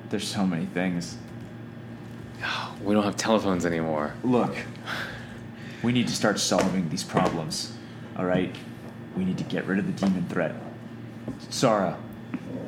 Speaker 6: There's so many things.
Speaker 4: We don't have telephones anymore.
Speaker 6: Look, we need to start solving these problems. All right, we need to get rid of the demon threat. Sara,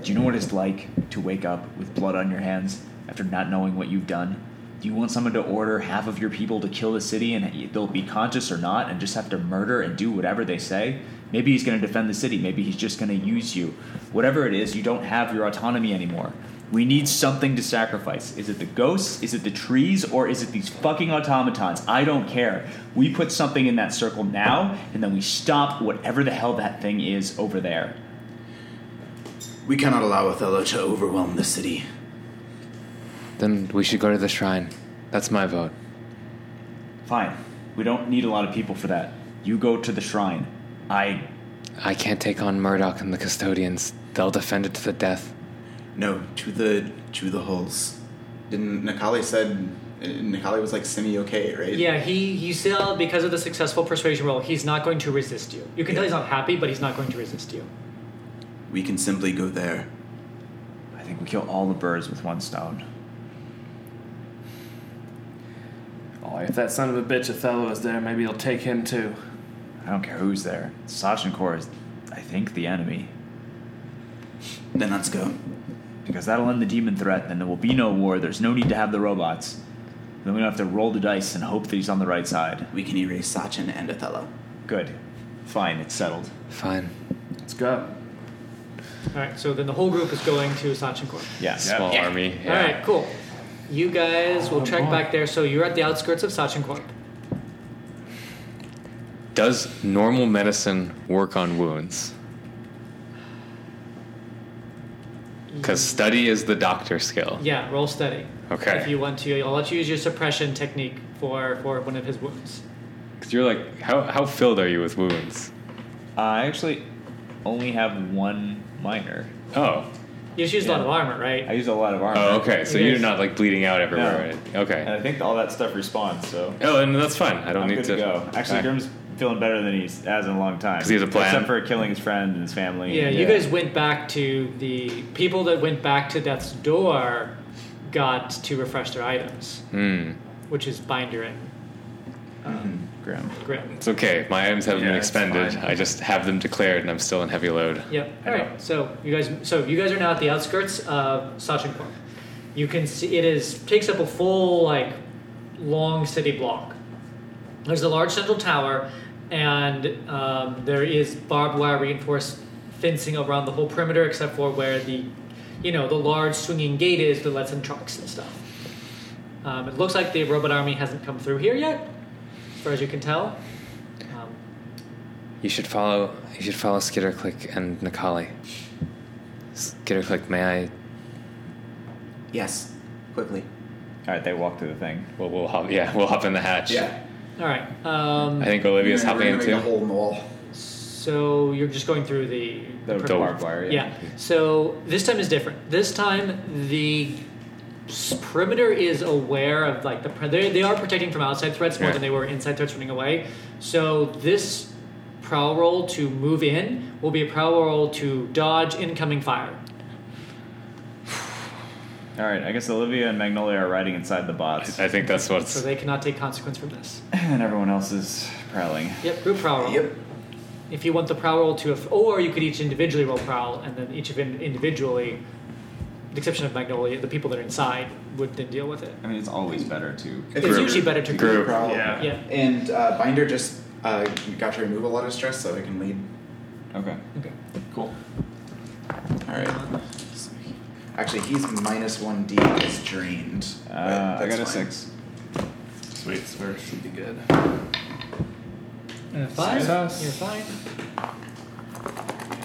Speaker 6: do you know what it's like to wake up with blood on your hands after not knowing what you've done? Do you want someone to order half of your people to kill the city and they'll be conscious or not and just have to murder and do whatever they say? Maybe he's going to defend the city. Maybe he's just going to use you. Whatever it is, you don't have your autonomy anymore. We need something to sacrifice. Is it the ghosts? Is it the trees? Or is it these fucking automatons? I don't care. We put something in that circle now, and then we stop whatever the hell that thing is over there.
Speaker 8: We cannot allow Othello to overwhelm the city.
Speaker 4: Then we should go to the shrine. That's my vote.
Speaker 6: Fine. We don't need a lot of people for that. You go to the shrine. I.
Speaker 4: I can't take on Murdoch and the custodians. They'll defend it to the death.
Speaker 5: No, to the to the hulls. Didn't Nikali said uh, Nikali was like semi okay, right?
Speaker 1: Yeah, he you still because of the successful persuasion roll, he's not going to resist you. You can tell he's not happy, but he's not going to resist you.
Speaker 5: We can simply go there.
Speaker 6: I think we kill all the birds with one stone.
Speaker 7: Oh, if that son of a bitch Othello is there, maybe he'll take him too.
Speaker 6: I don't care who's there. Sachenkor is, I think, the enemy.
Speaker 5: Then let's go.
Speaker 6: Because that'll end the demon threat, then there will be no war. There's no need to have the robots. Then we don't have to roll the dice and hope that he's on the right side.
Speaker 5: We can erase Sachin and Othello.
Speaker 6: Good. Fine, it's settled.
Speaker 4: Fine.
Speaker 7: Let's go.
Speaker 1: All right, so then the whole group is going to Sachinkor.
Speaker 6: Yes.
Speaker 4: Small army.
Speaker 1: All right, cool. You guys will check back there. So you're at the outskirts of Sachinkor.
Speaker 4: Does normal medicine work on wounds? Because study is the doctor skill.
Speaker 1: Yeah, roll steady.
Speaker 4: Okay.
Speaker 1: If you want to, I'll let you use your suppression technique for for one of his wounds.
Speaker 4: Because you're like, how, how filled are you with wounds?
Speaker 6: Uh, I actually only have one minor.
Speaker 4: Oh.
Speaker 1: You just used a lot of armor,
Speaker 6: I
Speaker 1: right?
Speaker 6: used a lot of armor.
Speaker 4: Oh, okay. So
Speaker 1: It
Speaker 4: you're
Speaker 1: is.
Speaker 4: not like bleeding out everywhere.
Speaker 6: No.
Speaker 4: right? Okay.
Speaker 6: And I think all that stuff responds, so
Speaker 4: Oh, and that's fine. I don't
Speaker 6: I'm
Speaker 4: need
Speaker 6: good to, go. Actually,
Speaker 4: Okay.
Speaker 6: Grim's feeling better than he has in a long time.
Speaker 4: 'Cause he has a plan.
Speaker 6: Except for killing his friend and his family.
Speaker 1: Yeah, you guys went back to the people that went back to Death's Door got to refresh their items,
Speaker 4: Hmm.
Speaker 1: which is Binder and
Speaker 6: Grim.
Speaker 1: Grim.
Speaker 4: It's okay. My items haven't
Speaker 7: Yeah,
Speaker 4: been
Speaker 7: it's
Speaker 4: expended.
Speaker 7: fine.
Speaker 4: I just have them declared, and I'm still in heavy load.
Speaker 1: Yep.
Speaker 6: I
Speaker 1: All
Speaker 6: know.
Speaker 1: right. So you guys, so you guys are now at the outskirts of Sachinkor. You can see it is takes up a full like long city block. There's a large central tower, and um, there is barbed wire reinforced fencing around the whole perimeter, except for where the, you know, the large swinging gate is that lets in trucks and stuff. Um, it looks like the robot army hasn't come through here yet, as far as you can tell. Um,
Speaker 4: You should follow. You should follow Skitterclick and Nikali. Skitterclick, may I?
Speaker 5: Yes, quickly.
Speaker 6: Alright, they walk through the thing.
Speaker 4: Well, we'll hop. Yeah, we'll hop in the hatch.
Speaker 5: Yeah.
Speaker 1: all right. Um,
Speaker 4: I think Olivia's
Speaker 5: We're
Speaker 4: hopping in
Speaker 5: gonna make a
Speaker 4: too.
Speaker 5: hole in the wall.
Speaker 1: So you're just going through the,
Speaker 6: The
Speaker 1: per-
Speaker 4: Dope.
Speaker 6: barbed wire, yeah.
Speaker 1: yeah. So this time is different. This time the s- perimeter is aware of like the pre- they they are protecting from outside threats more
Speaker 4: Yeah.
Speaker 1: than they were inside threats running away. So this prowl roll to move in will be a prowl roll to dodge incoming fire.
Speaker 6: Alright, I guess Olivia and Magnolia are riding inside the bots.
Speaker 4: I think that's
Speaker 1: So
Speaker 4: what's.
Speaker 1: they cannot take consequence from this.
Speaker 6: and everyone else is prowling.
Speaker 1: Yep, group prowl roll.
Speaker 5: Yep.
Speaker 1: If you want the prowl roll to, or you could each individually roll prowl, and then each of in, individually, with the exception of Magnolia, the people that are inside would then deal with it.
Speaker 6: I mean, it's always better to.
Speaker 5: If
Speaker 1: It's
Speaker 5: you're-
Speaker 1: usually better to
Speaker 4: Group.
Speaker 5: Prowl.
Speaker 7: Yeah.
Speaker 1: Yeah.
Speaker 5: And uh, Binder just uh, got to remove a lot of stress so I can lead.
Speaker 6: Okay.
Speaker 1: Okay.
Speaker 7: Cool.
Speaker 5: All right. Actually, he's minus one D is drained. but
Speaker 6: Uh, I
Speaker 5: that's
Speaker 6: got
Speaker 5: fine.
Speaker 6: a six.
Speaker 7: Sweet. Swear should be good.
Speaker 1: Uh, five.
Speaker 6: Success.
Speaker 1: You're fine.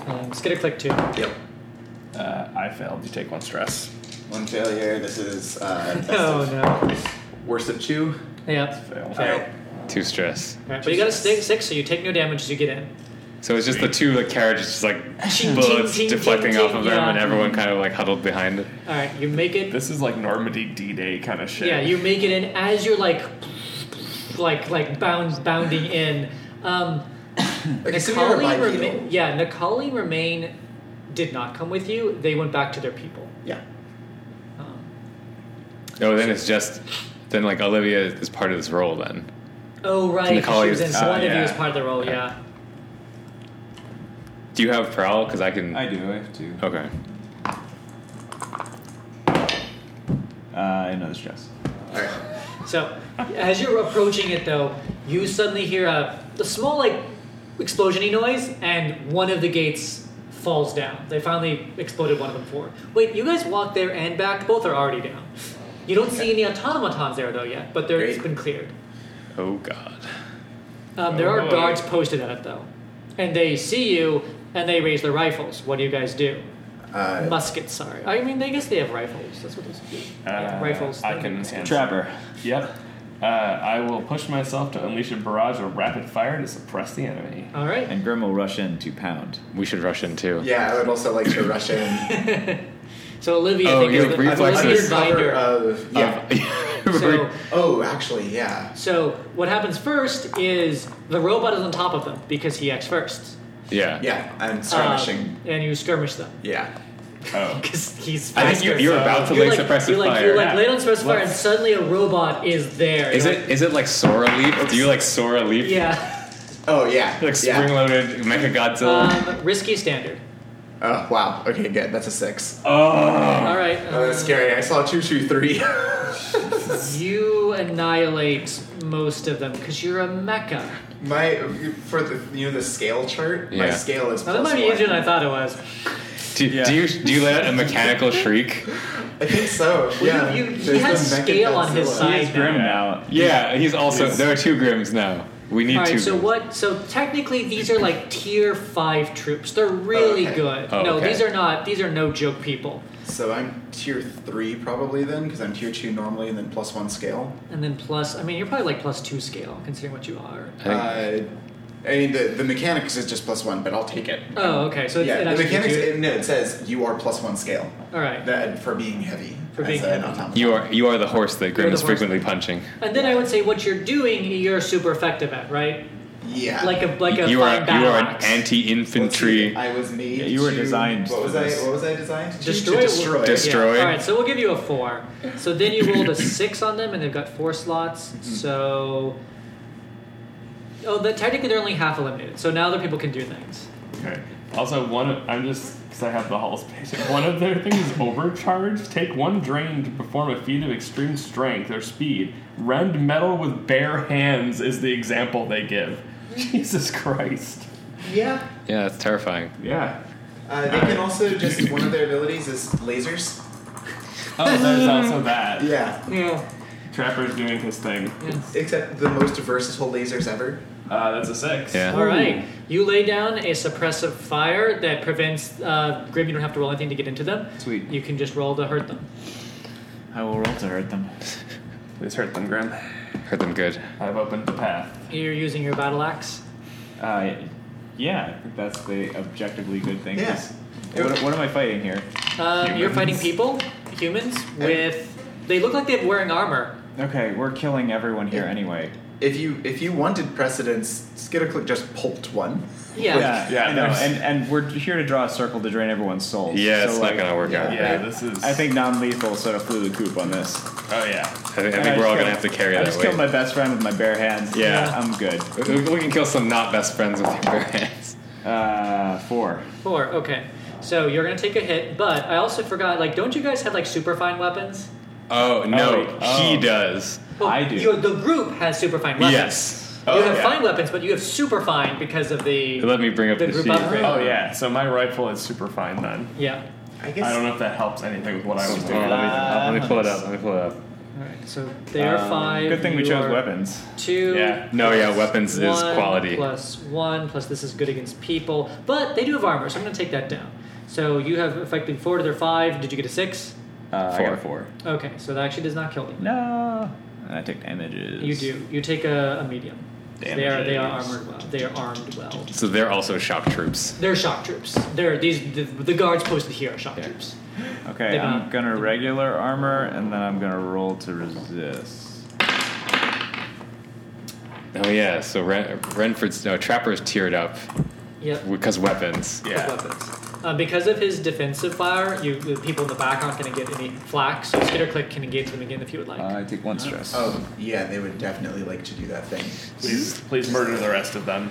Speaker 1: Um, just get a click two.
Speaker 5: Yep.
Speaker 7: Uh, I failed. You take one stress.
Speaker 5: One failure. This is uh, best of-
Speaker 1: Oh
Speaker 5: worst of two.
Speaker 1: no. Yep.
Speaker 7: Fail.
Speaker 1: Fail.
Speaker 4: Two stress.
Speaker 1: Alright, but you got a stick six, so you take no damage as you get in.
Speaker 4: So it's just the two like carriages, just like
Speaker 1: Ching,
Speaker 4: bullets
Speaker 1: ching, ching,
Speaker 4: deflecting
Speaker 1: ching,
Speaker 4: off of
Speaker 1: ching,
Speaker 4: them, and
Speaker 1: yeah.
Speaker 4: everyone kind of like huddled behind it.
Speaker 1: All right, you make it.
Speaker 7: This is like Normandy D-Day kind of shit.
Speaker 1: Yeah, you make it in as you're like, like like bound bounding in. Um,
Speaker 5: Like a severe
Speaker 1: Nikali
Speaker 5: bipedal.
Speaker 1: remain. Yeah, Nikali remain did not come with you. They went back to their people.
Speaker 5: Yeah.
Speaker 1: Um,
Speaker 4: Oh, then it's just then like Olivia is part of this role then.
Speaker 1: oh right, 'cause
Speaker 4: Nikali
Speaker 1: she was in.
Speaker 4: is-
Speaker 1: so
Speaker 4: ah,
Speaker 1: one of you
Speaker 7: yeah.
Speaker 1: is part of the role. Yeah.
Speaker 4: Do you have prowl? Because I can.
Speaker 2: I do. I have two.
Speaker 4: okay.
Speaker 2: Uh, another stress.
Speaker 5: All right.
Speaker 1: So as you're approaching it, though, you suddenly hear a, a small like explosiony noise, and one of the gates falls down. They finally exploded one of them forward. Wait, you guys walked there and back. Both are already down. You don't see any automatons there though yet, but there, it's
Speaker 5: Great.
Speaker 1: been cleared.
Speaker 4: Oh God.
Speaker 1: Um, there
Speaker 7: Oh.
Speaker 1: are guards posted at it though, and they see you and they raise their rifles. What do you guys do?
Speaker 5: Uh,
Speaker 1: Muskets, sorry. I mean, I guess they have rifles. That's what those do. yeah,
Speaker 7: Uh,
Speaker 1: rifles.
Speaker 7: I
Speaker 1: they-
Speaker 7: can answer.
Speaker 2: Trapper.
Speaker 7: Yep. Uh, I will push myself to unleash a barrage of rapid fire to suppress the enemy.
Speaker 1: All right.
Speaker 2: And Grim will rush in to pound.
Speaker 4: We should rush in too.
Speaker 5: yeah, I would also like to rush in.
Speaker 1: So Olivia,
Speaker 4: Oh,
Speaker 1: I think
Speaker 4: you
Speaker 1: is
Speaker 4: have
Speaker 1: the-
Speaker 4: reflexes. uh,
Speaker 1: Olivia's
Speaker 5: Under
Speaker 1: binder.
Speaker 5: cover of yeah.
Speaker 4: Um,
Speaker 1: So,
Speaker 5: oh, actually, yeah.
Speaker 1: so what happens first is the robot is on top of them because he acts first.
Speaker 4: yeah.
Speaker 5: Yeah, I'm
Speaker 1: Um,
Speaker 5: skirmishing.
Speaker 1: and you skirmish them
Speaker 5: yeah.
Speaker 7: Oh.
Speaker 1: because he's
Speaker 4: I
Speaker 1: fast.
Speaker 4: think you're, you're
Speaker 7: So-
Speaker 4: about to
Speaker 1: You're
Speaker 4: lay
Speaker 1: like,
Speaker 4: suppressive
Speaker 1: you're like,
Speaker 4: fire.
Speaker 1: You're like laid on suppressive fire, and
Speaker 7: Let's-
Speaker 1: suddenly a robot is there.
Speaker 4: is
Speaker 1: You're
Speaker 4: it is it like Sora leap? Do you like Sora leap?
Speaker 1: Like, yeah.
Speaker 5: Oh, yeah.
Speaker 4: Like
Speaker 5: yeah.
Speaker 4: spring loaded Mecha Godzilla.
Speaker 1: Um, risky standard.
Speaker 5: Oh, wow. Okay, good. That's a six. Oh,
Speaker 1: All right. uh,
Speaker 5: that's scary. I saw two, two, three.
Speaker 1: You annihilate most of them because you're a mecha.
Speaker 5: my for the you know the scale chart. My
Speaker 4: Yeah.
Speaker 5: scale is
Speaker 1: Now that
Speaker 5: plus
Speaker 1: might be
Speaker 5: one.
Speaker 1: easier than I thought it was.
Speaker 4: do, do you do you let out a mechanical shriek?
Speaker 5: I think so. yeah.
Speaker 1: you- he
Speaker 5: There's
Speaker 1: has
Speaker 5: the Mecha
Speaker 1: scale on his
Speaker 5: Godzilla.
Speaker 1: side.
Speaker 2: He's Grim now.
Speaker 4: Yeah, he's also there are two Grims now. We need
Speaker 1: All right.
Speaker 4: two.
Speaker 1: So
Speaker 4: Grims.
Speaker 1: what? So technically, these are like tier five troops. They're really
Speaker 5: Oh, okay.
Speaker 1: good.
Speaker 4: Oh,
Speaker 1: no,
Speaker 4: okay.
Speaker 1: these are not. These are no joke people.
Speaker 5: So I'm tier three probably then, because I'm tier two normally, and then plus one scale.
Speaker 1: And then plus, I mean, you're probably like plus two scale considering what you are.
Speaker 4: I think-
Speaker 5: uh, I mean the the mechanics is just plus one, but I'll take it.
Speaker 1: Oh, okay. So it's,
Speaker 5: yeah,
Speaker 1: it
Speaker 5: the
Speaker 1: actually
Speaker 5: mechanics.
Speaker 1: gives
Speaker 5: It, no, it says you are plus one scale
Speaker 1: you- All right.
Speaker 5: that, for being heavy.
Speaker 1: For
Speaker 5: as
Speaker 1: being
Speaker 5: an
Speaker 1: heavy.
Speaker 5: automaton.
Speaker 4: you are you are the horse that Grim
Speaker 1: You're the
Speaker 4: is
Speaker 1: horse.
Speaker 4: frequently punching.
Speaker 1: And then I would say what you're doing, you're super effective at, right?
Speaker 5: Yeah.
Speaker 1: Like a like a
Speaker 4: you
Speaker 1: fine
Speaker 4: are you
Speaker 1: battle
Speaker 4: are an
Speaker 1: axe.
Speaker 5: Let's
Speaker 4: anti-infantry.
Speaker 5: see, I was made.
Speaker 2: Yeah, you were
Speaker 5: to-
Speaker 2: designed
Speaker 5: What
Speaker 2: for
Speaker 5: was
Speaker 2: this.
Speaker 5: I? What was I designed to?
Speaker 1: Destroy.
Speaker 5: To destroy.
Speaker 4: Dest- Destroy.
Speaker 1: Yeah. All right, so we'll give you a four. So then you rolled a six on them, and they've got four slots. So, oh, that technically they're only half eliminated. So now other people can do things.
Speaker 7: Okay. Also, one of I'm just because I have the hull space. One of their things is overcharge. Take one drain to perform a feat of extreme strength or speed. Rend metal with bare hands is the example they give. Jesus Christ.
Speaker 5: Yeah.
Speaker 4: yeah, that's terrifying.
Speaker 7: Yeah.
Speaker 5: Uh, they can also just one of their abilities is lasers.
Speaker 7: Oh, there's also that.
Speaker 5: Yeah.
Speaker 1: Yeah.
Speaker 7: Trapper's doing his thing.
Speaker 5: Except the most versatile lasers ever.
Speaker 7: Uh, that's a six.
Speaker 4: Yeah.
Speaker 1: All right. You lay down a suppressive fire that prevents uh, Grim. You don't have to roll anything to get into them.
Speaker 2: Sweet.
Speaker 1: You can just roll to hurt them.
Speaker 2: I will roll to hurt them.
Speaker 7: Please hurt them, Grim.
Speaker 4: Heard them good.
Speaker 7: I've opened the path.
Speaker 1: You're using your battle axe.
Speaker 2: Uh, yeah, I think that's the objectively good thing.
Speaker 5: Yeah.
Speaker 2: is- What, what am I fighting here?
Speaker 1: Um, you're fighting people, humans with. They look like they're wearing armor.
Speaker 2: Okay, we're killing everyone here anyway.
Speaker 5: If you if you wanted precedence, Skitterclick just pulped one.
Speaker 1: Yeah.
Speaker 7: yeah,
Speaker 2: I know.
Speaker 7: there's-
Speaker 2: And and we're here to draw a circle to drain everyone's souls.
Speaker 4: Yeah,
Speaker 2: so
Speaker 4: it's
Speaker 2: like,
Speaker 4: not gonna work out.
Speaker 7: Yeah, this is.
Speaker 2: I think non-lethal sort of flew the coop on this.
Speaker 7: Oh
Speaker 4: I think, I
Speaker 7: yeah.
Speaker 2: And
Speaker 4: think we're
Speaker 2: just
Speaker 4: all gonna
Speaker 2: killed-
Speaker 4: have to carry
Speaker 2: I
Speaker 4: that
Speaker 2: just
Speaker 4: weight.
Speaker 2: killed my best friend with my bare hands.
Speaker 4: Yeah.
Speaker 2: I'm good.
Speaker 4: We, we can kill some not best friends with your bare hands.
Speaker 2: Uh, four.
Speaker 1: Four. Okay. So you're gonna take a hit, but I also forgot. Like, don't you guys have like superfine weapons?
Speaker 4: Oh no,
Speaker 2: Oh, oh.
Speaker 4: he does.
Speaker 2: I do.
Speaker 1: you- the group has superfine weapons.
Speaker 4: Yes.
Speaker 1: you
Speaker 7: Oh,
Speaker 1: have
Speaker 7: yeah.
Speaker 1: fine weapons, but you have superfine because of the.
Speaker 4: Let me bring up
Speaker 1: The
Speaker 4: the,
Speaker 1: group
Speaker 4: sheet.
Speaker 1: upgrade.
Speaker 7: Oh yeah. So my rifle is super fine then.
Speaker 1: Yeah.
Speaker 5: I guess.
Speaker 7: I don't know if that helps anything with what I was
Speaker 4: Hold on,
Speaker 7: doing.
Speaker 4: Oh, let, me, let me pull it up. Let me pull it up.
Speaker 1: All right. So they are
Speaker 2: Um,
Speaker 1: five.
Speaker 2: Good thing we
Speaker 1: you
Speaker 2: chose
Speaker 1: are
Speaker 2: weapons.
Speaker 1: Two.
Speaker 7: Yeah.
Speaker 4: No, yeah, weapons is
Speaker 1: one
Speaker 4: quality.
Speaker 1: Plus one, plus this is good against people. But they do have armor, so I'm going to take that down. So you have effectively four to their five. Did you get a six?
Speaker 6: Uh, I got a
Speaker 4: Four.
Speaker 6: four.
Speaker 1: Okay, so that actually does not kill them.
Speaker 6: No. And I took damages.
Speaker 1: You do. You take a, a medium. So They are they are armored well. They are armed well.
Speaker 4: So they're also shock troops.
Speaker 1: They're shock troops. They're these the, the guards posted here are shock
Speaker 4: Yeah.
Speaker 1: troops.
Speaker 6: Okay,
Speaker 1: They're
Speaker 6: I'm
Speaker 1: not-
Speaker 6: gonna regular armor, and then I'm gonna roll to resist.
Speaker 4: Oh yeah. So Ren- Renford's no trappers tiered up
Speaker 1: Yep.
Speaker 4: because weapons.
Speaker 1: with weapons. Uh, because of his defensive fire, you the people in the back aren't going to get any flak, so Skitter Click can engage them again if you would like.
Speaker 6: Uh, I take one stress.
Speaker 5: Oh, yeah, they would definitely like to do that thing.
Speaker 3: Please, please murder the rest of them.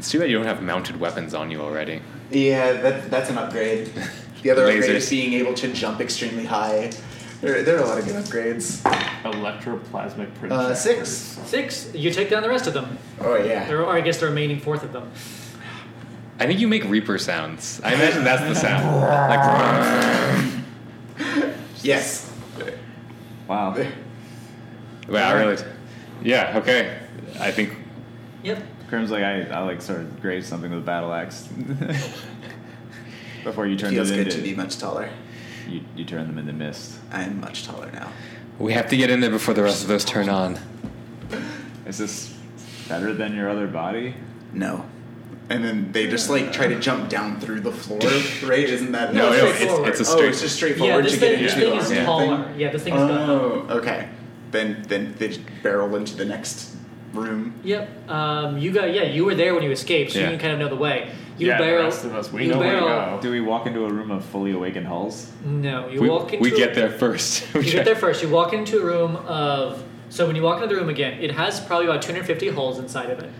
Speaker 4: It's too bad you don't have mounted weapons on you already.
Speaker 5: Yeah, that, that's an upgrade. The other upgrade is
Speaker 4: Lasers.
Speaker 5: being able to jump extremely high. There, there are a lot of good upgrades.
Speaker 7: Electroplasmic projector.
Speaker 5: Uh, six.
Speaker 1: Six, you take down the rest of them.
Speaker 5: Oh, yeah.
Speaker 1: There are, I guess, the remaining fourth of them.
Speaker 4: I think you make Reaper sounds. I imagine that's the sound. like,
Speaker 5: Yes.
Speaker 6: Wow.
Speaker 4: wait, I really. Yeah. Okay. I think.
Speaker 1: Yep.
Speaker 6: Kerm's like I, I like sort of grazed something with a battle axe. Before you turned
Speaker 5: Feels
Speaker 6: it
Speaker 5: good
Speaker 6: into
Speaker 5: to be much taller.
Speaker 6: you, you turn them into mist.
Speaker 5: I'm much taller now.
Speaker 4: We have to get in there before the rest of those turn on.
Speaker 6: Is this better than your other body?
Speaker 5: No. And then they just like try to jump down through the floor, right? Isn't that
Speaker 4: No,
Speaker 1: it's
Speaker 4: no,
Speaker 1: straightforward.
Speaker 4: it's, it's a
Speaker 5: oh,
Speaker 4: straight.
Speaker 5: it's just
Speaker 1: yeah,
Speaker 5: straightforward
Speaker 1: this
Speaker 5: to get
Speaker 1: thing, this
Speaker 5: into
Speaker 1: thing
Speaker 5: the
Speaker 1: is
Speaker 5: arm thing?
Speaker 1: taller. Yeah, this thing is taller.
Speaker 5: Oh, okay. Then then they just barrel into the next room.
Speaker 1: Yep. Um, you got. Yeah, you were there when you escaped, so
Speaker 4: Yeah.
Speaker 1: you can kind of know the way. You
Speaker 7: Yeah, the
Speaker 1: barrel.
Speaker 7: rest of us, we
Speaker 1: you
Speaker 7: know where to
Speaker 1: barrel,
Speaker 6: Do we walk into a room of fully awakened hulls?
Speaker 1: No, you
Speaker 4: we,
Speaker 1: walk into.
Speaker 4: we
Speaker 1: a-
Speaker 4: get there first. We
Speaker 1: You
Speaker 4: try-
Speaker 1: get there first. You walk into a room of. So when you walk into the room again, it has probably about 250 holes inside of it.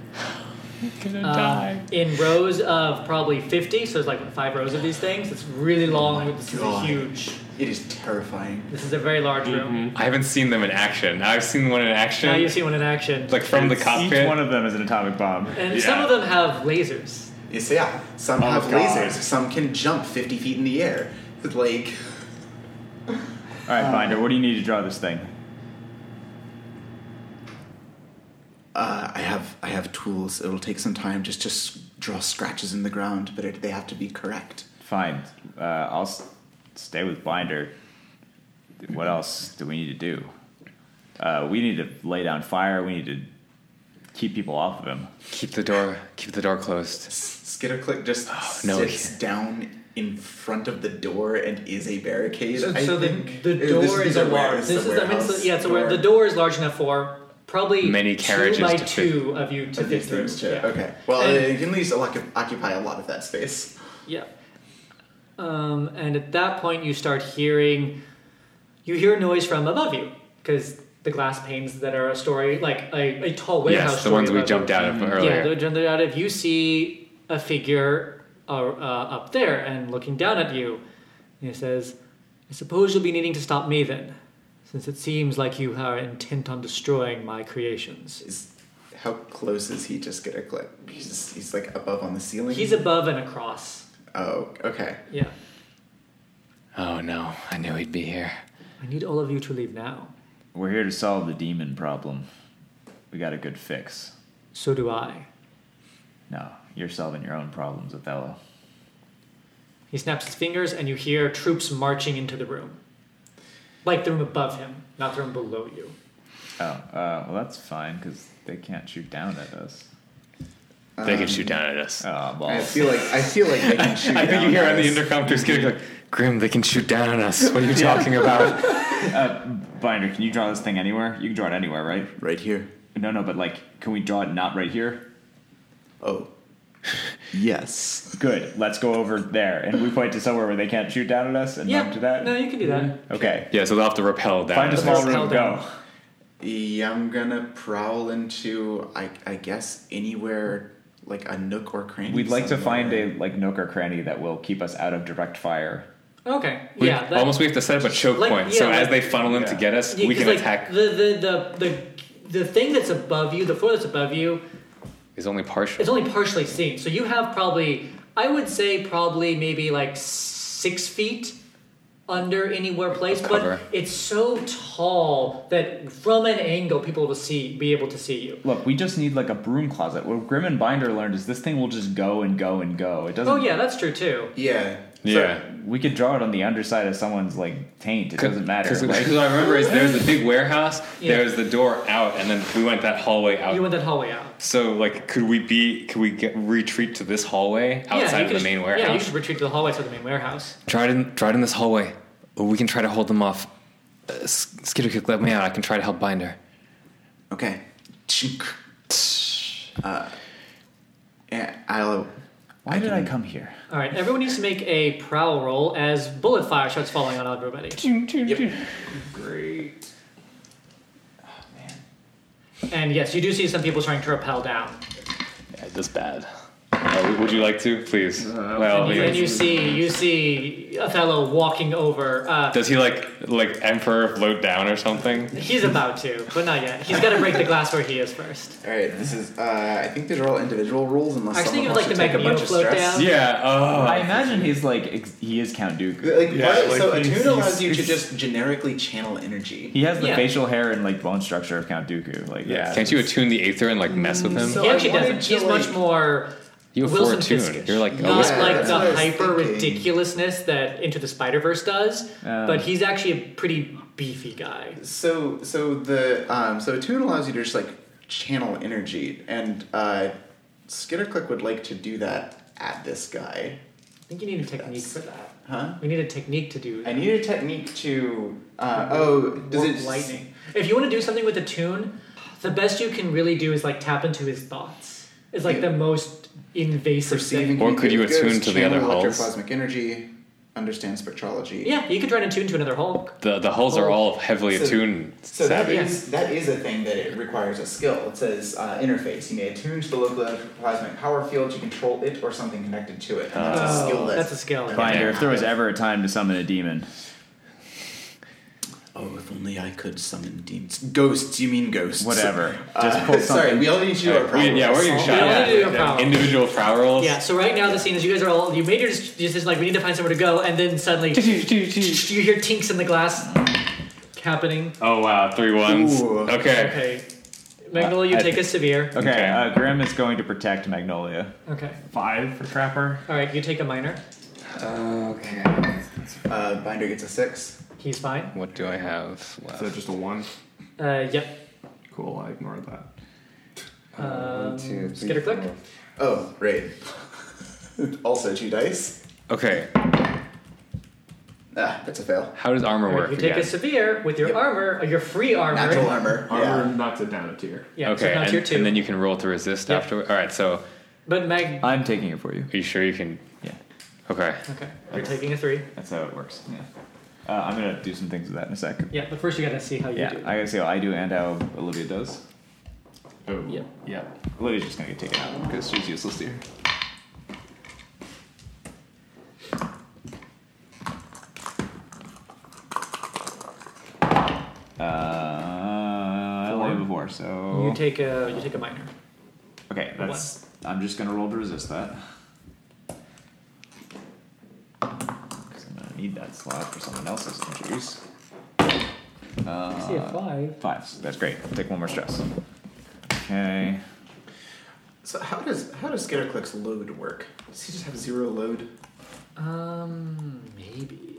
Speaker 4: gonna
Speaker 1: Uh, in rows of probably 50 so there's like five rows of these things it's really long this is a
Speaker 5: God.
Speaker 1: huge
Speaker 5: It is terrifying.
Speaker 1: this is a very large room
Speaker 4: I haven't seen them in action. I've seen one in action.
Speaker 1: now you see one in action
Speaker 4: Mm-hmm. like from the
Speaker 6: Each
Speaker 4: cockpit.
Speaker 6: one of them is an atomic bomb.
Speaker 1: and some of them have lasers
Speaker 5: Yes, yeah. Some
Speaker 7: Oh,
Speaker 5: have
Speaker 7: God.
Speaker 5: lasers. Some can jump fifty feet in the air. It's like
Speaker 6: All right, Binder, what do you need to draw this thing?
Speaker 5: uh, I have I have tools. It'll take some time just to s- draw scratches in the ground, but it, they have to be correct.
Speaker 6: Fine. Uh, I'll s- stay with Binder. What else do we need to do? Uh, we need to lay down fire. We need to keep people off of him.
Speaker 4: keep the door. Keep the door closed.
Speaker 5: Skitterclick just
Speaker 6: Oh,
Speaker 4: no,
Speaker 5: sits down in front of the door and is a barricade.
Speaker 1: so,
Speaker 5: I
Speaker 1: so the,
Speaker 5: think.
Speaker 1: the
Speaker 5: This
Speaker 1: door is
Speaker 5: the
Speaker 1: a
Speaker 5: ware-
Speaker 1: large
Speaker 5: it's
Speaker 1: this is
Speaker 5: the
Speaker 1: I mean, so-
Speaker 5: warehouse
Speaker 1: yeah it's a where
Speaker 5: door
Speaker 1: the door is large enough for probably
Speaker 4: Many carriages
Speaker 1: two by
Speaker 4: to fit.
Speaker 1: two of you to
Speaker 5: of
Speaker 1: fit
Speaker 5: these
Speaker 1: through
Speaker 5: things too.
Speaker 1: yeah.
Speaker 5: Okay. Well,
Speaker 1: And-
Speaker 5: it can at least occu- occupy a lot of that space.
Speaker 1: Yeah. Um, and at that point, you start hearing, you hear noise from above you because the glass panes that are a story, like a, a tall warehouse.
Speaker 4: yes, the
Speaker 1: story
Speaker 4: ones we
Speaker 1: above
Speaker 4: jumped
Speaker 1: you.
Speaker 4: out of
Speaker 1: Yeah,
Speaker 4: earlier.
Speaker 1: they're jumped out of. You see a figure uh, uh, up there and looking down at you. And he says, "I suppose you'll be needing to stop me then." Since it seems like you are intent on destroying my creations.
Speaker 5: Is how close is he to Skitterclick? He's he's like above on the ceiling.
Speaker 1: He's above and across.
Speaker 5: oh okay.
Speaker 1: Yeah.
Speaker 4: oh no! I knew he'd be here.
Speaker 1: I need all of you to leave now.
Speaker 6: We're here to solve the demon problem. We got a good fix.
Speaker 1: So do I.
Speaker 6: No, you're solving your own problems, Othello.
Speaker 1: He snaps his fingers, and you hear troops marching into the room. Like the room above him, not the room below you.
Speaker 6: Oh, uh, well, that's fine because they can't shoot down at us.
Speaker 4: they can shoot down at us.
Speaker 6: Oh,
Speaker 5: I
Speaker 6: balls.
Speaker 5: feel like I feel like they can shoot.
Speaker 4: I think you hear on
Speaker 5: down
Speaker 4: the
Speaker 5: us.
Speaker 4: intercom through Skitty like, "Grim, they can shoot down on us. What are you talking about?"
Speaker 6: Binder, can you draw this thing anywhere? You can draw it anywhere, right?
Speaker 5: right here.
Speaker 6: No, no, but like, can we draw it not right here?
Speaker 5: Oh. Yes.
Speaker 6: Good. Let's go over there, and we point to somewhere where they can't shoot down at us, and
Speaker 1: yeah,
Speaker 6: jump to that. Mm-hmm.
Speaker 1: no, you can do that.
Speaker 6: Okay.
Speaker 4: yeah, so they'll have to repel down.
Speaker 6: Find a
Speaker 4: at us.
Speaker 6: small
Speaker 1: Repel
Speaker 6: room.
Speaker 1: down.
Speaker 6: Go.
Speaker 5: Yeah, I'm gonna prowl into I I guess anywhere like a nook or cranny.
Speaker 6: We'd like to
Speaker 5: somewhere.
Speaker 6: find a like nook or cranny that will keep us out of direct fire.
Speaker 1: Okay,
Speaker 4: We-
Speaker 1: yeah. That,
Speaker 4: almost we have to set up a choke
Speaker 1: Like,
Speaker 4: point. so
Speaker 1: yeah,
Speaker 4: as
Speaker 1: like-
Speaker 4: they funnel in to get us,
Speaker 1: yeah,
Speaker 4: we
Speaker 1: 'cause,
Speaker 4: can
Speaker 1: like,
Speaker 4: attack.
Speaker 1: The, the, the, the, the thing that's above you, the floor that's above you,
Speaker 4: Is only partial.
Speaker 1: it's only partially seen. So you have probably, I would say, probably maybe like six feet under anywhere place,
Speaker 4: cover.
Speaker 1: but it's so tall that from an angle, people will see, be able to see you.
Speaker 4: Mm-hmm.
Speaker 6: Look, we just need like a broom closet. What Grim and Binder learned is this thing will just go and go and go. It doesn't.
Speaker 1: Oh yeah, that's true too.
Speaker 5: Yeah,
Speaker 9: Yeah.
Speaker 6: We could draw it on the underside of someone's like taint. It doesn't matter.
Speaker 9: Because
Speaker 6: Like,
Speaker 9: I remember is there was a big warehouse,
Speaker 1: Yeah.
Speaker 9: there was the door out, and then we went that hallway out.
Speaker 1: You went that hallway out.
Speaker 9: so like, could we be? Could we get retreat to this hallway
Speaker 1: Yeah,
Speaker 9: outside
Speaker 1: you
Speaker 9: of
Speaker 1: could-
Speaker 9: the main
Speaker 1: Yeah, you
Speaker 9: warehouse?
Speaker 1: should retreat to the hallway to the main warehouse.
Speaker 4: Try it in, try it in this hallway. Or we can try to hold them off. Uh, S- Skitter Kick, let me out. I can try to help Binder.
Speaker 5: Okay. Chink. Uh, and I'll.
Speaker 6: why did I come here?
Speaker 1: All right, everyone needs to make a prowl roll as bullet fire starts falling on everybody.
Speaker 5: Great.
Speaker 1: Oh, And yes, you do see some people trying to rappel down.
Speaker 9: Yeah, this bad. Uh, would you like to, please? well,
Speaker 1: And you,
Speaker 9: I mean,
Speaker 1: and you see you see Othello walking over. Uh,
Speaker 9: does he like like emperor float down or something?
Speaker 1: he's about to, but not yet. He's got to break the glass where he is first.
Speaker 5: All right. This is. Uh, I think these are all individual rules, unless
Speaker 1: I was
Speaker 5: someone
Speaker 1: thinking of,
Speaker 5: wants
Speaker 1: like,
Speaker 5: to
Speaker 1: the
Speaker 5: take a bunch of
Speaker 1: Magneto float
Speaker 5: stress.
Speaker 1: down.
Speaker 9: Yeah. Oh.
Speaker 6: I imagine he's like ex- he is Count Dooku.
Speaker 5: Like,
Speaker 7: Yeah,
Speaker 5: why-
Speaker 7: like,
Speaker 5: so
Speaker 7: he's-
Speaker 5: attune allows
Speaker 7: he's-
Speaker 5: you to
Speaker 7: he's-
Speaker 5: just generically channel energy.
Speaker 6: He has the
Speaker 1: Yeah.
Speaker 6: facial hair and like bone structure of Count Dooku. Like
Speaker 9: Yeah.
Speaker 6: that's-
Speaker 9: Can't you attune the aether and like mess with him?
Speaker 5: So
Speaker 1: he
Speaker 5: I
Speaker 1: actually
Speaker 5: wanted
Speaker 1: doesn't.
Speaker 5: to,
Speaker 1: He's much
Speaker 5: like-
Speaker 1: more.
Speaker 4: You have four
Speaker 1: Wilson
Speaker 4: attuned.
Speaker 1: Fiske-ish.
Speaker 4: You're like a
Speaker 1: not
Speaker 4: whisper.
Speaker 5: whisper.
Speaker 1: like
Speaker 5: That's
Speaker 1: the
Speaker 5: what I was
Speaker 1: hyper
Speaker 5: thinking.
Speaker 1: ridiculousness that Into the Spider Verse does,
Speaker 4: Oh.
Speaker 6: Um.
Speaker 1: but he's actually a pretty beefy guy.
Speaker 5: So so the um, so attune allows you to just like channel energy, and uh, Skitterclick would like to do that at this guy,
Speaker 1: I think you need a technique for that.
Speaker 5: huh?
Speaker 1: We need a technique to do.
Speaker 5: I
Speaker 1: That.
Speaker 5: need a technique to. Uh, oh, does
Speaker 1: Warp
Speaker 5: it
Speaker 1: lightning? If you want to do something with a tune, the best you can really do is like tap into his thoughts. It's like the
Speaker 5: Yeah.
Speaker 1: most invasive
Speaker 5: Perceiving
Speaker 1: thing.
Speaker 9: Or could you
Speaker 5: communicate
Speaker 9: attune
Speaker 5: ghosts,
Speaker 9: to the other
Speaker 5: channel
Speaker 9: hulls?
Speaker 5: Electroplasmic energy, understand spectrology.
Speaker 1: Yeah, you could try to tune to another Hulk.
Speaker 9: The the hulls are all heavily
Speaker 5: So-
Speaker 9: attuned.
Speaker 5: So that
Speaker 9: savvy.
Speaker 5: is, that is a thing that it requires a skill. It says uh, interface. You may attune to the local electroplasmic power field to control it or something connected to it. And that's a skill list.
Speaker 1: that's a skill.
Speaker 6: Binder, if there was ever a time to summon a demon,
Speaker 8: Oh, if only I could summon demons.
Speaker 5: Ghosts, you mean ghosts.
Speaker 6: whatever, just
Speaker 5: Uh,
Speaker 6: pull
Speaker 5: sorry,
Speaker 6: something.
Speaker 5: we all need to do our
Speaker 9: We-
Speaker 5: problems.
Speaker 9: yeah, we're getting
Speaker 1: Yeah,
Speaker 9: shot
Speaker 1: we
Speaker 9: at.
Speaker 1: need to do a prowl.
Speaker 9: Individual prowl rolls.
Speaker 1: Yeah, so right now the scene is you guys are all you made your just just like we need to find somewhere to go, and then suddenly you hear tinks in the glass happening.
Speaker 9: Oh wow, three ones.
Speaker 5: Ooh.
Speaker 9: Okay.
Speaker 1: Okay, Magnolia, you
Speaker 6: I-
Speaker 1: take a severe.
Speaker 6: Okay,
Speaker 9: Okay.
Speaker 6: Uh, Grim is going to protect Magnolia.
Speaker 1: Okay,
Speaker 7: Five for Trapper.
Speaker 1: all right, you take a minor.
Speaker 5: Uh, Binder gets a six.
Speaker 1: He's fine.
Speaker 9: What do I have left?
Speaker 7: So just a one.
Speaker 1: Uh, yep.
Speaker 7: Cool, I ignored that.
Speaker 1: Um, skitter click.
Speaker 5: Oh, great. also two dice.
Speaker 9: Okay.
Speaker 5: Ah, that's a fail.
Speaker 9: How does armor
Speaker 1: All right,
Speaker 9: work
Speaker 1: you take
Speaker 9: again?
Speaker 1: a severe with your
Speaker 5: Yep.
Speaker 1: armor, uh, your free armor.
Speaker 5: Natural armor.
Speaker 7: Armor knocks it down a tier.
Speaker 1: Yeah,
Speaker 9: okay,
Speaker 1: so now it's
Speaker 9: and,
Speaker 1: your two.
Speaker 9: and then you can roll to resist
Speaker 1: Yeah.
Speaker 9: afterward. All right, so
Speaker 1: but Mag.
Speaker 6: I'm taking it for you.
Speaker 9: are you sure you can?
Speaker 6: Yeah,
Speaker 9: Okay.
Speaker 1: Okay, you're taking a three.
Speaker 6: that's how it works. Yeah. Uh, I'm gonna do some things with that in a sec.
Speaker 1: Yeah, but first you gotta see how you
Speaker 6: Yeah,
Speaker 1: do.
Speaker 6: I gotta see how I do and how Olivia does.
Speaker 7: Oh,
Speaker 1: Yeah.
Speaker 7: yeah.
Speaker 6: Olivia's just gonna get taken out because she's useless here. Uh, I only have a four, so
Speaker 1: You take a you take a minor.
Speaker 6: okay.
Speaker 1: one.
Speaker 6: That's I'm just gonna roll to resist that. 'Cause I'm gonna need that slot for someone else's injuries.
Speaker 1: I see a five.
Speaker 6: Five. so That's great. I'll take one more stress. Okay.
Speaker 5: So how does how does Skitterclick's load work? Does he just have zero load?
Speaker 1: Um, maybe.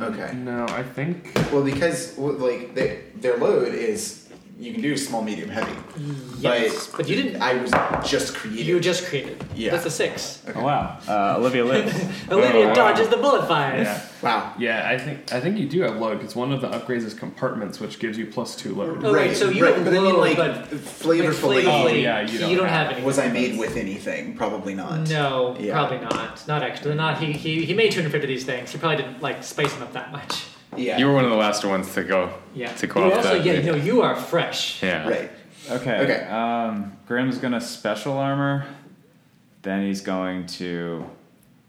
Speaker 5: Okay.
Speaker 7: No, I think.
Speaker 5: Well, because well, like they, their load is you can do small, medium, heavy.
Speaker 1: Yes, but you didn't.
Speaker 5: I was just created.
Speaker 1: You just created.
Speaker 5: Yeah.
Speaker 1: That's a six.
Speaker 6: Oh wow. Uh, Olivia lives.
Speaker 1: Olivia
Speaker 7: wow.
Speaker 1: dodges the bullet fire.
Speaker 7: Yeah.
Speaker 5: wow.
Speaker 7: Yeah, I think I think you do have load because one of the upgrades is compartments, which gives you plus two load.
Speaker 5: Mm-hmm.
Speaker 1: Oh, right, so you
Speaker 5: right,
Speaker 1: have
Speaker 5: but I mean,
Speaker 1: load,
Speaker 5: like
Speaker 1: but-
Speaker 5: flavorfully.
Speaker 7: Oh, yeah, you
Speaker 1: you
Speaker 7: don't
Speaker 1: don't,
Speaker 7: have-
Speaker 1: have, any.
Speaker 5: Was I made with anything? Probably not.
Speaker 1: No,
Speaker 5: Yeah.
Speaker 1: probably not. Not actually. Not he. He he made 250 of these things. He probably didn't like spice them up that much.
Speaker 5: Yeah.
Speaker 9: You were one of the last ones to go.
Speaker 1: Yeah.
Speaker 9: To go
Speaker 1: You
Speaker 9: off
Speaker 1: also,
Speaker 9: that.
Speaker 1: yeah, no, you are fresh.
Speaker 9: Yeah.
Speaker 5: right.
Speaker 6: Okay.
Speaker 5: Okay.
Speaker 6: Um, Grim's gonna special armor. Then he's going to.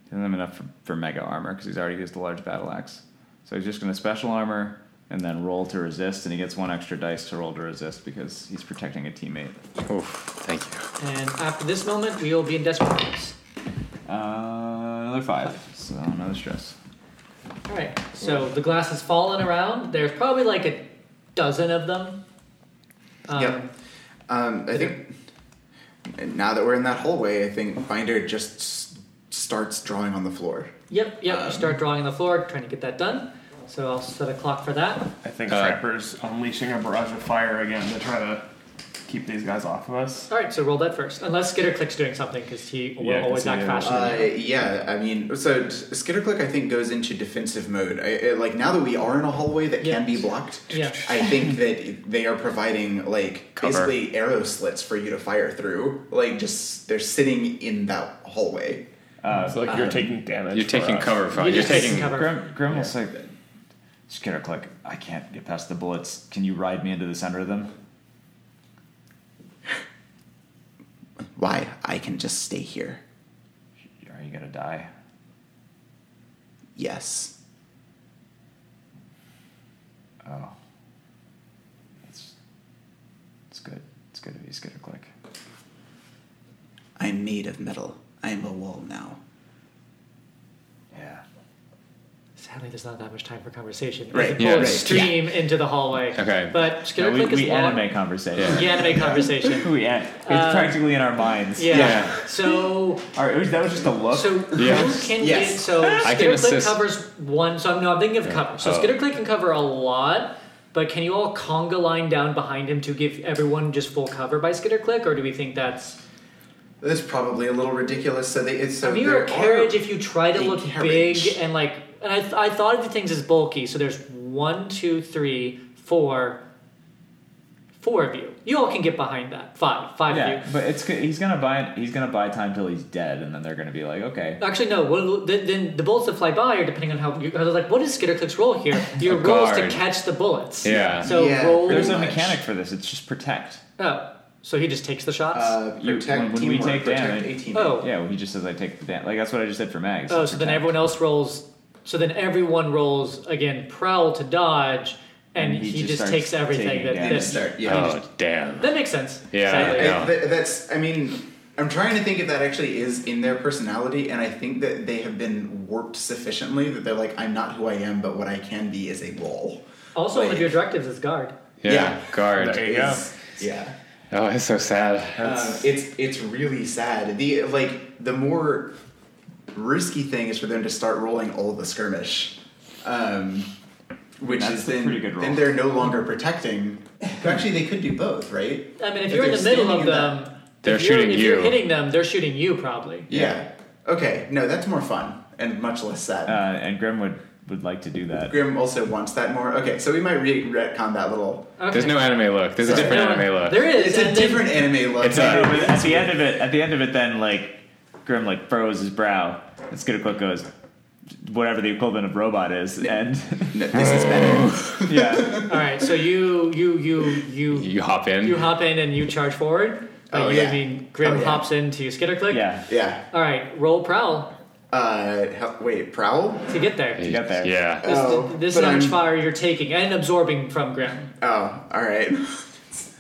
Speaker 6: Doesn't have enough for, for mega armor because he's already used the large battle axe. So he's just gonna special armor and then roll to resist, and he gets one extra dice to roll to resist because he's protecting a teammate.
Speaker 4: Oof, thank you.
Speaker 1: And after this moment, we will be in desperate times.
Speaker 6: Uh, another five. So another stress.
Speaker 1: All right. So the glass has fallen around. There's probably like a dozen of them. Um,
Speaker 5: Yep. Um, I think now that we're in that hallway, I think Binder just s- starts drawing on the floor.
Speaker 1: Yep, yep.
Speaker 5: Um,
Speaker 1: you start drawing on the floor, trying to get that done. So I'll set a clock for that.
Speaker 7: I think
Speaker 4: Uh,
Speaker 7: Trapper's unleashing a barrage of fire again to try to keep these guys off of us.
Speaker 1: All right, so roll that first. Unless Skitterclick's doing something, because he will
Speaker 7: Yeah, 'cause
Speaker 1: always
Speaker 7: he
Speaker 1: act
Speaker 7: did.
Speaker 1: faster.
Speaker 5: Uh,
Speaker 1: than you.
Speaker 5: yeah, I mean, so t- Skitterclick, I think, goes into defensive mode. I, I, like, now that we are in a hallway that
Speaker 1: Yeah.
Speaker 5: can be blocked,
Speaker 1: Yeah.
Speaker 5: I think that they are providing, like,
Speaker 4: Cover.
Speaker 5: basically arrow slits for you to fire through. Like, just, they're sitting in that hallway.
Speaker 7: so like Uh, um, you're taking damage.
Speaker 4: You're
Speaker 7: for
Speaker 4: taking
Speaker 7: us.
Speaker 4: cover from.
Speaker 1: You're
Speaker 4: You're,
Speaker 1: just taking
Speaker 4: taking.
Speaker 1: cover.
Speaker 6: Grim, Grim will say, Skitter Click, I can't get past the bullets. Can you ride me into the center of them?
Speaker 5: Why? I can just stay here.
Speaker 6: Are you gonna die?
Speaker 5: Yes.
Speaker 6: Oh. It's, it's good. It's good to be Skitter Click.
Speaker 5: I'm made of metal. I'm a wall now.
Speaker 6: Yeah.
Speaker 1: Sadly, there's not that much time for conversation.
Speaker 5: Right,
Speaker 1: Right,
Speaker 4: yeah.
Speaker 1: yeah,
Speaker 4: Right,
Speaker 1: stream into the hallway.
Speaker 4: Okay.
Speaker 1: But
Speaker 6: No, we
Speaker 1: Skitterclick is
Speaker 6: we
Speaker 1: long-
Speaker 6: anime conversation.
Speaker 1: Yeah, anime conversation.
Speaker 6: we an- it's
Speaker 1: Uh,
Speaker 6: practically in our minds.
Speaker 1: Yeah.
Speaker 4: Yeah.
Speaker 1: So
Speaker 6: All right, it was- that was just a look.
Speaker 1: so
Speaker 4: Yeah.
Speaker 1: who can
Speaker 5: Yes.
Speaker 1: get so
Speaker 4: I can
Speaker 1: Skitterclick
Speaker 4: assist.
Speaker 1: covers one so I'm no I'm thinking of cover. So
Speaker 4: Oh.
Speaker 1: Skitterclick can cover a lot, but can you all conga line down behind him to give everyone just full cover by Skitterclick, or do we think that's
Speaker 5: That's probably a little ridiculous. So they, it's so
Speaker 1: I mean you're a
Speaker 5: there
Speaker 1: carriage
Speaker 5: are-
Speaker 1: if you try to
Speaker 5: a
Speaker 1: look
Speaker 5: carriage.
Speaker 1: big and like and I I thought of the things as bulky, so there's one, two, three, four four of you. You all can get behind that. Five. Five of you.
Speaker 6: yeah, but it's he's gonna buy he's gonna buy time till he's dead, and then they're gonna be like, okay,
Speaker 1: Actually, no. Well, then, then the bullets that fly by are depending on how. You, I was like, what is Skitterclick's role here? Your
Speaker 4: A
Speaker 1: role is to
Speaker 4: guard.
Speaker 1: catch the bullets.
Speaker 4: Yeah.
Speaker 1: So
Speaker 5: Yeah.
Speaker 1: roll.
Speaker 6: there's a
Speaker 5: much.
Speaker 6: mechanic for this. It's just protect.
Speaker 1: Oh, so he just takes the shots.
Speaker 5: Uh,
Speaker 6: You-
Speaker 5: protect
Speaker 6: when- when we
Speaker 5: teamwork,
Speaker 6: take
Speaker 5: protect
Speaker 6: damage-
Speaker 5: 18.
Speaker 1: oh.
Speaker 6: Yeah, well, he just says I take the damage. Like that's what I just did for Mags.
Speaker 1: Oh, so then everyone else rolls. So then everyone rolls again. Prowl to dodge, and,
Speaker 6: And
Speaker 1: he,
Speaker 6: he just
Speaker 1: just,
Speaker 6: starts
Speaker 1: takes everything
Speaker 6: taking
Speaker 1: that.
Speaker 6: damage.
Speaker 1: That,
Speaker 5: Start, yeah.
Speaker 4: Oh damn.
Speaker 1: that makes sense.
Speaker 4: Yeah,
Speaker 1: Sadly.
Speaker 4: yeah.
Speaker 5: I- th- that's. I mean, I'm trying to think if that actually is in their personality, and I think that they have been warped sufficiently that they're like, I'm not who I am, but what I can be is a wall.
Speaker 1: Also, one of your directives is guard.
Speaker 4: Yeah.
Speaker 5: Yeah.
Speaker 4: Guard.
Speaker 7: There you go.
Speaker 5: Is- Yeah.
Speaker 4: Oh, it's so sad.
Speaker 5: Um, it's it's really sad. The like the more risky thing is for them to start rolling all the skirmish, um, which
Speaker 6: That's
Speaker 5: is
Speaker 6: a
Speaker 5: then
Speaker 6: pretty good roll.
Speaker 5: then they're no longer protecting. But actually, they could do both, right?
Speaker 1: I mean, if,
Speaker 5: If
Speaker 1: you're in
Speaker 5: they're
Speaker 1: the middle
Speaker 5: standing
Speaker 1: of
Speaker 5: in that-
Speaker 1: them,
Speaker 4: They're
Speaker 1: if you're-
Speaker 4: shooting
Speaker 1: if you're
Speaker 4: you.
Speaker 1: hitting them, they're shooting you probably.
Speaker 5: Yeah. Okay. No, that's more fun and much less sad.
Speaker 6: Uh, and Grim would would like to do that.
Speaker 5: Grim also wants that more. Okay, so we might re- retcon that little.
Speaker 1: Okay.
Speaker 4: There's no anime look. There's
Speaker 5: Sorry.
Speaker 4: a different
Speaker 1: No,
Speaker 4: anime look.
Speaker 1: There is.
Speaker 5: It's a
Speaker 1: and then-
Speaker 5: different anime look.
Speaker 4: It's a-
Speaker 6: No, but at the end of it, at the end of it, then like Grim like furrows his brow. And Skitterclick goes, whatever the equivalent of robot is, and
Speaker 5: No, this is
Speaker 4: Oh.
Speaker 5: better.
Speaker 6: yeah,
Speaker 1: All right, so you you you you
Speaker 4: You hop in.
Speaker 1: you hop in and you charge forward. Like
Speaker 5: Oh,
Speaker 1: you,
Speaker 5: yeah.
Speaker 1: I mean, Grim
Speaker 5: Oh, yeah.
Speaker 1: hops into Skitterclick.
Speaker 6: yeah,
Speaker 5: Yeah.
Speaker 1: All right, roll prowl
Speaker 5: Uh, hel- wait, Prowl?
Speaker 1: to get there. This,
Speaker 4: You
Speaker 6: got there.
Speaker 4: Yeah.
Speaker 5: Oh,
Speaker 1: this is
Speaker 5: but
Speaker 1: how much
Speaker 5: I'm-
Speaker 1: fire you're taking and absorbing from Grim.
Speaker 5: Oh, alright.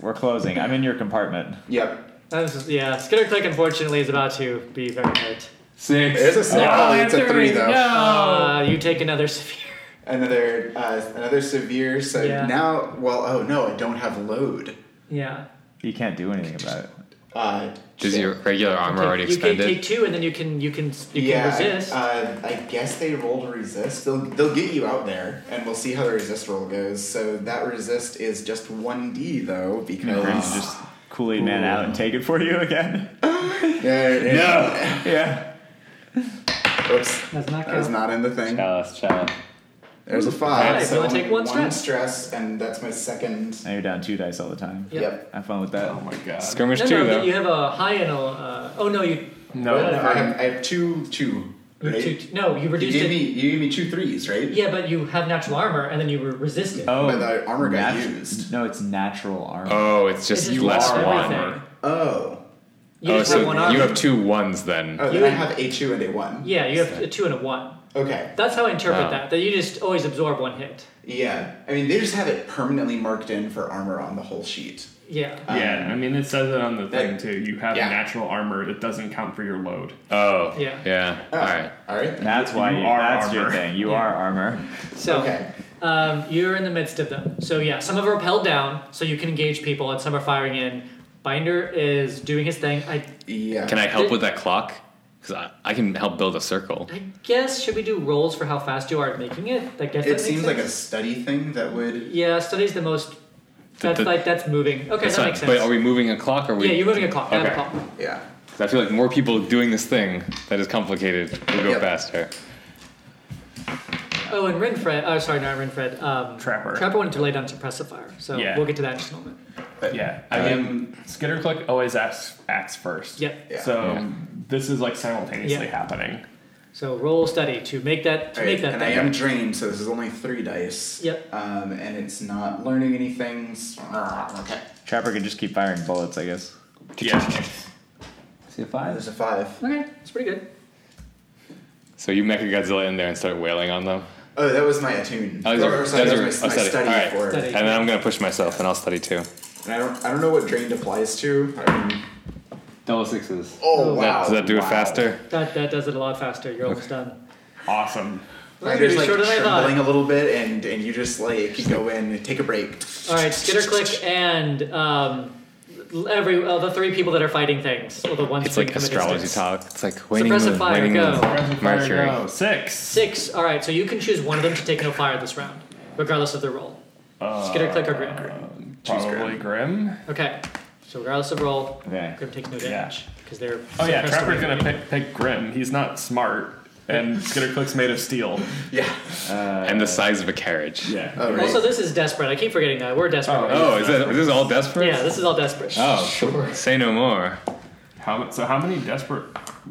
Speaker 6: we're closing. I'm in your compartment.
Speaker 5: Yep.
Speaker 1: That was- yeah, Skitterclick unfortunately is about to be very hurt.
Speaker 5: There's
Speaker 4: Six.
Speaker 5: a snap. Oh, it's a three, though.
Speaker 4: Oh.
Speaker 1: Uh, you take another severe.
Speaker 5: Another, uh, another severe, so
Speaker 1: Yeah.
Speaker 5: now, well, oh no, I don't have load.
Speaker 1: Yeah.
Speaker 6: You can't do anything about it.
Speaker 5: Uh,
Speaker 4: Does your regular armor already
Speaker 1: you can take
Speaker 4: expended?
Speaker 1: two, and then you can you can you
Speaker 5: yeah,
Speaker 1: can resist.
Speaker 5: Uh, I guess they roll to resist. They'll, they'll get you out there, and we'll see how the resist roll goes. So that resist is just 1d, though, because.
Speaker 6: Grim's just Kool Aid Man out and take it for you again.
Speaker 5: Yeah, yeah.
Speaker 6: yeah,
Speaker 5: Oops.
Speaker 1: That's not
Speaker 5: That was
Speaker 1: good.
Speaker 5: not in the thing.
Speaker 9: Chalice, chalice.
Speaker 5: There's a five.
Speaker 1: Five,
Speaker 5: so
Speaker 1: you only
Speaker 5: only
Speaker 1: take one
Speaker 5: one stress, and that's my second.
Speaker 6: now you're down two dice all the time.
Speaker 1: Yep.
Speaker 6: Have fun with that.
Speaker 7: Oh my god.
Speaker 4: Skirmish
Speaker 1: No,
Speaker 4: two
Speaker 1: no, you
Speaker 4: though.
Speaker 1: have a high and a. Uh, oh no, you.
Speaker 7: No.
Speaker 5: No, I have, I have two, two.
Speaker 1: you
Speaker 5: right?
Speaker 1: two, no, you
Speaker 5: You
Speaker 1: reduced
Speaker 5: gave
Speaker 1: it.
Speaker 5: me, you gave me two threes, right?
Speaker 1: Yeah, but you have natural armor, and then you were resisted.
Speaker 6: Oh,
Speaker 5: But the armor got
Speaker 6: nat-
Speaker 5: used.
Speaker 6: No, it's natural armor.
Speaker 4: Oh, it's just
Speaker 1: It's just
Speaker 4: less
Speaker 1: lost
Speaker 4: one.
Speaker 1: everything.
Speaker 5: Oh,
Speaker 1: You
Speaker 4: Oh,
Speaker 1: just
Speaker 4: so
Speaker 1: have one armor.
Speaker 4: you have two ones then.
Speaker 5: oh,
Speaker 1: You-
Speaker 5: then I have a two and a one.
Speaker 1: yeah, you have a two and a one.
Speaker 5: Okay.
Speaker 1: That's how I interpret
Speaker 4: Oh.
Speaker 1: that. That you just always absorb one hit.
Speaker 5: Yeah. I mean, they just have it permanently marked in for armor on the whole sheet.
Speaker 1: Yeah.
Speaker 5: Uh,
Speaker 7: Yeah, I mean it says it on the thing
Speaker 5: that-
Speaker 7: too. You have
Speaker 5: yeah.
Speaker 7: natural armor that doesn't count for your load.
Speaker 4: Oh.
Speaker 1: Yeah.
Speaker 4: Yeah.
Speaker 5: Oh,
Speaker 4: All right.
Speaker 5: All right. then.
Speaker 6: That's why
Speaker 7: You
Speaker 6: you,
Speaker 7: are
Speaker 6: that's your
Speaker 7: armor.
Speaker 6: thing. You
Speaker 1: Yeah.
Speaker 6: are armor.
Speaker 1: So
Speaker 5: Okay.
Speaker 1: um, you're in the midst of them. So yeah, some have repelled down, so you can engage people, and some are firing in. Binder is doing his thing. I
Speaker 5: Yeah.
Speaker 4: Can I help with that clock? Because I, I can help build a circle.
Speaker 1: I guess should we do rolls for how fast you are at making it? That guess that
Speaker 5: It
Speaker 1: makes
Speaker 5: seems like a
Speaker 1: sense?
Speaker 5: study thing that would.
Speaker 1: yeah. Study's the most. That's
Speaker 4: the-
Speaker 1: like that's moving. Okay,
Speaker 4: That's
Speaker 1: that
Speaker 4: fine.
Speaker 1: makes sense.
Speaker 4: But are we moving a clock? Or are we?
Speaker 1: yeah, you're moving a clock. I have a
Speaker 4: Okay.
Speaker 1: clock.
Speaker 5: Yeah.
Speaker 4: 'Cause I feel like more people doing this thing that is complicated will go
Speaker 5: Yep.
Speaker 4: faster.
Speaker 1: Oh, and Renfred. Oh, sorry, not Renfred. Um,
Speaker 7: Trapper.
Speaker 1: Trapper wanted to lay down suppressive fire, so
Speaker 7: Yeah.
Speaker 1: we'll get to that in just a moment.
Speaker 5: But
Speaker 7: Yeah, Uh, I mean, Skitterclick always acts, acts first.
Speaker 1: Yep.
Speaker 5: Yeah.
Speaker 7: So
Speaker 4: Yeah.
Speaker 7: this is like simultaneously
Speaker 1: Yeah.
Speaker 7: happening.
Speaker 1: So roll study to make that to
Speaker 5: All right,
Speaker 1: make that.
Speaker 5: and I
Speaker 1: thing.
Speaker 5: am drained, so this is only three dice.
Speaker 1: Yep.
Speaker 5: Um, and it's not learning anything. so-
Speaker 1: Ah,
Speaker 5: Okay.
Speaker 6: Trapper could just keep firing bullets, I guess.
Speaker 7: Yeah.
Speaker 6: See a
Speaker 5: There's a five.
Speaker 1: Okay, that's pretty good.
Speaker 4: So you Mechagodzilla in there and start wailing on them.
Speaker 5: Oh, that was my attune.
Speaker 4: Oh, these are-
Speaker 5: Or, sorry,
Speaker 4: those
Speaker 5: that
Speaker 4: are-
Speaker 5: was my,
Speaker 4: oh,
Speaker 5: my
Speaker 4: study.
Speaker 5: study
Speaker 4: All right.
Speaker 5: for.
Speaker 1: Study.
Speaker 4: And then I'm gonna push myself and I'll study too.
Speaker 5: And I don't, I don't know what drained applies to. I mean,
Speaker 4: Double sixes.
Speaker 5: oh
Speaker 1: Oh.
Speaker 5: wow.
Speaker 4: does that do
Speaker 5: wow.
Speaker 4: it faster?
Speaker 1: That that does it a lot faster. You're almost done.
Speaker 7: Awesome.
Speaker 1: Well,
Speaker 5: Ryder's like
Speaker 1: shorter than I thought.
Speaker 5: trembling a little bit, and and you just like go in, and take a break.
Speaker 1: All right, Skitterclick and um, every uh, the three people that are fighting things. Well, the ones
Speaker 4: It's
Speaker 1: who
Speaker 4: like
Speaker 1: come at a
Speaker 4: astrology
Speaker 1: distance.
Speaker 4: talk. It's like waning
Speaker 1: Suppressive
Speaker 4: moon,
Speaker 1: fire,
Speaker 4: waning
Speaker 1: go.
Speaker 4: moon, Mercury.
Speaker 7: Oh, six.
Speaker 1: Six. All right, so you can choose one of them to take no fire this round, regardless of the roll. Skitterclick or
Speaker 7: Uh,
Speaker 1: Grim.
Speaker 7: Probably Grim.
Speaker 1: Okay, so regardless of roll,
Speaker 6: Okay.
Speaker 1: Grim takes no damage because they're.
Speaker 7: Oh yeah,
Speaker 1: suppressed
Speaker 7: Trapper's
Speaker 1: away.
Speaker 7: gonna pick, pick Grim. He's not smart, and Skitterclick's made of steel.
Speaker 5: Yeah.
Speaker 4: And the size of a carriage.
Speaker 6: Yeah.
Speaker 5: Oh, right.
Speaker 1: Also, this is desperate. I keep forgetting that we're desperate.
Speaker 7: Oh,
Speaker 1: right
Speaker 4: Oh, is, that, is this all desperate?
Speaker 1: Yeah, this is all desperate.
Speaker 4: Oh, say no more.
Speaker 7: How so? How many desperate?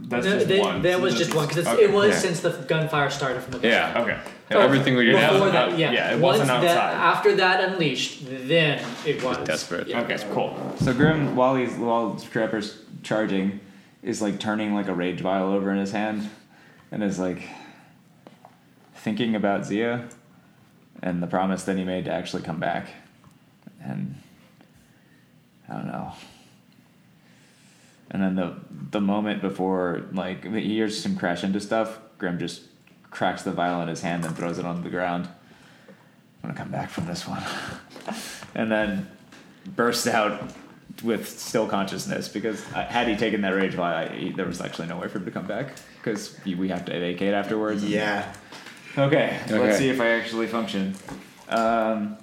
Speaker 7: That's
Speaker 1: No,
Speaker 7: just
Speaker 1: they-
Speaker 7: one.
Speaker 1: There
Speaker 7: So
Speaker 1: was
Speaker 7: this
Speaker 1: just
Speaker 7: is-
Speaker 1: one because
Speaker 7: okay.
Speaker 1: it was
Speaker 4: Yeah.
Speaker 1: since the gunfire started from the.
Speaker 4: Yeah.
Speaker 7: Okay.
Speaker 1: Oh,
Speaker 4: Everything we do now.
Speaker 1: before
Speaker 7: is
Speaker 1: that,
Speaker 7: out-
Speaker 1: yeah.
Speaker 7: yeah, it wasn't
Speaker 1: Once That,
Speaker 7: outside.
Speaker 1: after that unleashed, then it was
Speaker 4: desperate.
Speaker 1: Yeah.
Speaker 7: Okay. Cool.
Speaker 6: So Grim, while he's while Trapper's charging, is like turning like a rage vial over in his hand, and is like thinking about Zia, and the promise that he made to actually come back, and I don't know. And then the the moment before, like he hears him crash into stuff, Grim just cracks the vial in his hand and throws it onto the ground. I'm gonna come back from this one, and then bursts out with still consciousness because uh, had he taken that rage vial, I, he- there was actually no way for him to come back because we have to vacate afterwards. and-
Speaker 5: Yeah.
Speaker 6: Okay,
Speaker 4: Okay.
Speaker 6: let's see if I actually function. Um,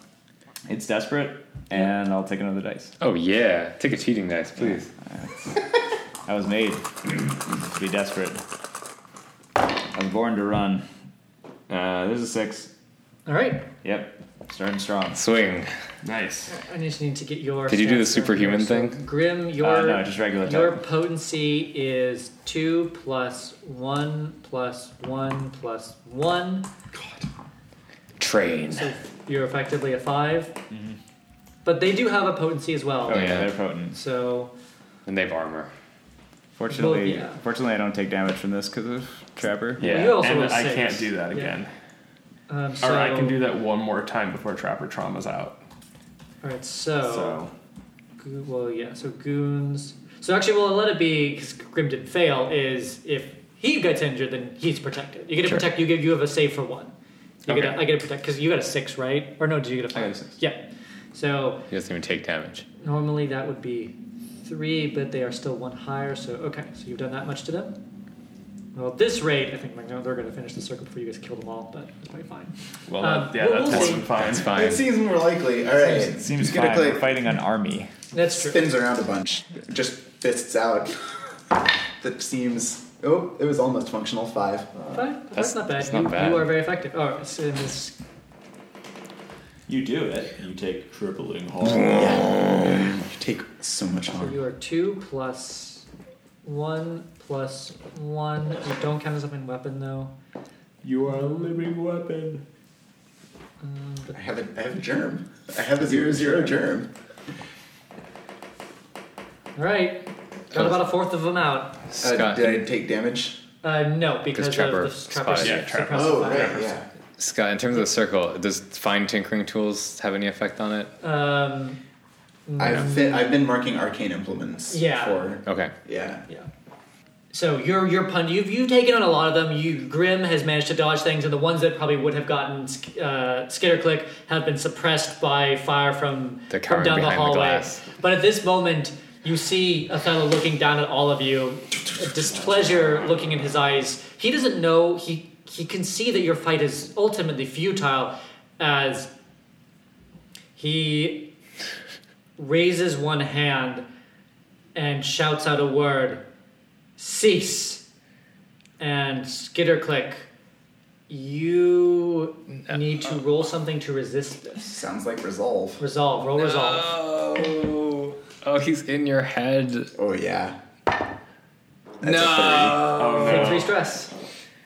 Speaker 6: it's desperate, and I'll take another dice.
Speaker 4: Oh yeah. Take a cheating dice, please.
Speaker 6: I was made to be desperate. I was born to run. Uh, this is a six.
Speaker 1: All right.
Speaker 6: Yep, starting strong.
Speaker 4: Swing.
Speaker 7: Nice.
Speaker 1: I just need to get your.
Speaker 4: Did you do the
Speaker 1: stats right
Speaker 4: superhuman
Speaker 1: here. So,
Speaker 4: thing?
Speaker 1: Grim, your
Speaker 6: uh, no, just regular
Speaker 1: your
Speaker 6: attack.
Speaker 1: potency is two plus one plus one plus one.
Speaker 4: Train.
Speaker 1: So you're effectively a 5 But they do have a potency as well.
Speaker 6: Mm-hmm. Oh yeah,
Speaker 4: Yeah.
Speaker 6: they're potent.
Speaker 1: So
Speaker 4: And they have armor.
Speaker 6: Fortunately,
Speaker 1: Well, yeah.
Speaker 6: fortunately, I don't take damage from this because of Trapper.
Speaker 1: well,
Speaker 4: Yeah.
Speaker 1: you also
Speaker 7: And
Speaker 1: have
Speaker 7: I
Speaker 1: six.
Speaker 7: can't do that
Speaker 1: Yeah.
Speaker 7: again.
Speaker 1: Um,
Speaker 7: Or
Speaker 1: so,
Speaker 7: I can do that one more time before Trapper Trauma's out.
Speaker 1: All right, so,
Speaker 7: So
Speaker 1: Goo- well, yeah. So goons. So actually, well, let it be because Grim didn't fail. Is if he gets injured, then he's protected. You get to
Speaker 4: Sure.
Speaker 1: protect. You get you have a save for one. You get
Speaker 7: Okay.
Speaker 1: a, I get to protect because you got a six, right? Or no? Did you get a
Speaker 6: I
Speaker 1: five?
Speaker 6: got a six.
Speaker 1: Yeah. So
Speaker 4: He doesn't even take damage.
Speaker 1: normally that would be three, but they are still one higher. So okay, so you've done that much to them. Well, at this rate, I think like, no, they're going to finish the circle before you guys kill them all, but it's probably fine.
Speaker 7: well,
Speaker 1: Um,
Speaker 7: that, yeah,
Speaker 1: we'll-
Speaker 7: that's
Speaker 1: we'll
Speaker 7: more
Speaker 1: see.
Speaker 7: than fine.
Speaker 4: That's
Speaker 5: It
Speaker 4: fine.
Speaker 5: seems more likely. All right.
Speaker 6: It seems
Speaker 5: He's gonna
Speaker 6: fine.
Speaker 5: click.
Speaker 6: We're fighting an army.
Speaker 1: That's true.
Speaker 5: spins around a bunch, just fists out. that seems. Oh, it was almost functional five.
Speaker 1: Fine. That's,
Speaker 4: That's-
Speaker 1: not bad.
Speaker 4: that's not
Speaker 1: you,
Speaker 4: bad.
Speaker 1: you are very effective. All right, so in this
Speaker 10: You do it. You take crippling harm.
Speaker 5: You take so much
Speaker 1: So
Speaker 5: harm.
Speaker 1: you are two plus one plus one. You don't count as a main weapon though.
Speaker 10: You are a living weapon.
Speaker 1: Um, but
Speaker 5: I have a, I have a germ. I have a zero zero germ.
Speaker 1: all right, got about a fourth of them out.
Speaker 5: Uh,
Speaker 4: Scott,
Speaker 5: did I take damage?
Speaker 1: Uh, no, because of
Speaker 4: Trapper
Speaker 1: the trapper.
Speaker 4: spotted
Speaker 7: Yeah,
Speaker 1: suppressive
Speaker 7: Trapper.
Speaker 5: Oh,
Speaker 1: fire.
Speaker 5: right, yeah.
Speaker 4: Scott, in terms of the circle, does fine tinkering tools have any effect on
Speaker 7: Oh,
Speaker 4: it?
Speaker 1: Um,
Speaker 5: I've, fit, I've been marking arcane implements
Speaker 1: Yeah.
Speaker 5: for.
Speaker 4: Okay.
Speaker 5: Yeah.
Speaker 1: yeah. So you're you're pun. You've you've taken on a lot of them. You Grim has managed to dodge things, and the ones that probably would have gotten sk- uh, skitter click have been suppressed by fire from,
Speaker 4: They're
Speaker 1: from
Speaker 4: cowering
Speaker 1: down the
Speaker 4: behind the
Speaker 1: hallway.
Speaker 4: glass.
Speaker 1: But at this moment, You see Othello looking down at all of you, displeasure looking in his eyes. He doesn't know, he, he can see that your fight is ultimately futile as he raises one hand and shouts out a word cease and skitter click you need to roll something to resist this
Speaker 5: sounds like resolve
Speaker 1: resolve roll resolve
Speaker 4: Oh, oh, he's in your head.
Speaker 5: Oh yeah.
Speaker 4: no.
Speaker 1: for three stress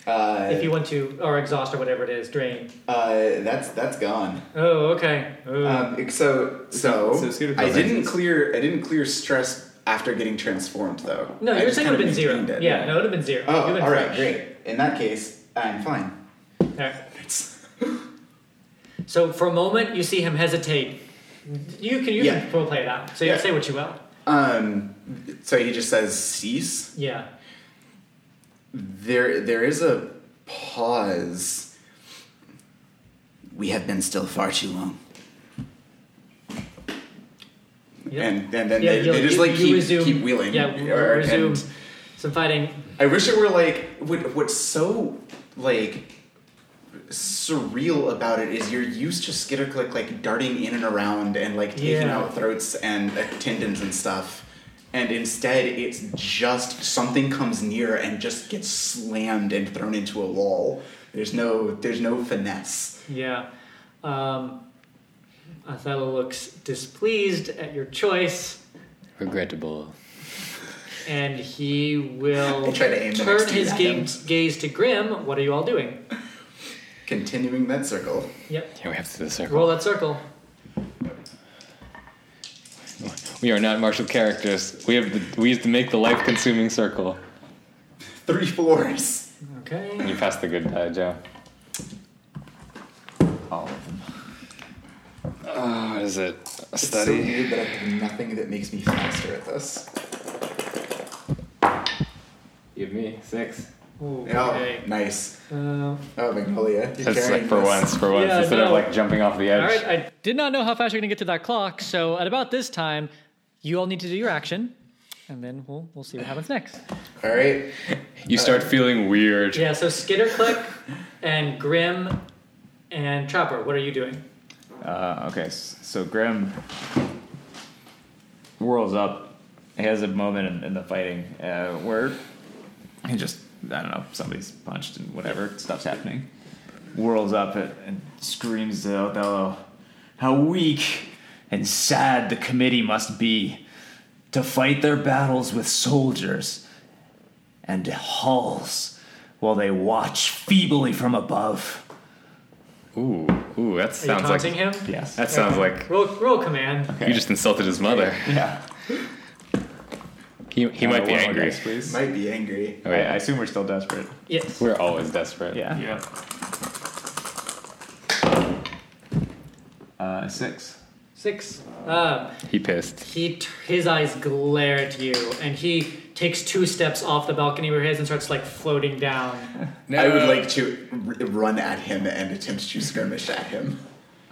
Speaker 5: Uh,
Speaker 1: if you want to or exhaust or whatever it is drain
Speaker 5: uh, that's that's gone.
Speaker 1: oh okay Ooh.
Speaker 5: Um, so so,
Speaker 6: So Scooter
Speaker 5: I
Speaker 6: goes
Speaker 5: didn't clear I didn't clear stress after getting transformed though.
Speaker 1: no
Speaker 5: I
Speaker 1: you were
Speaker 5: just
Speaker 1: saying it would have
Speaker 5: kinda
Speaker 1: been zero
Speaker 5: maintained it.
Speaker 1: yeah, no it would have been zero
Speaker 5: Oh,
Speaker 1: You've been
Speaker 5: all right,
Speaker 1: fresh.
Speaker 5: great. In that case, I'm fine.
Speaker 1: There. So for a moment, you see him hesitate. You can you
Speaker 5: Yeah.
Speaker 1: can role play it out. So you
Speaker 5: Yeah.
Speaker 1: can say what you will.
Speaker 5: Um, so he just says cease.
Speaker 1: Yeah.
Speaker 5: There, there is a pause.
Speaker 8: We have been still far too long.
Speaker 1: Yep.
Speaker 5: And, and then
Speaker 1: yeah,
Speaker 5: they,
Speaker 1: you'll-
Speaker 5: they just
Speaker 1: you-
Speaker 5: like
Speaker 1: you
Speaker 5: keep,
Speaker 1: resume-
Speaker 5: keep wheeling.
Speaker 1: Yeah, we'll
Speaker 5: or-
Speaker 1: resume
Speaker 5: and
Speaker 1: some fighting.
Speaker 5: I wish it were like what, what's so like surreal about it is you're used to Skitterclick like darting in and around and like taking
Speaker 1: Yeah.
Speaker 5: out throats and uh, tendons and stuff. And instead, it's just something comes near and just gets slammed and thrown into a wall. There's no, there's no finesse.
Speaker 1: Yeah. Um, Othello looks displeased at your choice,
Speaker 4: Regrettable.
Speaker 1: and he will
Speaker 5: I try to aim the
Speaker 1: turn
Speaker 5: next
Speaker 1: his
Speaker 5: at him.
Speaker 1: gaze, gaze to Grim. What are you all doing?
Speaker 5: Continuing that circle.
Speaker 1: Yep.
Speaker 4: Here we have to do the circle.
Speaker 1: Roll that circle.
Speaker 4: We are not martial characters. We have the, we have to make the life-consuming circle.
Speaker 5: Three fours.
Speaker 1: Okay.
Speaker 4: You passed the good die, Joe.
Speaker 6: All of them.
Speaker 4: Oh, what is it? A
Speaker 5: It's so
Speaker 4: study.
Speaker 5: weird that I have nothing that makes me faster at this.
Speaker 4: Give me six.
Speaker 1: Ooh,
Speaker 5: Oh,
Speaker 1: Okay.
Speaker 5: nice.
Speaker 1: Um,
Speaker 5: Oh, Magnolia. You're
Speaker 4: That's like
Speaker 5: carrying
Speaker 4: for
Speaker 5: this.
Speaker 4: once, for once,
Speaker 1: Yeah,
Speaker 4: instead of
Speaker 1: no.
Speaker 4: like jumping off the edge.
Speaker 1: All right, I did not know how fast you're going to get to that clock, so at about this time, you all need to do your action, and then we'll we'll see what happens next.
Speaker 5: All right.
Speaker 4: You start feeling weird.
Speaker 1: Yeah, so Skitterclick and Grim and Chopper, what are you doing?
Speaker 6: Uh, okay, s- so Grim whirls up. He has a moment in, in the fighting uh, where he just, I don't know, somebody's punched and whatever, stuff's happening. Whirls up and, and screams to Othello, How weak and sad the committee must be to fight their battles with soldiers and hulls while they watch feebly from above.
Speaker 4: Oow, ooh, that
Speaker 1: Are you
Speaker 4: sounds like
Speaker 1: taunting him?
Speaker 6: Yes.
Speaker 4: that sounds like
Speaker 1: Roll, roll command.
Speaker 4: you just insulted his mother.
Speaker 6: Yeah.
Speaker 4: He, he might be angry.
Speaker 6: please.
Speaker 5: Might be angry.
Speaker 4: Oh,
Speaker 6: I, I
Speaker 4: yeah.
Speaker 6: assume we're still desperate.
Speaker 1: Yes.
Speaker 4: We're always desperate.
Speaker 6: Yeah.
Speaker 7: Yeah.
Speaker 6: Uh, six.
Speaker 1: Six. Um,
Speaker 4: He pissed.
Speaker 1: he t- his eyes glare at you, and he takes two steps off the balcony where he is and starts like floating down.
Speaker 5: I would like to r- run at him and attempt to skirmish at him.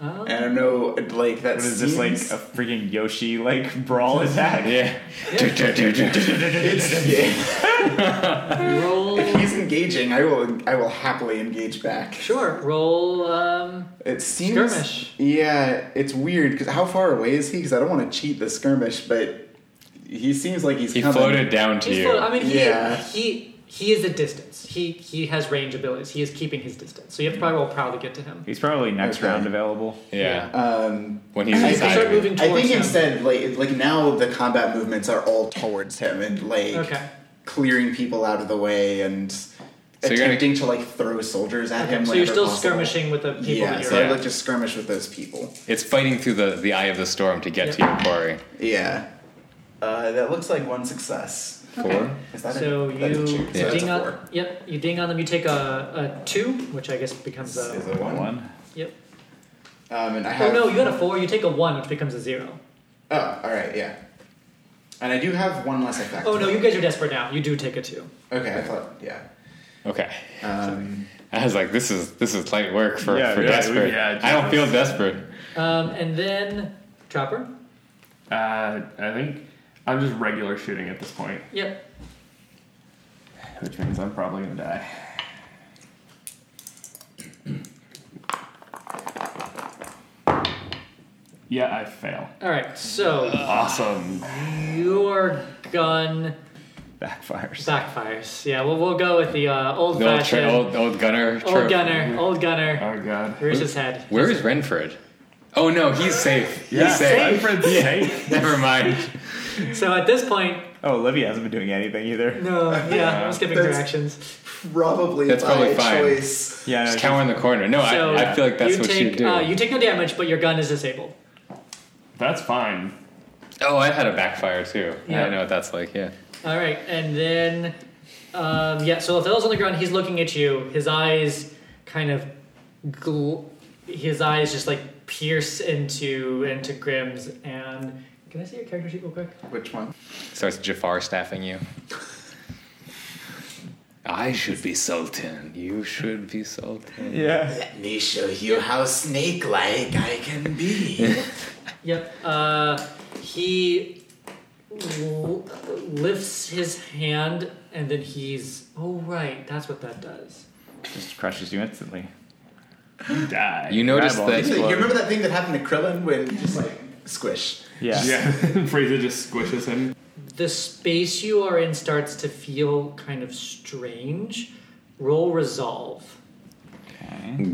Speaker 1: Oh.
Speaker 5: And I don't know, like that
Speaker 6: What is this like
Speaker 5: seems-
Speaker 6: a freaking Yoshi like brawl attack?
Speaker 4: Yeah.
Speaker 5: it's, yeah.
Speaker 1: Roll.
Speaker 5: If he's engaging, I will. I will happily engage back.
Speaker 1: Sure. Roll. Um,
Speaker 5: It seems.
Speaker 1: Skirmish.
Speaker 5: Yeah, it's weird because how far away is he? Because I don't want to cheat the skirmish, but he seems like he's
Speaker 4: He
Speaker 5: coming.
Speaker 4: floated down to
Speaker 1: he's full- I
Speaker 4: you.
Speaker 1: mean, he,
Speaker 5: Yeah.
Speaker 1: he he is a distance. He he has range abilities. He is keeping his distance. So you have to probably roll prowl to get to him.
Speaker 6: He's probably next
Speaker 5: Okay.
Speaker 6: round available.
Speaker 4: Yeah.
Speaker 5: Um,
Speaker 4: When he's
Speaker 5: I
Speaker 1: You
Speaker 5: think-
Speaker 1: start
Speaker 4: inside. of you.
Speaker 1: moving
Speaker 5: I
Speaker 1: towards
Speaker 5: think
Speaker 1: him.
Speaker 5: instead, like like now, the combat movements are all towards him and like
Speaker 1: Okay.
Speaker 5: clearing people out of the way and
Speaker 4: you're gonna-
Speaker 5: attempting to like throw soldiers at him.
Speaker 1: So you're
Speaker 5: whenever
Speaker 1: still
Speaker 5: possible.
Speaker 1: skirmishing with the people
Speaker 5: Yeah,
Speaker 1: that
Speaker 5: so
Speaker 1: you're.
Speaker 5: I like to skirmish with those people.
Speaker 4: It's fighting through the, the eye of the storm to get to
Speaker 1: Yeah.
Speaker 4: your quarry.
Speaker 5: Yeah, uh, that looks like one success.
Speaker 4: Four.
Speaker 5: Is that
Speaker 1: So
Speaker 5: a, that's a
Speaker 1: you
Speaker 5: two. So that's
Speaker 1: ding
Speaker 5: a
Speaker 1: on.
Speaker 5: four.
Speaker 1: Yep, you ding on them. You take a, a two, which I guess becomes
Speaker 5: This is
Speaker 1: a.
Speaker 5: a one.
Speaker 6: One.
Speaker 1: Yep.
Speaker 5: Um, and I
Speaker 1: Oh
Speaker 5: have.
Speaker 1: no, you got a four. You take a one, which becomes a zero.
Speaker 5: Oh, all right, yeah. And I do have one less effect.
Speaker 1: Oh no, you guys are desperate now. You do take a two.
Speaker 5: Okay, I thought yeah.
Speaker 4: Okay.
Speaker 5: Um,
Speaker 4: I was like, this is this is light work for,
Speaker 6: Yeah,
Speaker 4: for
Speaker 6: yeah,
Speaker 4: desperate.
Speaker 7: yeah,
Speaker 4: I don't feel desperate.
Speaker 1: Um, and then Chopper.
Speaker 7: Uh, I think I'm just regular shooting at this point,
Speaker 1: Yep.
Speaker 7: which means I'm probably gonna die. yeah, I fail.
Speaker 1: All right. So
Speaker 7: Awesome.
Speaker 1: your gun
Speaker 6: Backfires.
Speaker 1: backfires. Yeah. Well, we'll go with the uh, old
Speaker 4: The old,
Speaker 1: fashioned
Speaker 4: tra- old, Uh, old gunner.
Speaker 1: old gunner. Old gunner.
Speaker 7: Oh god.
Speaker 1: Rears his head.
Speaker 4: Where is Renford? Oh no, he's safe.
Speaker 7: Yeah,
Speaker 4: he's safe.
Speaker 7: Renford's safe.
Speaker 4: Never mind.
Speaker 1: So at this point,
Speaker 6: Oh, Olivia hasn't been doing anything either.
Speaker 1: no. Yeah. I'm skipping
Speaker 5: That's-
Speaker 1: directions.
Speaker 5: Probably
Speaker 4: That's
Speaker 5: by
Speaker 4: probably fine.
Speaker 5: choice.
Speaker 6: Yeah, no,
Speaker 4: Just cower in the corner. No,
Speaker 1: So
Speaker 4: I, I feel like that's
Speaker 1: you
Speaker 4: what
Speaker 1: take,
Speaker 4: you do.
Speaker 1: Uh, you take no damage, but your gun is disabled.
Speaker 7: That's fine.
Speaker 4: oh, I've had a backfire too.
Speaker 1: Yeah.
Speaker 4: I know what that's like. Yeah.
Speaker 1: All right, and then um, yeah, so Othello's on the ground. He's looking at you. His eyes kind of, gl- his eyes just like pierce into into Grimm's. And can I see your character sheet real quick?
Speaker 5: Which one?
Speaker 4: Starts Jafar staffing you. I should be Sultan. You should be Sultan.
Speaker 6: Yeah.
Speaker 8: Let me show you how snake-like I can be.
Speaker 1: Yep. Uh, he l- lifts his hand, and then he's oh right, that's what that does.
Speaker 6: Just crushes you instantly.
Speaker 7: You die.
Speaker 4: You notice
Speaker 6: Grab
Speaker 4: that
Speaker 6: on.
Speaker 5: You remember that thing that happened to Krillin when he just like squish?
Speaker 6: Yeah.
Speaker 7: Yeah. Fraser just squishes him.
Speaker 1: The space you are in starts to feel kind of strange. Roll resolve.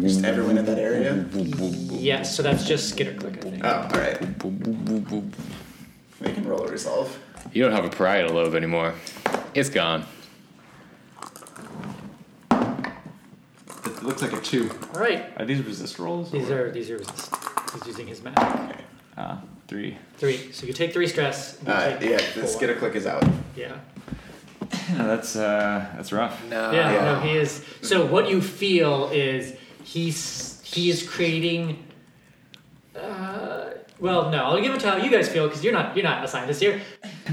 Speaker 5: Just everyone in that area.
Speaker 4: Mm-hmm.
Speaker 1: Yes, so that's just skitter click, I think.
Speaker 5: Oh, all right. We can roll a resolve.
Speaker 4: you don't have a parietal lobe anymore. It's gone.
Speaker 5: It looks like a two.
Speaker 1: All right,
Speaker 6: Are these resist rolls?
Speaker 1: these
Speaker 6: or-
Speaker 1: are these are he's using his magic.
Speaker 6: Uh, three.
Speaker 1: Three. So you take three stress. and you
Speaker 5: Uh,
Speaker 1: take
Speaker 5: yeah,
Speaker 1: four.
Speaker 5: the skitter click is out.
Speaker 1: Yeah.
Speaker 6: Yeah, that's uh, that's rough.
Speaker 1: Yeah.
Speaker 5: yeah.
Speaker 1: No, he is. So what you feel is he's he is creating. Uh, well, no, I'll give it to how you guys feel because you're not you're not assigned this year.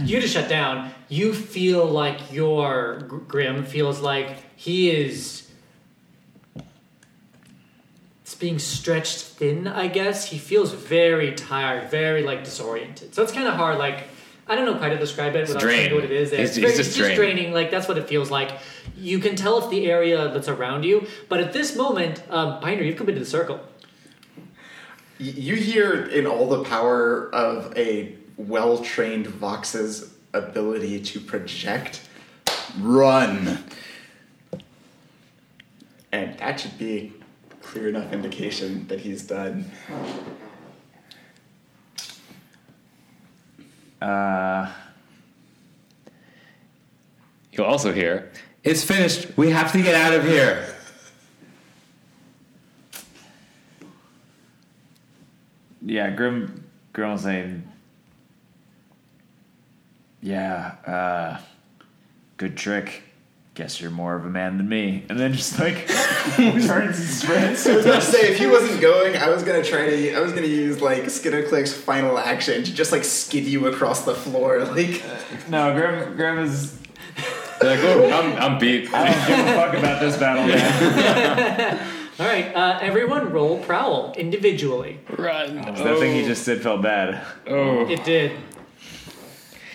Speaker 1: You just shut down. You feel like your Gr- Grim feels like he is. It's being stretched thin, I guess. He feels very tired, very like disoriented. So it's kind of hard. Like I don't know how to describe it without telling you
Speaker 4: drained.
Speaker 1: what it is.
Speaker 4: He's-
Speaker 1: it's
Speaker 4: he's
Speaker 1: very-
Speaker 4: just
Speaker 1: it's
Speaker 4: drained.
Speaker 1: draining. Like that's what it feels like. You can tell if the area that's around you, but at this moment, um, Binder, you've come into the circle.
Speaker 5: Y- You hear in all the power of a well trained Vox's ability to project, run. And that should be a clear enough indication that he's done.
Speaker 6: Uh,
Speaker 4: You'll also hear, it's finished. We have to get out of here.
Speaker 6: yeah, Grim Grim will say. Yeah, uh, good trick. Guess you're more of a man than me. And then just like turns and sprints.
Speaker 5: I was gonna say if he wasn't going, I was gonna try to. I was gonna use like Skitterclick's final action to just like skid you across the floor. Like
Speaker 6: No, Grim Grim is
Speaker 4: They're like, oh, I'm, I'm beat.
Speaker 6: I don't give a fuck about this battle man.
Speaker 1: All right, uh, everyone, roll prowl individually.
Speaker 4: Run.
Speaker 6: That thing he just did felt bad.
Speaker 4: Oh.
Speaker 1: It did.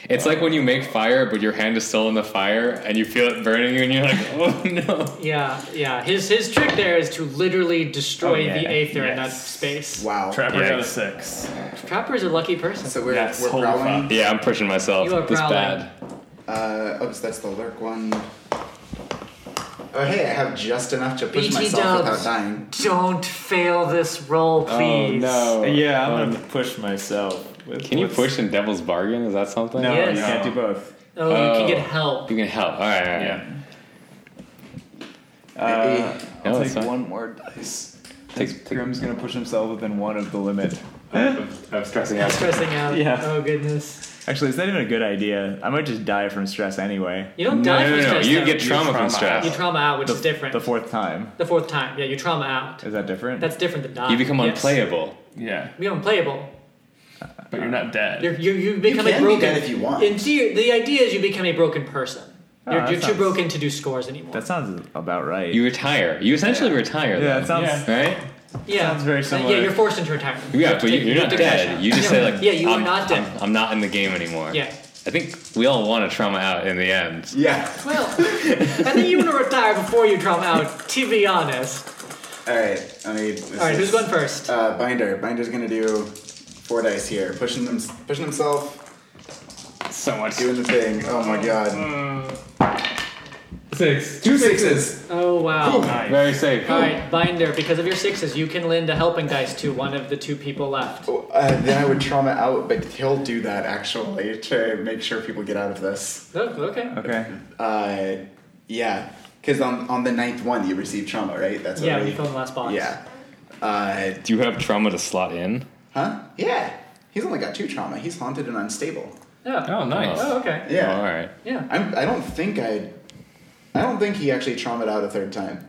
Speaker 4: It's like when you make fire, but your hand is still in the fire, and you feel it burning you, and you're like, oh no.
Speaker 1: Yeah, yeah. His his trick there is to literally destroy
Speaker 6: Oh, yeah.
Speaker 1: the aether in that
Speaker 7: Yes.
Speaker 1: space.
Speaker 5: wow.
Speaker 7: Trapper got a
Speaker 4: Yikes.
Speaker 7: six.
Speaker 1: Trapper's a lucky person.
Speaker 5: So we're
Speaker 7: Yes,
Speaker 5: we're
Speaker 7: holy
Speaker 5: prowling.
Speaker 7: fuck.
Speaker 4: Yeah, I'm pushing myself.
Speaker 1: You are
Speaker 4: This
Speaker 1: growling.
Speaker 4: bad.
Speaker 5: Uh, oops, that's the lurk one. Oh hey, I have just enough to push
Speaker 1: BT
Speaker 5: myself
Speaker 1: dubs.
Speaker 5: without dying.
Speaker 1: Don't fail this roll, please.
Speaker 9: Oh no!
Speaker 6: Uh, Yeah, I'm
Speaker 9: gonna push myself. With
Speaker 4: Can you
Speaker 9: what's-
Speaker 4: push in Devil's Bargain? Is that something?
Speaker 6: No,
Speaker 1: Yes.
Speaker 6: you can't do both.
Speaker 1: Oh, you can
Speaker 4: Oh.
Speaker 1: get help.
Speaker 4: You can help. All right, all right.
Speaker 6: Yeah.
Speaker 2: Uh,
Speaker 4: No,
Speaker 2: I'll
Speaker 4: it's
Speaker 2: take
Speaker 4: fine.
Speaker 2: one more dice.
Speaker 4: Take- take-
Speaker 6: Grim's gonna push himself within one of the limit.
Speaker 9: I'm stressing out.
Speaker 1: Stressing out.
Speaker 6: Yeah.
Speaker 1: Oh goodness.
Speaker 6: Actually, it's not even a good idea. I might just die from stress anyway.
Speaker 1: You don't
Speaker 4: No,
Speaker 1: die
Speaker 4: no,
Speaker 1: from
Speaker 4: no, no.
Speaker 1: stress.
Speaker 4: You
Speaker 1: though.
Speaker 4: get trauma from
Speaker 7: trauma.
Speaker 1: you
Speaker 4: stress.
Speaker 1: trauma out, which is different.
Speaker 6: The fourth time.
Speaker 1: The fourth time. Yeah, you trauma out.
Speaker 6: Is that different?
Speaker 1: That's different than dying.
Speaker 4: You become
Speaker 1: Yes.
Speaker 4: unplayable.
Speaker 7: Yeah,
Speaker 1: You become unplayable.
Speaker 7: but you're not dead.
Speaker 1: You're, you're, you become
Speaker 5: can
Speaker 1: a
Speaker 5: be
Speaker 1: broken.
Speaker 5: dead if you want.
Speaker 1: In theory, the idea is you become a broken person.
Speaker 6: Oh,
Speaker 1: You're,
Speaker 6: that
Speaker 1: you're too
Speaker 6: sounds-
Speaker 1: broken to do scores anymore.
Speaker 6: that sounds about right.
Speaker 4: You retire. You essentially retire.
Speaker 6: yeah,
Speaker 4: though,
Speaker 6: that sounds.
Speaker 7: Yeah.
Speaker 4: Right?
Speaker 1: yeah,
Speaker 6: sounds very
Speaker 1: Uh,
Speaker 6: similar.
Speaker 1: Yeah, you're forced into retirement. You
Speaker 4: Yeah,
Speaker 1: have to
Speaker 4: but you-
Speaker 1: take-
Speaker 4: you're
Speaker 1: you
Speaker 4: not
Speaker 1: have to cash
Speaker 4: dead.
Speaker 1: out.
Speaker 4: You just
Speaker 1: Yeah.
Speaker 4: say like,
Speaker 1: yeah, you
Speaker 4: I'm,
Speaker 1: are not dead.
Speaker 4: I'm, I'm not in the game anymore.
Speaker 1: yeah,
Speaker 4: I think we all want to trauma out in the end.
Speaker 5: Yeah.
Speaker 1: Well, I think you want to retire before you drum out, to be honest.
Speaker 5: All right, I mean. this
Speaker 1: All right, who's
Speaker 5: is-
Speaker 1: going first?
Speaker 5: Uh, Binder. Binder's gonna do four dice here, pushing them, pushing himself,
Speaker 7: So much.
Speaker 5: doing the thing. Oh my god.
Speaker 7: Uh, Six.
Speaker 5: Two sixes.
Speaker 1: Oh, wow.
Speaker 4: Very safe.
Speaker 1: All right, Binder, because of your sixes, you can lend a helping dice to one of the two people left.
Speaker 5: Oh, Uh, then I would trauma out, but he'll do that actually to make sure people get out of this.
Speaker 1: Oh, okay.
Speaker 6: Okay.
Speaker 5: Uh, yeah, because on on the ninth one you received trauma, right? That's
Speaker 1: Yeah,
Speaker 5: already-
Speaker 1: we fill in the last box.
Speaker 5: Yeah. Uh,
Speaker 4: Do you have trauma to slot in?
Speaker 5: huh? Yeah. He's only got two trauma. He's haunted and unstable.
Speaker 1: Oh,
Speaker 7: Oh, nice.
Speaker 1: oh okay.
Speaker 5: Yeah.
Speaker 4: all right.
Speaker 1: Yeah.
Speaker 5: I'm, I don't think I. I don't think he actually traumatized out a third time.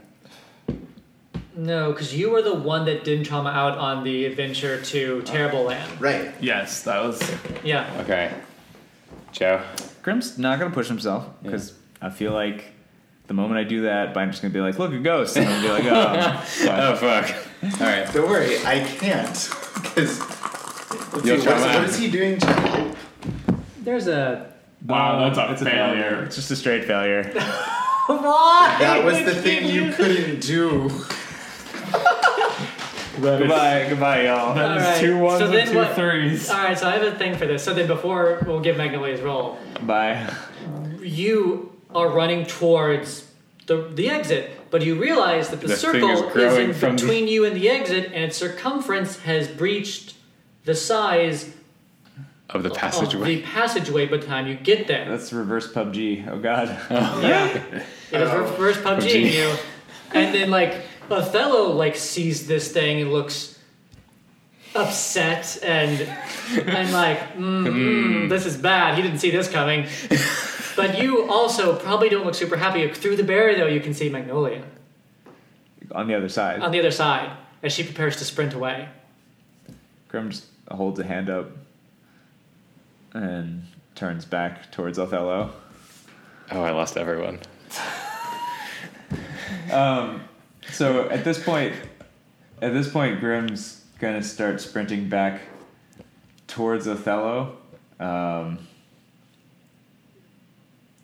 Speaker 1: No, because you were the one that didn't trauma out on the adventure to Terrible Land.
Speaker 5: Right.
Speaker 7: Oh. Yes, that was.
Speaker 1: Yeah.
Speaker 4: Okay. Joe.
Speaker 6: Grim's not gonna push himself because I feel like the moment I do that, Binder's gonna be like, "Look, a ghost," and I'm gonna be like,
Speaker 4: Oh fuck. All right.
Speaker 5: Don't worry, I can't. Because. Let's see, what
Speaker 4: You'll
Speaker 5: is,
Speaker 4: trauma
Speaker 5: what
Speaker 4: out.
Speaker 5: is he doing to help?
Speaker 1: There's a.
Speaker 7: Wow, that's a failure.
Speaker 6: "Oh, it's just a straight failure."
Speaker 1: Why?
Speaker 5: That was the thing you couldn't do.
Speaker 7: That is-
Speaker 6: goodbye, goodbye, y'all.
Speaker 7: that is
Speaker 1: Alright,
Speaker 7: two ones
Speaker 1: so then
Speaker 7: and two
Speaker 1: what-
Speaker 7: threes.
Speaker 1: All right, so I have a thing for this. So then, before we'll give Magnolia's roll,
Speaker 6: Bye.
Speaker 1: you are running towards the, the exit, but you realize that the,
Speaker 4: The thing
Speaker 1: circle
Speaker 4: is
Speaker 1: is,
Speaker 4: growing
Speaker 1: in
Speaker 4: from the-
Speaker 1: between you and the exit, and its circumference has breached the size
Speaker 4: Of
Speaker 1: Oh,
Speaker 4: the
Speaker 1: of
Speaker 4: passageway.
Speaker 1: the passageway by the time you get there.
Speaker 6: That's reverse PUBG. Oh God.
Speaker 1: Yeah. It is reverse
Speaker 4: Oh,
Speaker 1: PUBGing you. And then like Othello like sees this thing and looks upset and and like
Speaker 4: Hmm.
Speaker 1: mm, mm, this is bad. He didn't see this coming. But you also probably don't look super happy. Through the barrier though, you can see Magnolia
Speaker 6: On the other side,
Speaker 1: on the other side as she prepares to sprint away.
Speaker 6: Grim just holds a hand up and turns back towards Othello.
Speaker 4: oh, I lost everyone.
Speaker 6: Um, so at this point, at this point, Grim's gonna start sprinting back towards Othello, um,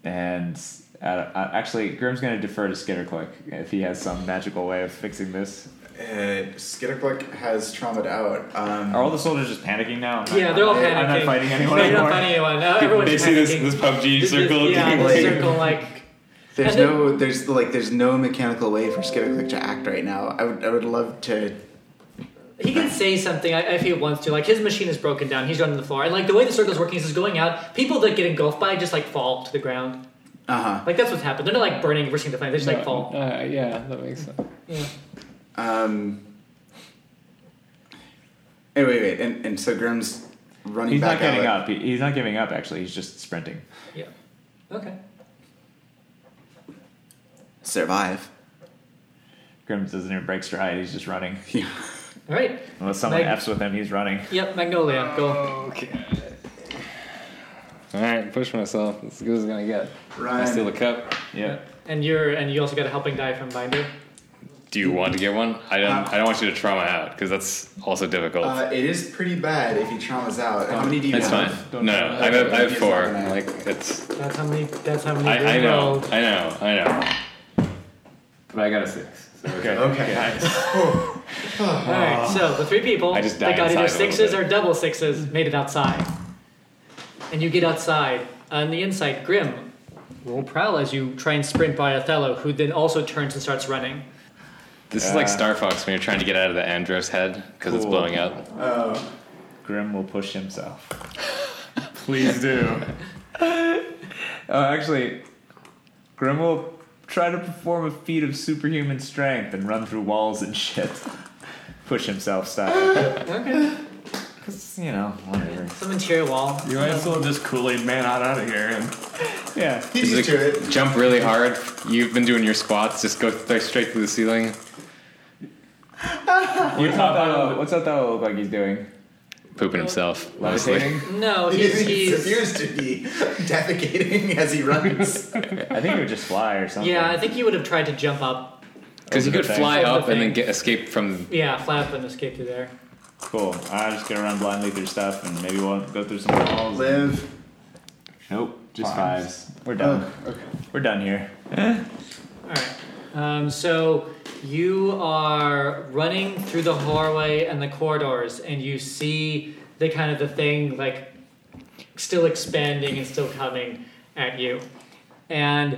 Speaker 6: and uh, uh, actually, Grim's gonna defer to Skitterclick if he has some magical way of fixing this.
Speaker 5: Uh, Skitterclick has traumaed out. Um,
Speaker 6: Are all the soldiers just panicking now? I'm not-
Speaker 1: Yeah, they're all panicking.
Speaker 6: I'm not fighting anyone
Speaker 1: They're not
Speaker 6: anymore.
Speaker 1: fighting anyone. No, everyone's
Speaker 4: they see this,
Speaker 1: panicking.
Speaker 4: this PUBG
Speaker 1: This is-
Speaker 4: circle.
Speaker 1: yeah, this
Speaker 5: like-
Speaker 1: circle like
Speaker 5: there's
Speaker 1: and then-
Speaker 5: no, there's like, there's no mechanical way for Skitterclick to act right now. I would, I would love to.
Speaker 1: He can say something I- if he wants to. Like his machine is broken down. He's running the floor, and like the way the circle's working is it's going out. People that get engulfed by it just like fall to the ground.
Speaker 5: Uh huh.
Speaker 1: Like that's what's happened. They're not like burning, risking the flame. They just like fall.
Speaker 4: Uh, yeah, that makes sense.
Speaker 1: Yeah.
Speaker 5: Um. Hey, wait, wait, and and so Grim's running
Speaker 6: He's
Speaker 5: back
Speaker 6: not getting
Speaker 5: out.
Speaker 6: up. He- he's not giving up. Actually, he's just sprinting.
Speaker 1: Yeah. Okay.
Speaker 5: Survive.
Speaker 6: Grim doesn't even break stride. He's just running.
Speaker 5: Yeah.
Speaker 1: All right.
Speaker 6: Unless someone
Speaker 1: Like-
Speaker 6: f's with him, he's running.
Speaker 1: Yep. Magnolia, go.
Speaker 4: All right, push myself. As good as it's gonna get. I
Speaker 5: Run.
Speaker 4: steal a cup.
Speaker 6: Yeah.
Speaker 1: And you're and you also got a helping die from Binder.
Speaker 4: Do you want to get one? I don't. I don't want you to trauma out because that's also difficult.
Speaker 5: Uh, it is pretty bad if he traumas out. How many do you
Speaker 4: it's
Speaker 5: have?
Speaker 4: fine. No, no, I have, I have
Speaker 5: It's
Speaker 4: four.
Speaker 5: fine.
Speaker 4: Like it's.
Speaker 1: That's how many. That's how many.
Speaker 4: I, I
Speaker 1: we
Speaker 4: know.
Speaker 1: rolled.
Speaker 4: I know. I know. But I got a six. So okay.
Speaker 5: Okay.
Speaker 1: All right. So the three people
Speaker 4: Ah. I just
Speaker 1: that
Speaker 4: died
Speaker 1: got
Speaker 4: inside a
Speaker 1: either
Speaker 4: little
Speaker 1: sixes
Speaker 4: bit.
Speaker 1: or double sixes made it outside. And you get outside. On the inside, Grim roll prowl as you try and sprint by Othello, who then also turns and starts running.
Speaker 4: This is like Star Fox when you're trying to get out of the Andros head because it's
Speaker 6: Cool.
Speaker 4: blowing up.
Speaker 6: Grim will push himself.
Speaker 7: Please do.
Speaker 6: Oh, actually, Grim will try to perform a feat of superhuman strength and run through walls and shit. Push himself style.
Speaker 1: Okay.
Speaker 6: Because, you know, whatever.
Speaker 1: Some interior wall.
Speaker 7: You might as well just Kool Aid Man out out of here. And
Speaker 6: Yeah.
Speaker 5: He's used to it.
Speaker 4: Jump really hard. You've been doing your squats. Just go th- straight through the ceiling.
Speaker 6: What's Othello, Uh, what's Othello look like he's doing?
Speaker 4: Pooping himself. Mostly.
Speaker 6: Levitating?
Speaker 1: No,
Speaker 5: He
Speaker 1: he's, he's
Speaker 5: appears to be defecating as he runs.
Speaker 6: I think he would just fly or something.
Speaker 1: yeah. I think he would have tried to jump up.
Speaker 4: Because you
Speaker 6: Over
Speaker 4: could
Speaker 6: the thing.
Speaker 4: fly
Speaker 1: Over the
Speaker 4: up and then
Speaker 1: thing.
Speaker 4: get escape from.
Speaker 1: Yeah, flap and escape through there.
Speaker 6: Cool. I'm just gonna run blindly through stuff and maybe we'll go through some walls.
Speaker 5: Live.
Speaker 6: Nope, just
Speaker 1: Fives.
Speaker 6: fives. We're done. We're done here.
Speaker 1: Um, so you are running through the hallway and the corridors, and you see the kind of the thing like still expanding and still coming at you, and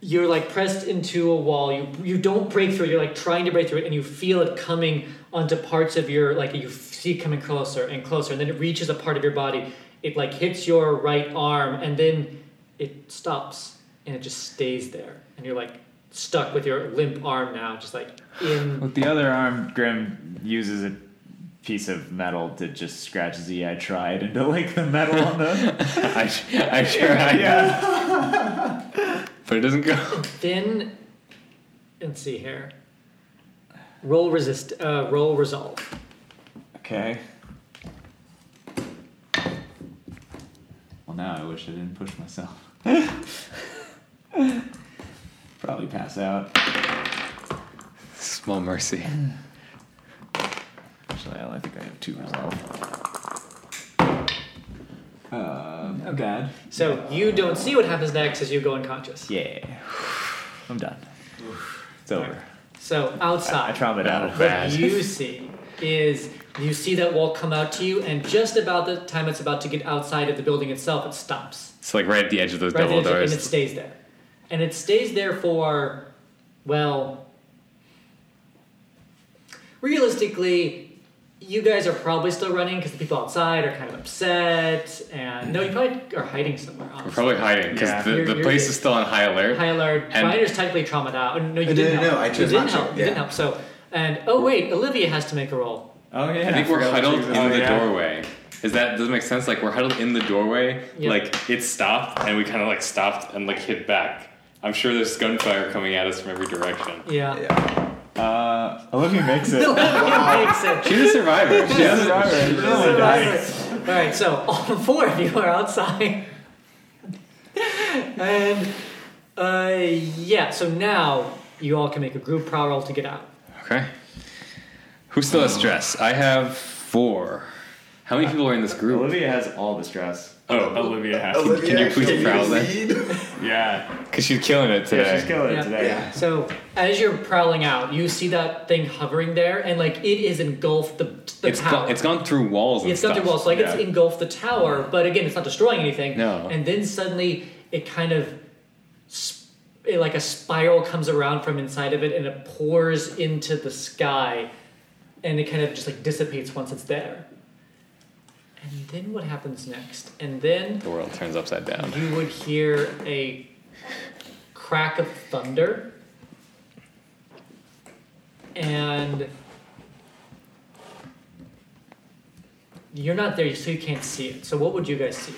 Speaker 1: you're like pressed into a wall. You you don't break through. You're like trying to break through it, and you feel it coming onto parts of your like you see it coming closer and closer, and then it reaches a part of your body. It like hits your right arm, and then it stops and it just stays there, and you're like stuck with your limp arm now, just like in.
Speaker 6: With the other arm, Grim uses a piece of metal to just scratch the I tried into like the metal on the.
Speaker 4: I, I tried.
Speaker 6: Yeah.
Speaker 4: But it doesn't go.
Speaker 1: Then, let's see here. Roll resist. Uh, roll resolve.
Speaker 6: Okay. Well, now I wish I didn't push myself. Probably pass out.
Speaker 4: Small mercy.
Speaker 6: Actually, I only think I have two resolve. Uh, bad.
Speaker 1: So you don't see what happens next as you go unconscious.
Speaker 6: Yeah. I'm done. It's over.
Speaker 1: So outside.
Speaker 6: I trauma down
Speaker 1: What you see is you see that wall come out to you, and just about the time it's about to get outside of the building itself, it stops.
Speaker 4: It's like right at the edge of those
Speaker 1: Right
Speaker 4: double
Speaker 1: at the edge,
Speaker 4: doors.
Speaker 1: And it stays there. And it stays there for, well, realistically, you guys are probably still running because the people outside are kind of upset, and no, you probably are hiding somewhere.
Speaker 4: We're
Speaker 1: Honestly.
Speaker 4: probably hiding because
Speaker 1: Yeah.
Speaker 4: the,
Speaker 1: You're-
Speaker 4: the
Speaker 1: you're-
Speaker 4: place is still on high alert.
Speaker 1: High alert.
Speaker 4: And-
Speaker 1: Brian is technically traumatized out. No, you
Speaker 4: No,
Speaker 1: didn't
Speaker 4: no,
Speaker 1: help.
Speaker 4: no, I
Speaker 1: you
Speaker 4: chose
Speaker 1: didn't
Speaker 4: not to,
Speaker 1: help. You didn't
Speaker 4: yeah.
Speaker 1: help. So, and oh wait, Olivia has to make a roll.
Speaker 6: Oh yeah.
Speaker 4: I think we're
Speaker 6: forgot what
Speaker 4: huddled
Speaker 6: she
Speaker 4: in
Speaker 6: was- oh,
Speaker 4: the
Speaker 6: yeah.
Speaker 4: doorway. Is that does it make sense? Like we're huddled in the doorway.
Speaker 1: Yeah.
Speaker 4: Like it stopped, and we kind of like stopped and like hid back. I'm sure there's gunfire coming at us from every direction.
Speaker 1: Yeah.
Speaker 6: Uh, Olivia makes it.
Speaker 1: Olivia makes it.
Speaker 4: She's a survivor. She's
Speaker 6: a survivor.
Speaker 1: She's
Speaker 6: She's
Speaker 1: a
Speaker 6: only
Speaker 1: survivor. All right, so all four of you are outside, and uh, yeah. So now you all can make a group prowl roll to get out.
Speaker 4: Okay. Who still has stress? I have four. How many people are in this group?
Speaker 6: Olivia has all the stress.
Speaker 4: Oh,
Speaker 7: Olivia has.
Speaker 4: Can, can you please prowl that?
Speaker 7: Yeah.
Speaker 4: Because she's killing it today.
Speaker 7: Yeah, she's killing
Speaker 1: Yeah. So as you're prowling out, you see that thing hovering there, and like it is engulfed the the
Speaker 4: It's,
Speaker 1: tower.
Speaker 4: gone, it's gone through walls and
Speaker 1: it's
Speaker 4: stuff.
Speaker 1: got through walls, like it's
Speaker 4: Yeah.
Speaker 1: engulfed the tower, but again, it's not destroying anything.
Speaker 4: No.
Speaker 1: And then suddenly, it kind of, sp- it, like a spiral comes around from inside of it, and it pours into the sky, and it kind of just like dissipates once it's there. And then what happens next? And then
Speaker 4: The world turns upside down.
Speaker 1: you would hear a crack of thunder and you're not there so you can't see it so what would you guys see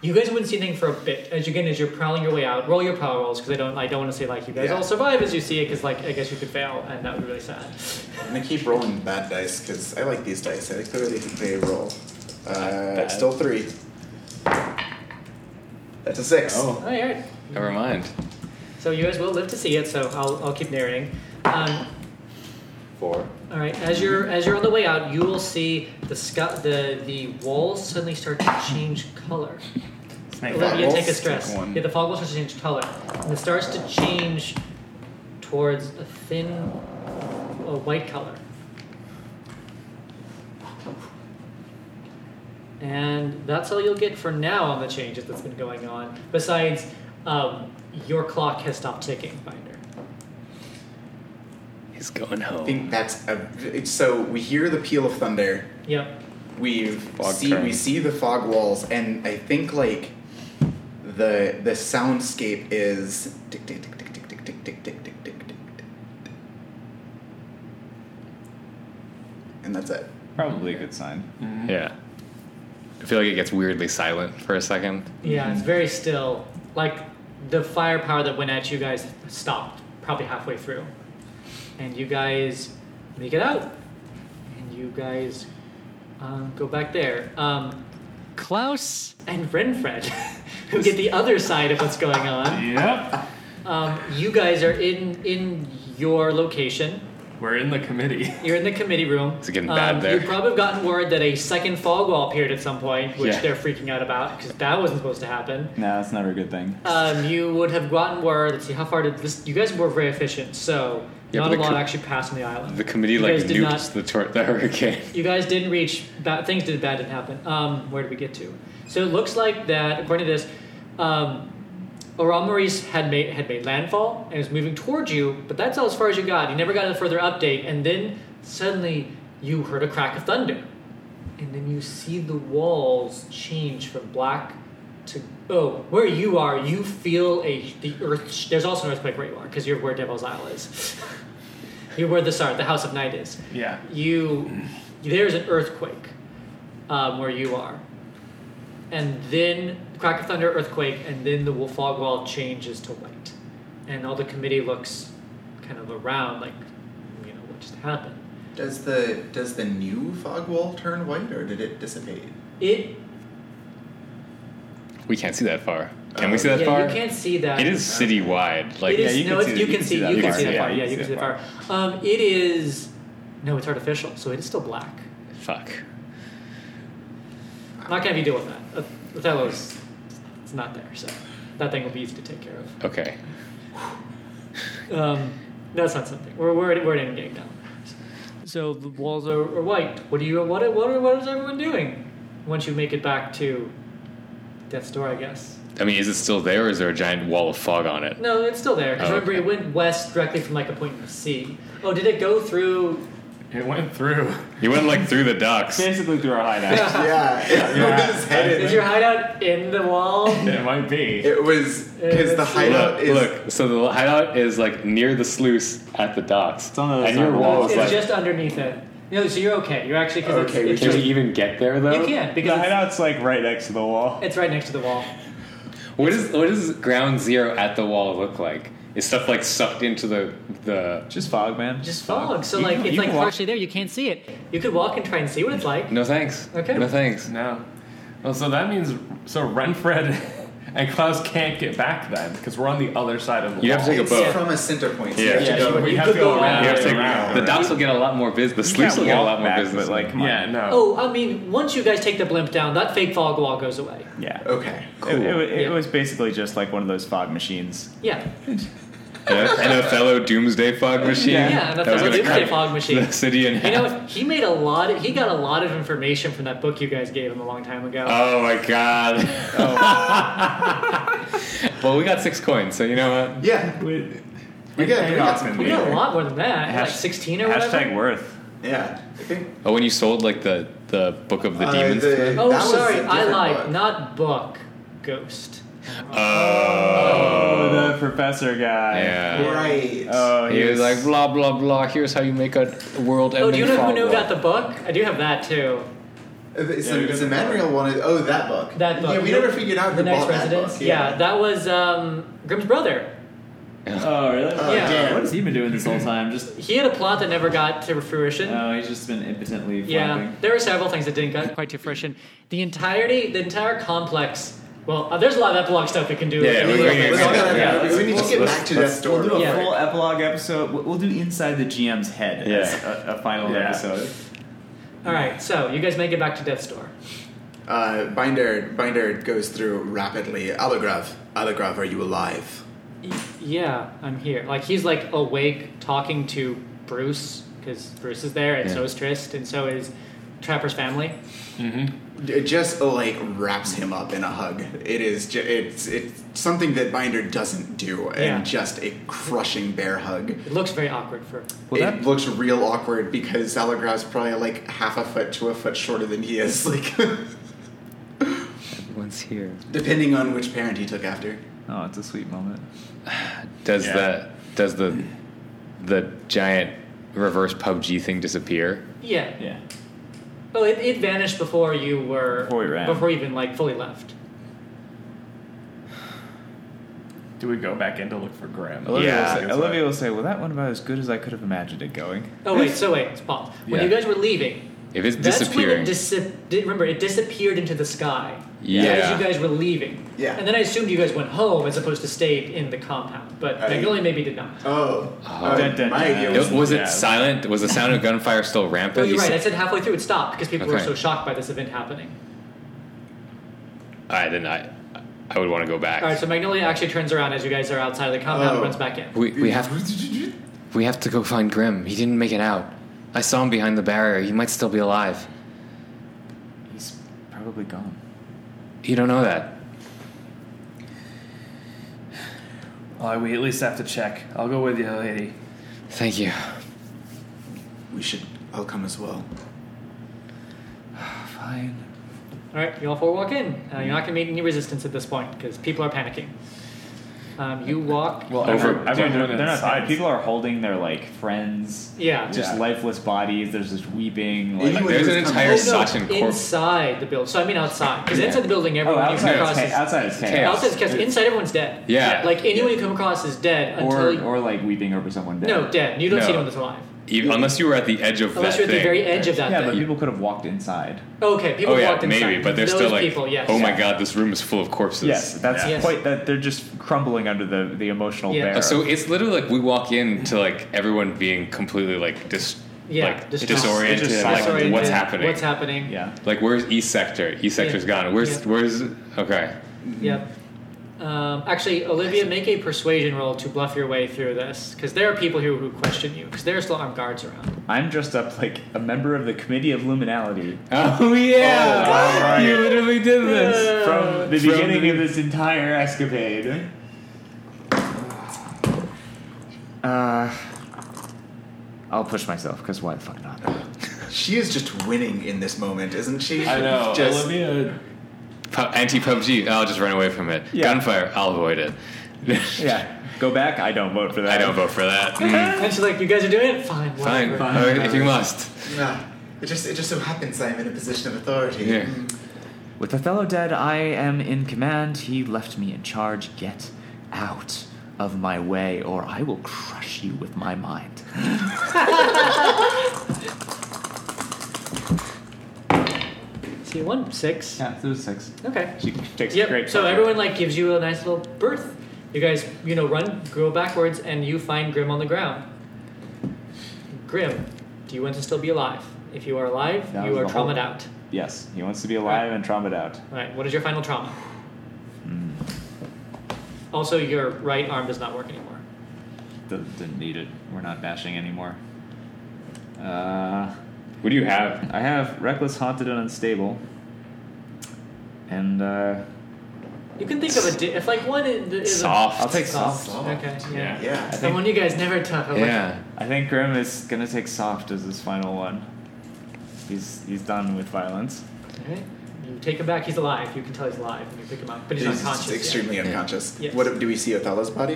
Speaker 1: you guys wouldn't see anything for a bit as you again as you're prowling your way out roll your power rolls because i don't i don't want to say like you guys
Speaker 5: Yeah.
Speaker 1: all survive as you see it because like i guess you could fail and that would be really sad
Speaker 5: I'm gonna keep rolling bad dice because I like these dice. I clearly think they roll. Uh, still three. That's a six.
Speaker 1: all right
Speaker 4: Never mind.
Speaker 1: so you guys will live to see it so i'll, I'll keep narrating um,
Speaker 4: Four.
Speaker 1: All right. As you're as you're on the way out, you will see the sky, the the walls suddenly start to change color.
Speaker 3: Snake
Speaker 1: Olivia,
Speaker 3: goggles.
Speaker 1: take a stress.
Speaker 3: Take one.
Speaker 1: Yeah, the fog will start to change color, and it starts to change towards a thin, uh, white color. And that's all you'll get for now on the changes that's been going on. Besides, um, your clock has stopped ticking, Binder.
Speaker 4: He's going
Speaker 5: I
Speaker 4: home.
Speaker 5: think that's a. it's- So we hear the peal of thunder.
Speaker 1: Yep.
Speaker 5: We've
Speaker 4: Fog
Speaker 5: see we
Speaker 4: turns.
Speaker 5: see the fog walls, and I think like the the soundscape is tick tick tick tick tick tick tick tick tick tick tick tick, and that's it.
Speaker 6: Probably a good sign.
Speaker 4: Yeah. I feel like it gets weirdly silent for a second.
Speaker 1: Yeah, it's very still. Like the firepower that went at you guys stopped probably halfway through. And you guys make it out. And you guys um, go back there. Um, Klaus and Renfred, who get the other side of what's going on.
Speaker 7: Yep.
Speaker 1: Um, you guys are in in your location.
Speaker 7: We're in the committee.
Speaker 1: You're in the committee room. Um,
Speaker 4: It's getting bad there.
Speaker 1: You probably have gotten word that a second fog wall appeared at some point, which
Speaker 6: Yeah.
Speaker 1: they're freaking out about because that wasn't supposed to happen.
Speaker 6: No, that's never a good thing.
Speaker 1: Um, you would have gotten word. Let's see, how far did this? You guys were very efficient, so
Speaker 4: Yeah,
Speaker 1: not
Speaker 4: but
Speaker 1: a
Speaker 4: the
Speaker 1: lot
Speaker 4: co-
Speaker 1: actually passed on the island.
Speaker 4: The committee
Speaker 1: You
Speaker 4: like
Speaker 1: guys did
Speaker 4: nuked
Speaker 1: not-
Speaker 4: the, tor- the hurricane.
Speaker 1: You guys didn't reach. Bad, things did bad didn't happen. Um, where did we get to? So it looks like that, according to this, um, Oral Maurice had made had made landfall and was moving towards you, but that's all as far as you got. You never got a further update, and then suddenly you heard a crack of thunder, and then you see the walls change from black to oh, where you are, you feel a the earth. Sh- there's also an earthquake where you are because you're where Devil's Isle is. you're where the sorry, the House of Night is
Speaker 7: Yeah.
Speaker 1: you there's an earthquake um, where you are and then crack of thunder earthquake and then the fog wall changes to white and all the committee looks kind of around like you know what just happened
Speaker 5: Does the does the new fog wall turn white or did it dissipate?
Speaker 1: it
Speaker 4: We can't see that far. Can we see
Speaker 1: Um, yeah
Speaker 4: that far?
Speaker 1: you can't see that
Speaker 4: It is citywide. Like
Speaker 1: it is no it's, you, can see you can see
Speaker 4: Yeah,
Speaker 1: that far yeah you can see that far um, it is no it's artificial so it is still black
Speaker 4: Fuck.
Speaker 1: I'm not gonna have you deal with that Oth- Othello's it's not there so that thing will be easy to take care of
Speaker 4: Okay.
Speaker 1: Um, that's not something. We're we're we're in game now. So the walls are, are white. What do you what what what is everyone doing? Once you make it back to Death's Door, I guess.
Speaker 4: I mean, is it still there or is there a giant wall of fog on it?
Speaker 1: No, it's still there. 'cause
Speaker 4: Oh,
Speaker 1: remember, it went west directly from like a point in the sea. Oh, did it go through?
Speaker 7: It went through.
Speaker 4: You went like through the docks.
Speaker 6: Basically through our hideout.
Speaker 5: yeah, it was headed.
Speaker 1: Is your hideout in the wall?
Speaker 7: It might be.
Speaker 5: It was because the
Speaker 1: It's-
Speaker 5: hideout
Speaker 4: Look,
Speaker 5: is
Speaker 4: look, so the hideout is like near the sluice at the docks.
Speaker 6: It's on the other
Speaker 4: and
Speaker 6: side
Speaker 4: your
Speaker 6: of the
Speaker 4: wall
Speaker 1: it's
Speaker 4: is like.
Speaker 1: just underneath it. No, so you're okay. You're actually because
Speaker 5: Okay,
Speaker 1: it's,
Speaker 4: can
Speaker 1: it's
Speaker 4: we even get there though?
Speaker 1: you can
Speaker 6: the
Speaker 1: because it's,
Speaker 6: hideout's like right next to the wall.
Speaker 1: it's right next to the wall.
Speaker 4: What is what does ground zero at the wall look like? Is stuff like sucked into the the?
Speaker 6: Just fog, man.
Speaker 1: Just fog. So
Speaker 6: You
Speaker 1: like
Speaker 6: can-
Speaker 1: it's
Speaker 6: you
Speaker 1: like
Speaker 6: can walk-
Speaker 1: partially there. You can't see it. You could walk and try and see what it's like.
Speaker 4: No thanks.
Speaker 1: Okay.
Speaker 4: No thanks.
Speaker 7: No. Well, so that means so Renfred and Klaus can't get back then because we're on the other side of the
Speaker 4: You
Speaker 7: wall.
Speaker 4: have to take a
Speaker 5: it's
Speaker 4: boat.
Speaker 5: from a center point. So
Speaker 4: Yeah.
Speaker 5: you have
Speaker 7: yeah,
Speaker 5: to go
Speaker 7: we
Speaker 5: and-
Speaker 7: have
Speaker 1: could
Speaker 7: to go,
Speaker 1: go
Speaker 7: around.
Speaker 4: You have to take-
Speaker 7: around.
Speaker 4: the docks will get a lot more business. The
Speaker 6: You
Speaker 4: sluice
Speaker 6: can't
Speaker 4: will get a
Speaker 6: walk
Speaker 4: lot more
Speaker 6: back,
Speaker 4: business.
Speaker 6: but, like, come on.
Speaker 7: Yeah, no.
Speaker 1: Oh, I mean, once you guys take the blimp down, that fake fog wall goes away.
Speaker 6: Yeah.
Speaker 5: Okay.
Speaker 6: It, it, wa- it
Speaker 1: Yeah.
Speaker 6: was basically just like one of those fog machines.
Speaker 1: Yeah,
Speaker 4: And an Othello Doomsday Fog Machine.
Speaker 1: yeah, and that's
Speaker 4: that was
Speaker 1: a
Speaker 4: gonna
Speaker 1: doomsday
Speaker 4: cut
Speaker 1: fog machine.
Speaker 4: The city in
Speaker 1: You
Speaker 4: half.
Speaker 1: know, what? he made a lot. Of, he got a lot of information from that book you guys gave him a long time ago.
Speaker 4: oh my god. well, we got six coins, so you know what?
Speaker 5: Yeah. We, got, we got some.
Speaker 1: we got a lot more than that,
Speaker 6: Hash-
Speaker 1: like sixteen or whatever.
Speaker 6: Hashtag worth.
Speaker 5: Yeah. I think
Speaker 4: Oh, when you sold like the the book of the
Speaker 5: Uh,
Speaker 4: demons.
Speaker 5: the-
Speaker 4: thing?
Speaker 1: oh,
Speaker 5: that was
Speaker 1: sorry,
Speaker 5: a
Speaker 1: I
Speaker 5: different
Speaker 1: lied.
Speaker 5: book.
Speaker 1: Not book, ghost.
Speaker 6: Oh, the professor guy.
Speaker 4: yeah.
Speaker 10: Uh,
Speaker 5: Right. Uh,
Speaker 6: Oh,
Speaker 4: He was like blah blah blah. Here's how you make a world ending.
Speaker 1: Oh, do you know who knew about the book? I do have that too.
Speaker 5: It's the,
Speaker 7: we got
Speaker 5: it's
Speaker 7: the
Speaker 5: the Manriel one. Is, oh, that book.
Speaker 1: That book.
Speaker 5: Yeah, we
Speaker 1: You know,
Speaker 5: never figured out
Speaker 1: The
Speaker 5: who
Speaker 1: next
Speaker 5: bought that
Speaker 1: residence.
Speaker 5: book.
Speaker 1: yeah. that was um, Grimm's brother.
Speaker 10: Oh, really?
Speaker 5: Oh,
Speaker 1: Yeah.
Speaker 5: damn.
Speaker 10: What has he been doing this whole time? Just Oh.
Speaker 1: He had a plot that never got to fruition.
Speaker 10: no, he's just been impotently
Speaker 1: Yeah,
Speaker 10: flapping.
Speaker 1: there were several things that didn't get quite to fruition. The entirety, the entire complex. Well, uh, there's a lot of epilogue stuff we can do.
Speaker 4: Yeah,
Speaker 5: We,
Speaker 4: we-
Speaker 5: we,
Speaker 4: we-
Speaker 10: yeah, let's-
Speaker 5: need to get back to that
Speaker 10: We'll do
Speaker 5: story.
Speaker 10: a
Speaker 1: Yeah.
Speaker 10: full epilogue episode. We'll we'll do inside the GM's head as a, a final
Speaker 7: Yeah.
Speaker 10: episode.
Speaker 1: All right, so you guys make it back to Death's Door.
Speaker 5: Uh, Binder, Binder goes through rapidly. Alagrav, Alagrav, are you alive?
Speaker 1: Y- yeah, I'm here. Like he's like awake, talking to Bruce because Bruce is there, and so is Trist, and so is Trapper's family.
Speaker 5: It just like wraps him up in a hug. It is ju- it's it's something that Binder doesn't do, and
Speaker 1: Yeah.
Speaker 5: just a crushing bear hug.
Speaker 1: It looks very awkward for.
Speaker 5: it looks real awkward because Alagrav's probably like half a foot to a foot shorter than he is, like
Speaker 4: Everyone's here.
Speaker 5: depending on which parent he took after.
Speaker 6: Oh, it's a sweet moment.
Speaker 4: Does
Speaker 7: Yeah.
Speaker 4: the does the the giant reverse PUBG thing disappear?
Speaker 1: Yeah.
Speaker 10: Yeah.
Speaker 1: Well, it, it vanished before you were
Speaker 6: Before we ran.
Speaker 1: before you even like fully left.
Speaker 7: Do we go back in to look for Graham?
Speaker 6: Olivia,
Speaker 4: Yeah.
Speaker 6: will, say, Olivia will say, well, that went about as good as I could have imagined it going.
Speaker 1: Oh wait, so wait, it's Paul. When
Speaker 4: Yeah.
Speaker 1: you guys were leaving,
Speaker 4: If it's
Speaker 1: That's when
Speaker 4: disappearing,
Speaker 1: it disap- di- remember it disappeared into the sky.
Speaker 4: Yeah.
Speaker 1: As you guys were leaving.
Speaker 4: Yeah.
Speaker 1: And then I assumed you guys went home as opposed to stayed in the compound, but
Speaker 4: I-
Speaker 1: Magnolia maybe did not.
Speaker 5: Oh.
Speaker 4: Oh. It- was it silent? Was the sound of gunfire still rampant?
Speaker 1: Well, Oh, you're
Speaker 4: You
Speaker 1: right.
Speaker 4: said-
Speaker 1: I said halfway through it stopped because people were
Speaker 4: Okay.
Speaker 1: so shocked by this event happening.
Speaker 4: All right, then I, I would want to go back.
Speaker 1: All right, so Magnolia actually turns around as you guys are outside of the compound
Speaker 4: Oh.
Speaker 1: and runs back in.
Speaker 4: We, we have we have to go find Grim. He didn't make it out. I saw him behind the barrier. He might still be alive.
Speaker 6: He's probably gone.
Speaker 4: You don't know that.
Speaker 3: Well, we at least have to check. I'll go with you, lady.
Speaker 4: Thank you.
Speaker 8: We should. I'll come as well.
Speaker 6: Fine.
Speaker 1: All right, you all four walk in. Uh, you're not going to meet any resistance at this point because people are panicking. Um, you walk.
Speaker 6: Well, everyone, everyone- they're not bad. People are holding their like friends.
Speaker 1: Yeah.
Speaker 6: Just
Speaker 1: Yeah.
Speaker 6: lifeless bodies. There's this weeping.
Speaker 1: Like,
Speaker 6: Like,
Speaker 1: Oh, no, inside the building. So I mean outside, because
Speaker 6: Yeah.
Speaker 1: inside the building, everyone
Speaker 6: Oh,
Speaker 1: you
Speaker 6: outside
Speaker 1: come
Speaker 6: is
Speaker 1: across
Speaker 6: cha-
Speaker 1: is
Speaker 6: outside is chaos.
Speaker 1: Outside is chaos. Inside, everyone's dead.
Speaker 6: Yeah.
Speaker 1: Like anyone you come across is dead
Speaker 6: or
Speaker 1: until
Speaker 6: or like weeping over someone dead.
Speaker 1: no dead. You don't
Speaker 4: No.
Speaker 1: see anyone that's alive.
Speaker 4: You- unless you were at the edge of
Speaker 1: Unless
Speaker 4: that
Speaker 1: you're at the
Speaker 4: thing.
Speaker 1: very edge of that
Speaker 6: Yeah,
Speaker 1: thing.
Speaker 6: but people could have walked inside.
Speaker 1: Okay, people
Speaker 4: oh yeah,
Speaker 1: walked inside.
Speaker 4: maybe, but they're
Speaker 1: Those
Speaker 4: still like,
Speaker 1: people, yes.
Speaker 4: oh my god, this room is full of corpses.
Speaker 6: Yes, that's
Speaker 4: Yeah.
Speaker 6: quite that they're just crumbling under the the emotional
Speaker 1: Yeah.
Speaker 6: bear.
Speaker 4: So it's literally like we walk in to like everyone being completely like dis-
Speaker 1: Yeah,
Speaker 4: like
Speaker 1: dis-
Speaker 4: disoriented,
Speaker 1: dis-
Speaker 4: like
Speaker 1: disoriented.
Speaker 4: what's happening?
Speaker 1: What's happening? Yeah.
Speaker 4: Like where's East Sector? East Sector's gone. Where's
Speaker 1: Yeah.
Speaker 4: where's okay?
Speaker 1: Yep. Um, actually, Olivia, make a persuasion roll to bluff your way through this, because there are people here who question you, because there are still armed guards around.
Speaker 6: I'm dressed up like a member of the Committee of Luminality.
Speaker 4: Oh yeah, you literally did
Speaker 6: Uh,
Speaker 4: this
Speaker 6: From the beginning of this entire escapade. Uh, I'll push myself because why the fuck not?
Speaker 5: She is just winning in this moment, isn't she?
Speaker 4: I know.
Speaker 5: Just,
Speaker 3: Olivia.
Speaker 4: Anti PUBG. I'll Oh, just run away from it. Gunfire. I'll avoid it.
Speaker 6: yeah. Go back. I don't vote for that.
Speaker 4: I don't vote for that. Mm.
Speaker 1: And she's like, "You guys are doing it. Fine,
Speaker 4: Fine.
Speaker 1: whatever."
Speaker 4: Okay, if you must.
Speaker 5: yeah. It just it just so happens I am in a position of authority.
Speaker 6: Yeah.
Speaker 5: Mm.
Speaker 6: With a fellow dead, I am in command. He left me in charge. Get out of my way, or I will crush you with my mind.
Speaker 1: So you won six.
Speaker 6: Yeah, it was six.
Speaker 1: Okay.
Speaker 6: She takes
Speaker 1: Yep.
Speaker 6: great.
Speaker 1: so
Speaker 6: pleasure.
Speaker 1: everyone like gives you a nice little berth. You guys, you know, run, go backwards, and you find Grim on the ground. Grim, do you want to still be alive? If you are alive,
Speaker 6: That
Speaker 1: you
Speaker 6: was
Speaker 1: are
Speaker 6: the whole-
Speaker 1: traumatized out.
Speaker 6: Yes, he wants to be alive and traumatized out.
Speaker 1: All right. What is your final trauma?
Speaker 6: Hmm.
Speaker 1: Also, your right arm does not work anymore.
Speaker 6: Doesn't didn't need it. We're not bashing anymore. Uh,
Speaker 4: what do you have?
Speaker 6: I have reckless, haunted, and unstable. And uh,
Speaker 1: You can think of a di- if like one is is a-
Speaker 6: Soft. I'll take soft.
Speaker 1: Okay. Yeah.
Speaker 6: Yeah. Yeah. I
Speaker 1: The
Speaker 6: think-
Speaker 1: one you guys never took. I like-
Speaker 6: I think Grim is gonna take soft as his final one. He's he's done with violence.
Speaker 1: Okay. You take him back. He's alive. You can tell he's alive when you pick him up, but he's,
Speaker 5: He's
Speaker 1: unconscious. yet.
Speaker 5: extremely unconscious.
Speaker 1: Yes.
Speaker 5: What do we see Othello's body?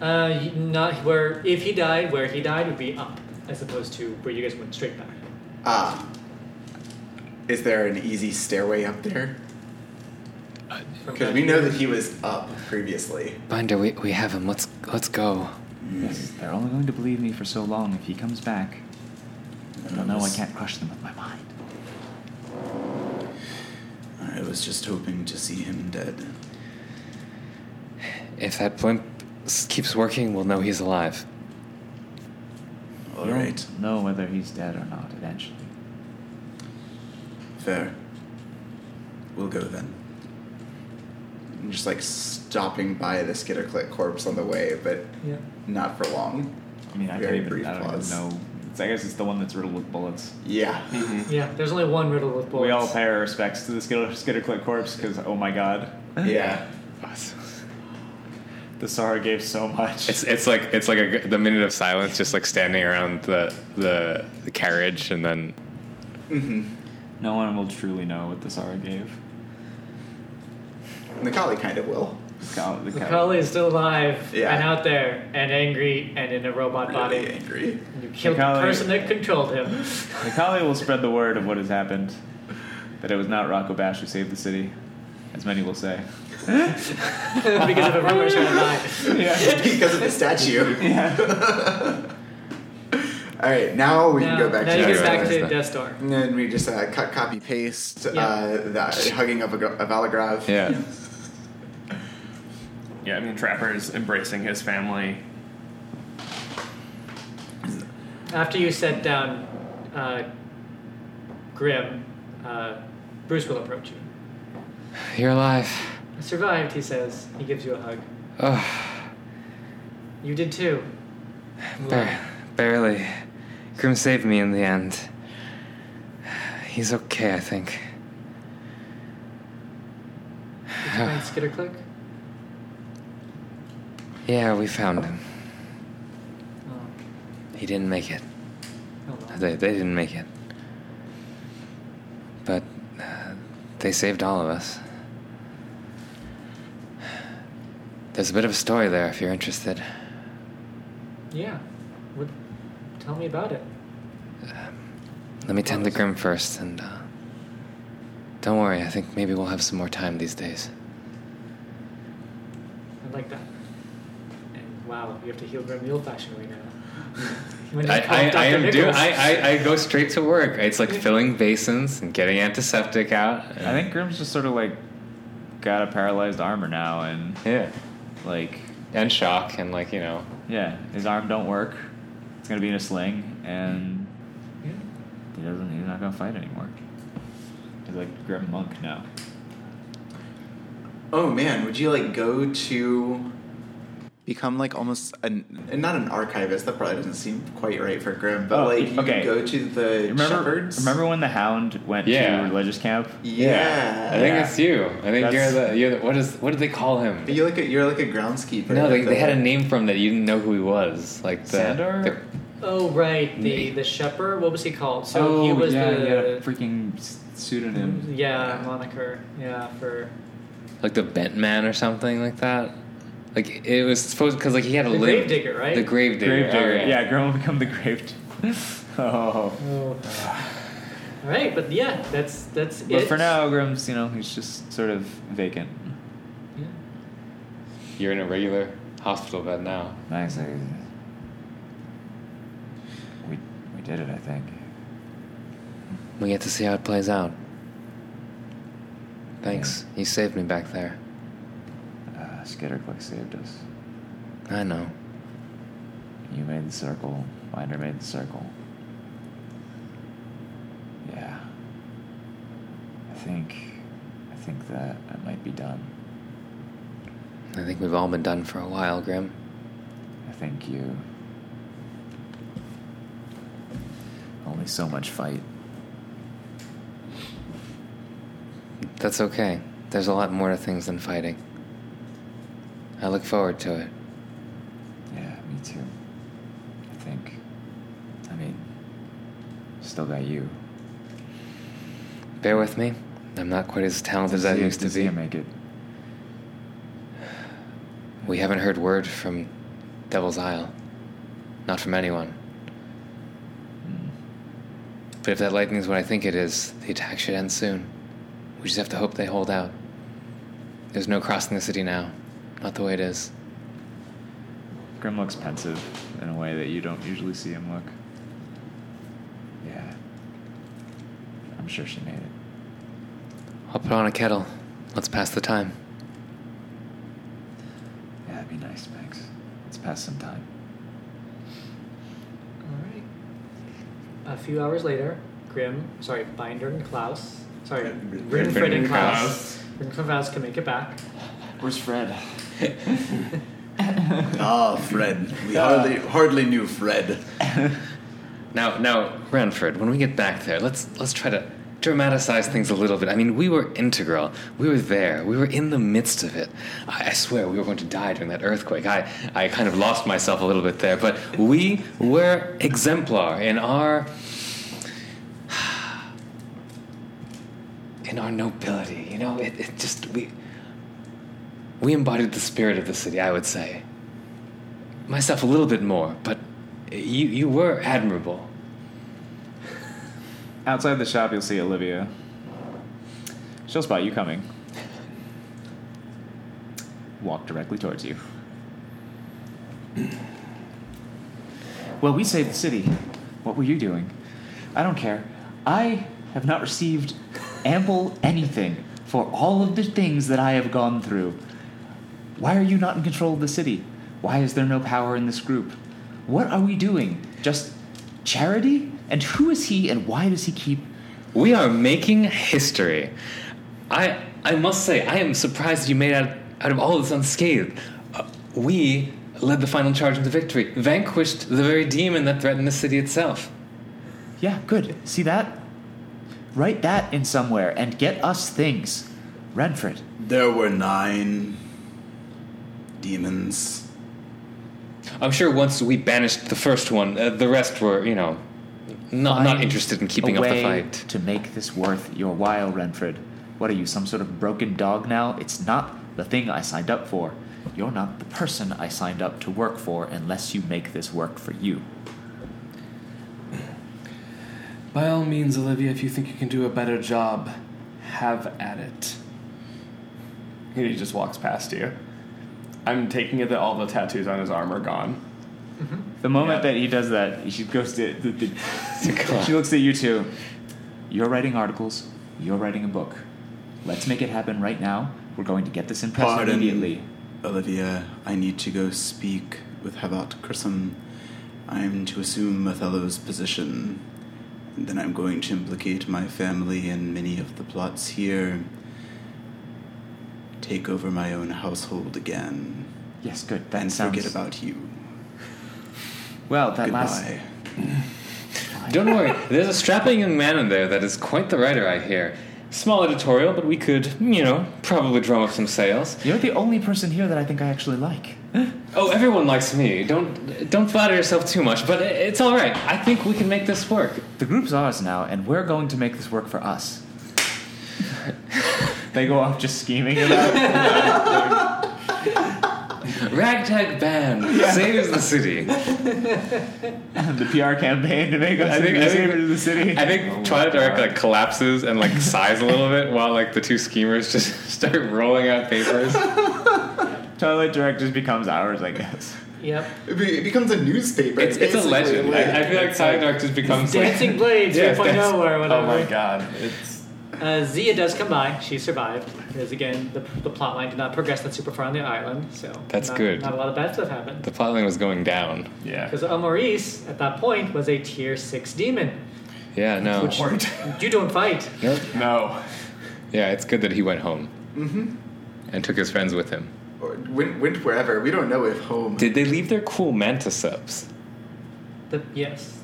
Speaker 1: Uh, y- not where if he died, where he died would be up, as opposed to where you guys went straight back.
Speaker 5: Ah. Is there an easy stairway up there? Because we know that he was up previously.
Speaker 4: Binder, we, we have him. Let's let's go.
Speaker 6: Yes, they're only going to believe me for so long. If he comes back, they'll know I can't crush them with my mind.
Speaker 8: I was just hoping to see him dead.
Speaker 4: If that blimp s- keeps working, we'll know he's alive.
Speaker 8: All
Speaker 6: You'll
Speaker 8: right.
Speaker 6: Know whether he's dead or not eventually.
Speaker 8: Fair.
Speaker 5: We'll go then. I'm just like stopping by the skitter click corpse on the way, but
Speaker 1: Yeah.
Speaker 5: not for long.
Speaker 6: I mean, I
Speaker 5: Very
Speaker 6: can't even.
Speaker 5: brief
Speaker 6: I don't
Speaker 5: pause.
Speaker 6: even know. It's, I guess it's the one that's riddled with bullets.
Speaker 5: Yeah.
Speaker 1: Yeah. There's only one riddle with bullets.
Speaker 6: We all pay our respects to the Skitter, Skitter Click corpse because oh my god,
Speaker 5: Yeah.
Speaker 6: the Sahara gave so much.
Speaker 4: It's it's like it's like a, g- the minute of silence, just like standing around the the, the carriage, and then
Speaker 5: Mm-hmm.
Speaker 6: No one will truly know what the Sahara gave.
Speaker 5: Nikali kind of will.
Speaker 6: Gal- the cat-
Speaker 1: Macaulay is still alive
Speaker 5: Yeah.
Speaker 1: and out there and angry and in a robot
Speaker 5: Really
Speaker 1: body.
Speaker 5: angry.
Speaker 1: You killed the
Speaker 6: Macaulay-
Speaker 1: person that controlled him.
Speaker 6: Nikali will spread the word of what has happened. That it was not Rocco Bash who saved the city, as many will say.
Speaker 1: because of a rumor she would die.
Speaker 6: Yeah.
Speaker 5: because of the statue.
Speaker 6: Yeah.
Speaker 5: All right, now we can
Speaker 1: Now-
Speaker 5: go back
Speaker 1: now
Speaker 5: to
Speaker 1: you get
Speaker 5: Death
Speaker 1: back
Speaker 5: Star.
Speaker 1: to Death Star.
Speaker 5: And then we just uh, cut, copy, paste
Speaker 1: Yeah.
Speaker 5: uh, that hugging of a, gr- of Alagrav.
Speaker 6: Yeah.
Speaker 7: Yeah, I mean, Trapper is embracing his family.
Speaker 1: After you set down uh, Grim, uh, Bruce will approach you.
Speaker 4: You're alive.
Speaker 1: I survived, he says. He gives you a hug.
Speaker 4: Oh,
Speaker 1: You did too.
Speaker 4: bar- barely. Grim saved me in the end. He's okay, I think.
Speaker 1: Did you find Skitter Click?
Speaker 4: Yeah, we found him.
Speaker 1: Oh,
Speaker 4: He didn't make it.
Speaker 1: hold on.
Speaker 4: They, they didn't make it. But uh, they saved all of us. There's a bit of a story there if you're interested.
Speaker 1: Yeah. What? Tell me about it.
Speaker 4: Let me tend to Grim first, and uh, don't worry, I think maybe we'll have some more time these days.
Speaker 1: I like that. And wow, you have to heal Grim the old-fashioned way now. When you
Speaker 4: I,
Speaker 1: call
Speaker 4: I,
Speaker 1: Dr.
Speaker 4: I am do
Speaker 1: Nichols.
Speaker 4: I, I, I go straight to work. It's like filling basins and getting antiseptic out.
Speaker 6: I think Grim's just sort of like got a paralyzed armor now, and
Speaker 4: Yeah.
Speaker 6: like
Speaker 4: And shock and like, you know.
Speaker 6: yeah, his arm don't work. It's gonna be in a sling, and
Speaker 1: Yeah.
Speaker 6: he doesn't. He's not gonna fight anymore. He's like Grim Monk now.
Speaker 5: Oh man, would you like go to become like almost an and not an archivist? That probably doesn't seem quite right for Grim, but
Speaker 6: Oh,
Speaker 5: like you
Speaker 6: okay.
Speaker 5: could go to the
Speaker 6: Remember,
Speaker 5: shepherds.
Speaker 6: remember when the Hound went
Speaker 4: Yeah.
Speaker 6: to religious camp?
Speaker 5: Yeah.
Speaker 4: I think
Speaker 6: Yeah.
Speaker 4: it's you. I think
Speaker 6: That's-
Speaker 4: you're the you're the, what is what did they call him?
Speaker 5: But you're like a, you're like a groundskeeper.
Speaker 4: No, they,
Speaker 5: at
Speaker 4: they
Speaker 5: the-
Speaker 4: had a name for him that you didn't know who he was. Like the,
Speaker 6: Sandor?
Speaker 4: the-
Speaker 1: Oh right, the
Speaker 4: Me.
Speaker 1: the shepherd. What was he called? So
Speaker 6: oh,
Speaker 1: he was
Speaker 6: yeah,
Speaker 1: the
Speaker 6: he had a freaking s- pseudonym.
Speaker 1: yeah moniker. Yeah, for
Speaker 4: like the Bentman or something like that. Like it was supposed because like he had a
Speaker 1: The
Speaker 4: limb.
Speaker 1: Gravedigger, right?
Speaker 4: The gravedigger.
Speaker 6: Gravedigger.
Speaker 4: alright.
Speaker 6: Yeah, Grim will become the grave. oh.
Speaker 1: oh. All right, but yeah, that's that's
Speaker 6: But
Speaker 1: it.
Speaker 6: for now, Grim's, you know, he's just sort of vacant.
Speaker 1: Yeah.
Speaker 4: You're in a regular hospital bed now.
Speaker 6: Nice. I, we, we did it, I think.
Speaker 4: We get to see how it plays out. Thanks. You saved me back there.
Speaker 6: Uh, Skitterclick saved us.
Speaker 4: I know.
Speaker 6: You made the circle. Winder made the circle. Yeah. I think. I think that I might be done.
Speaker 4: I think we've all been done for a while, Grim.
Speaker 6: I think you. Only so much fight.
Speaker 4: That's okay. There's a lot more to things than fighting. I look forward to it.
Speaker 6: Yeah, me too. I think. I mean, still got you.
Speaker 4: Bear with me. I'm not quite as talented as I
Speaker 6: See-
Speaker 4: used to
Speaker 6: see
Speaker 4: be.
Speaker 6: you make it.
Speaker 4: We haven't heard word from Devil's Isle. Not from anyone.
Speaker 6: Mm.
Speaker 4: But if that lightning is what I think it is, the attack should end soon. We just have to hope they hold out. There's no crossing the city now. Not the way it is.
Speaker 6: Grim looks pensive in a way that you don't usually see him look. Yeah. I'm sure she made it.
Speaker 4: I'll put on a kettle. Let's pass the time.
Speaker 6: Yeah, that'd be nice, Max. Let's pass some time.
Speaker 1: All right. A few hours later, Grim, sorry, Binder and Klaus, sorry,
Speaker 5: Grim-
Speaker 1: Rinfred and Klaus, Rinfred and Klaus can make it back.
Speaker 6: Where's Fred?
Speaker 8: Ah, Fred. We hardly hardly knew Fred.
Speaker 4: Now, now, Ranford, when we get back there, let's let's try to dramatize things a little bit. I mean, we were integral. We were there. We were in the midst of it. I, I swear, we were going to die during that earthquake. I I kind of lost myself a little bit there, but we were exemplar in our in our nobility. You know, it, it just we we embodied the spirit of the city. I would say myself a little bit more, but you you were admirable.
Speaker 6: Outside the shop, you'll see Olivia. She'll spot you coming. Walk directly towards you. Well, we saved the city.
Speaker 2: What were you doing? I don't care. I have not received ample anything for all of the things that I have gone through. Why are you not in control of the city? Why is there no power in this group? What are we doing? Just charity? And who is he and why does he keep.
Speaker 4: We are making history. I I must say I am surprised you made out out of all of this unscathed. Uh, we led the final charge into victory, vanquished the very demon that threatened the city itself.
Speaker 2: Yeah, good. See that? Write that in somewhere and get us things. Renfred.
Speaker 8: There were nine demons.
Speaker 4: I'm sure once we banished the first one, uh, the rest were, you know, not, not
Speaker 2: Find
Speaker 4: interested in keeping
Speaker 2: a
Speaker 4: up the
Speaker 2: way
Speaker 4: fight.
Speaker 2: To make this worth your while, Renfred. What are you, some sort of broken dog now? It's not the thing I signed up for. You're not the person I signed up to work for unless you make this work for you.
Speaker 3: By all means, Olivia, if you think you can do a better job, have at it.
Speaker 7: And he just walks past you. I'm taking it that all the tattoos on his arm are gone.
Speaker 6: The moment that he does that, she goes to. The, the, she looks at you two.
Speaker 2: You're writing articles, you're writing a book. Let's make it happen right now. We're going to get this in press
Speaker 8: Pardon,
Speaker 2: immediately.
Speaker 8: Olivia, I need to go speak with Havat Krisam. I'm to assume Othello's position. And then I'm going to implicate my family in many of the plots here. Take over my own household again.
Speaker 2: Yes, good.
Speaker 8: That and forget
Speaker 2: sounds-
Speaker 8: about you.
Speaker 2: Well, that
Speaker 8: Goodbye.
Speaker 2: last.
Speaker 4: Don't worry, there's a strapping young man in there that is quite the writer, I hear. Small editorial, but we could, you know, probably drum up some sales.
Speaker 2: You're the only person here that I think I actually like.
Speaker 4: Oh, everyone likes me. Don't don't flatter yourself too much, but i- it's all right. I think we can make this work.
Speaker 2: The group's ours now, and we're going to make this work for us.
Speaker 6: They go off just scheming about
Speaker 4: Ragtag band saves the city.
Speaker 6: the PR campaign to make us
Speaker 4: I think- I
Speaker 6: the
Speaker 4: think-
Speaker 6: savior of the city.
Speaker 4: I think Twilight Dark like collapses and like sighs a little bit while like the two schemers just start rolling out papers.
Speaker 6: Twilight Direct just becomes ours, I guess.
Speaker 1: Yep.
Speaker 5: It, be, it becomes a newspaper.
Speaker 4: It's, it's a
Speaker 5: basically.
Speaker 4: legend. I, I feel like Twilight Dark just becomes like,
Speaker 1: Dancing Blade
Speaker 4: Yeah,
Speaker 1: 3.0
Speaker 4: that's-
Speaker 1: or whatever.
Speaker 7: Oh my god. It's
Speaker 1: Uh, Zia does come by. She survived. Because again, the, the plot line did not progress that super far on the island, so
Speaker 4: That's
Speaker 1: not,
Speaker 4: good.
Speaker 1: Not a lot of bad stuff happened.
Speaker 4: the plotline was going down.
Speaker 7: yeah.
Speaker 1: Because Amoris at that point was a tier six demon.
Speaker 4: Yeah, no,
Speaker 1: You don't fight.
Speaker 4: Nope.
Speaker 7: No.
Speaker 4: Yeah, it's good that he went home Mm-hmm. and took his friends with him.
Speaker 5: Or went, went wherever. We don't know if home.
Speaker 4: Did they leave their cool manta subs?
Speaker 1: The, yes.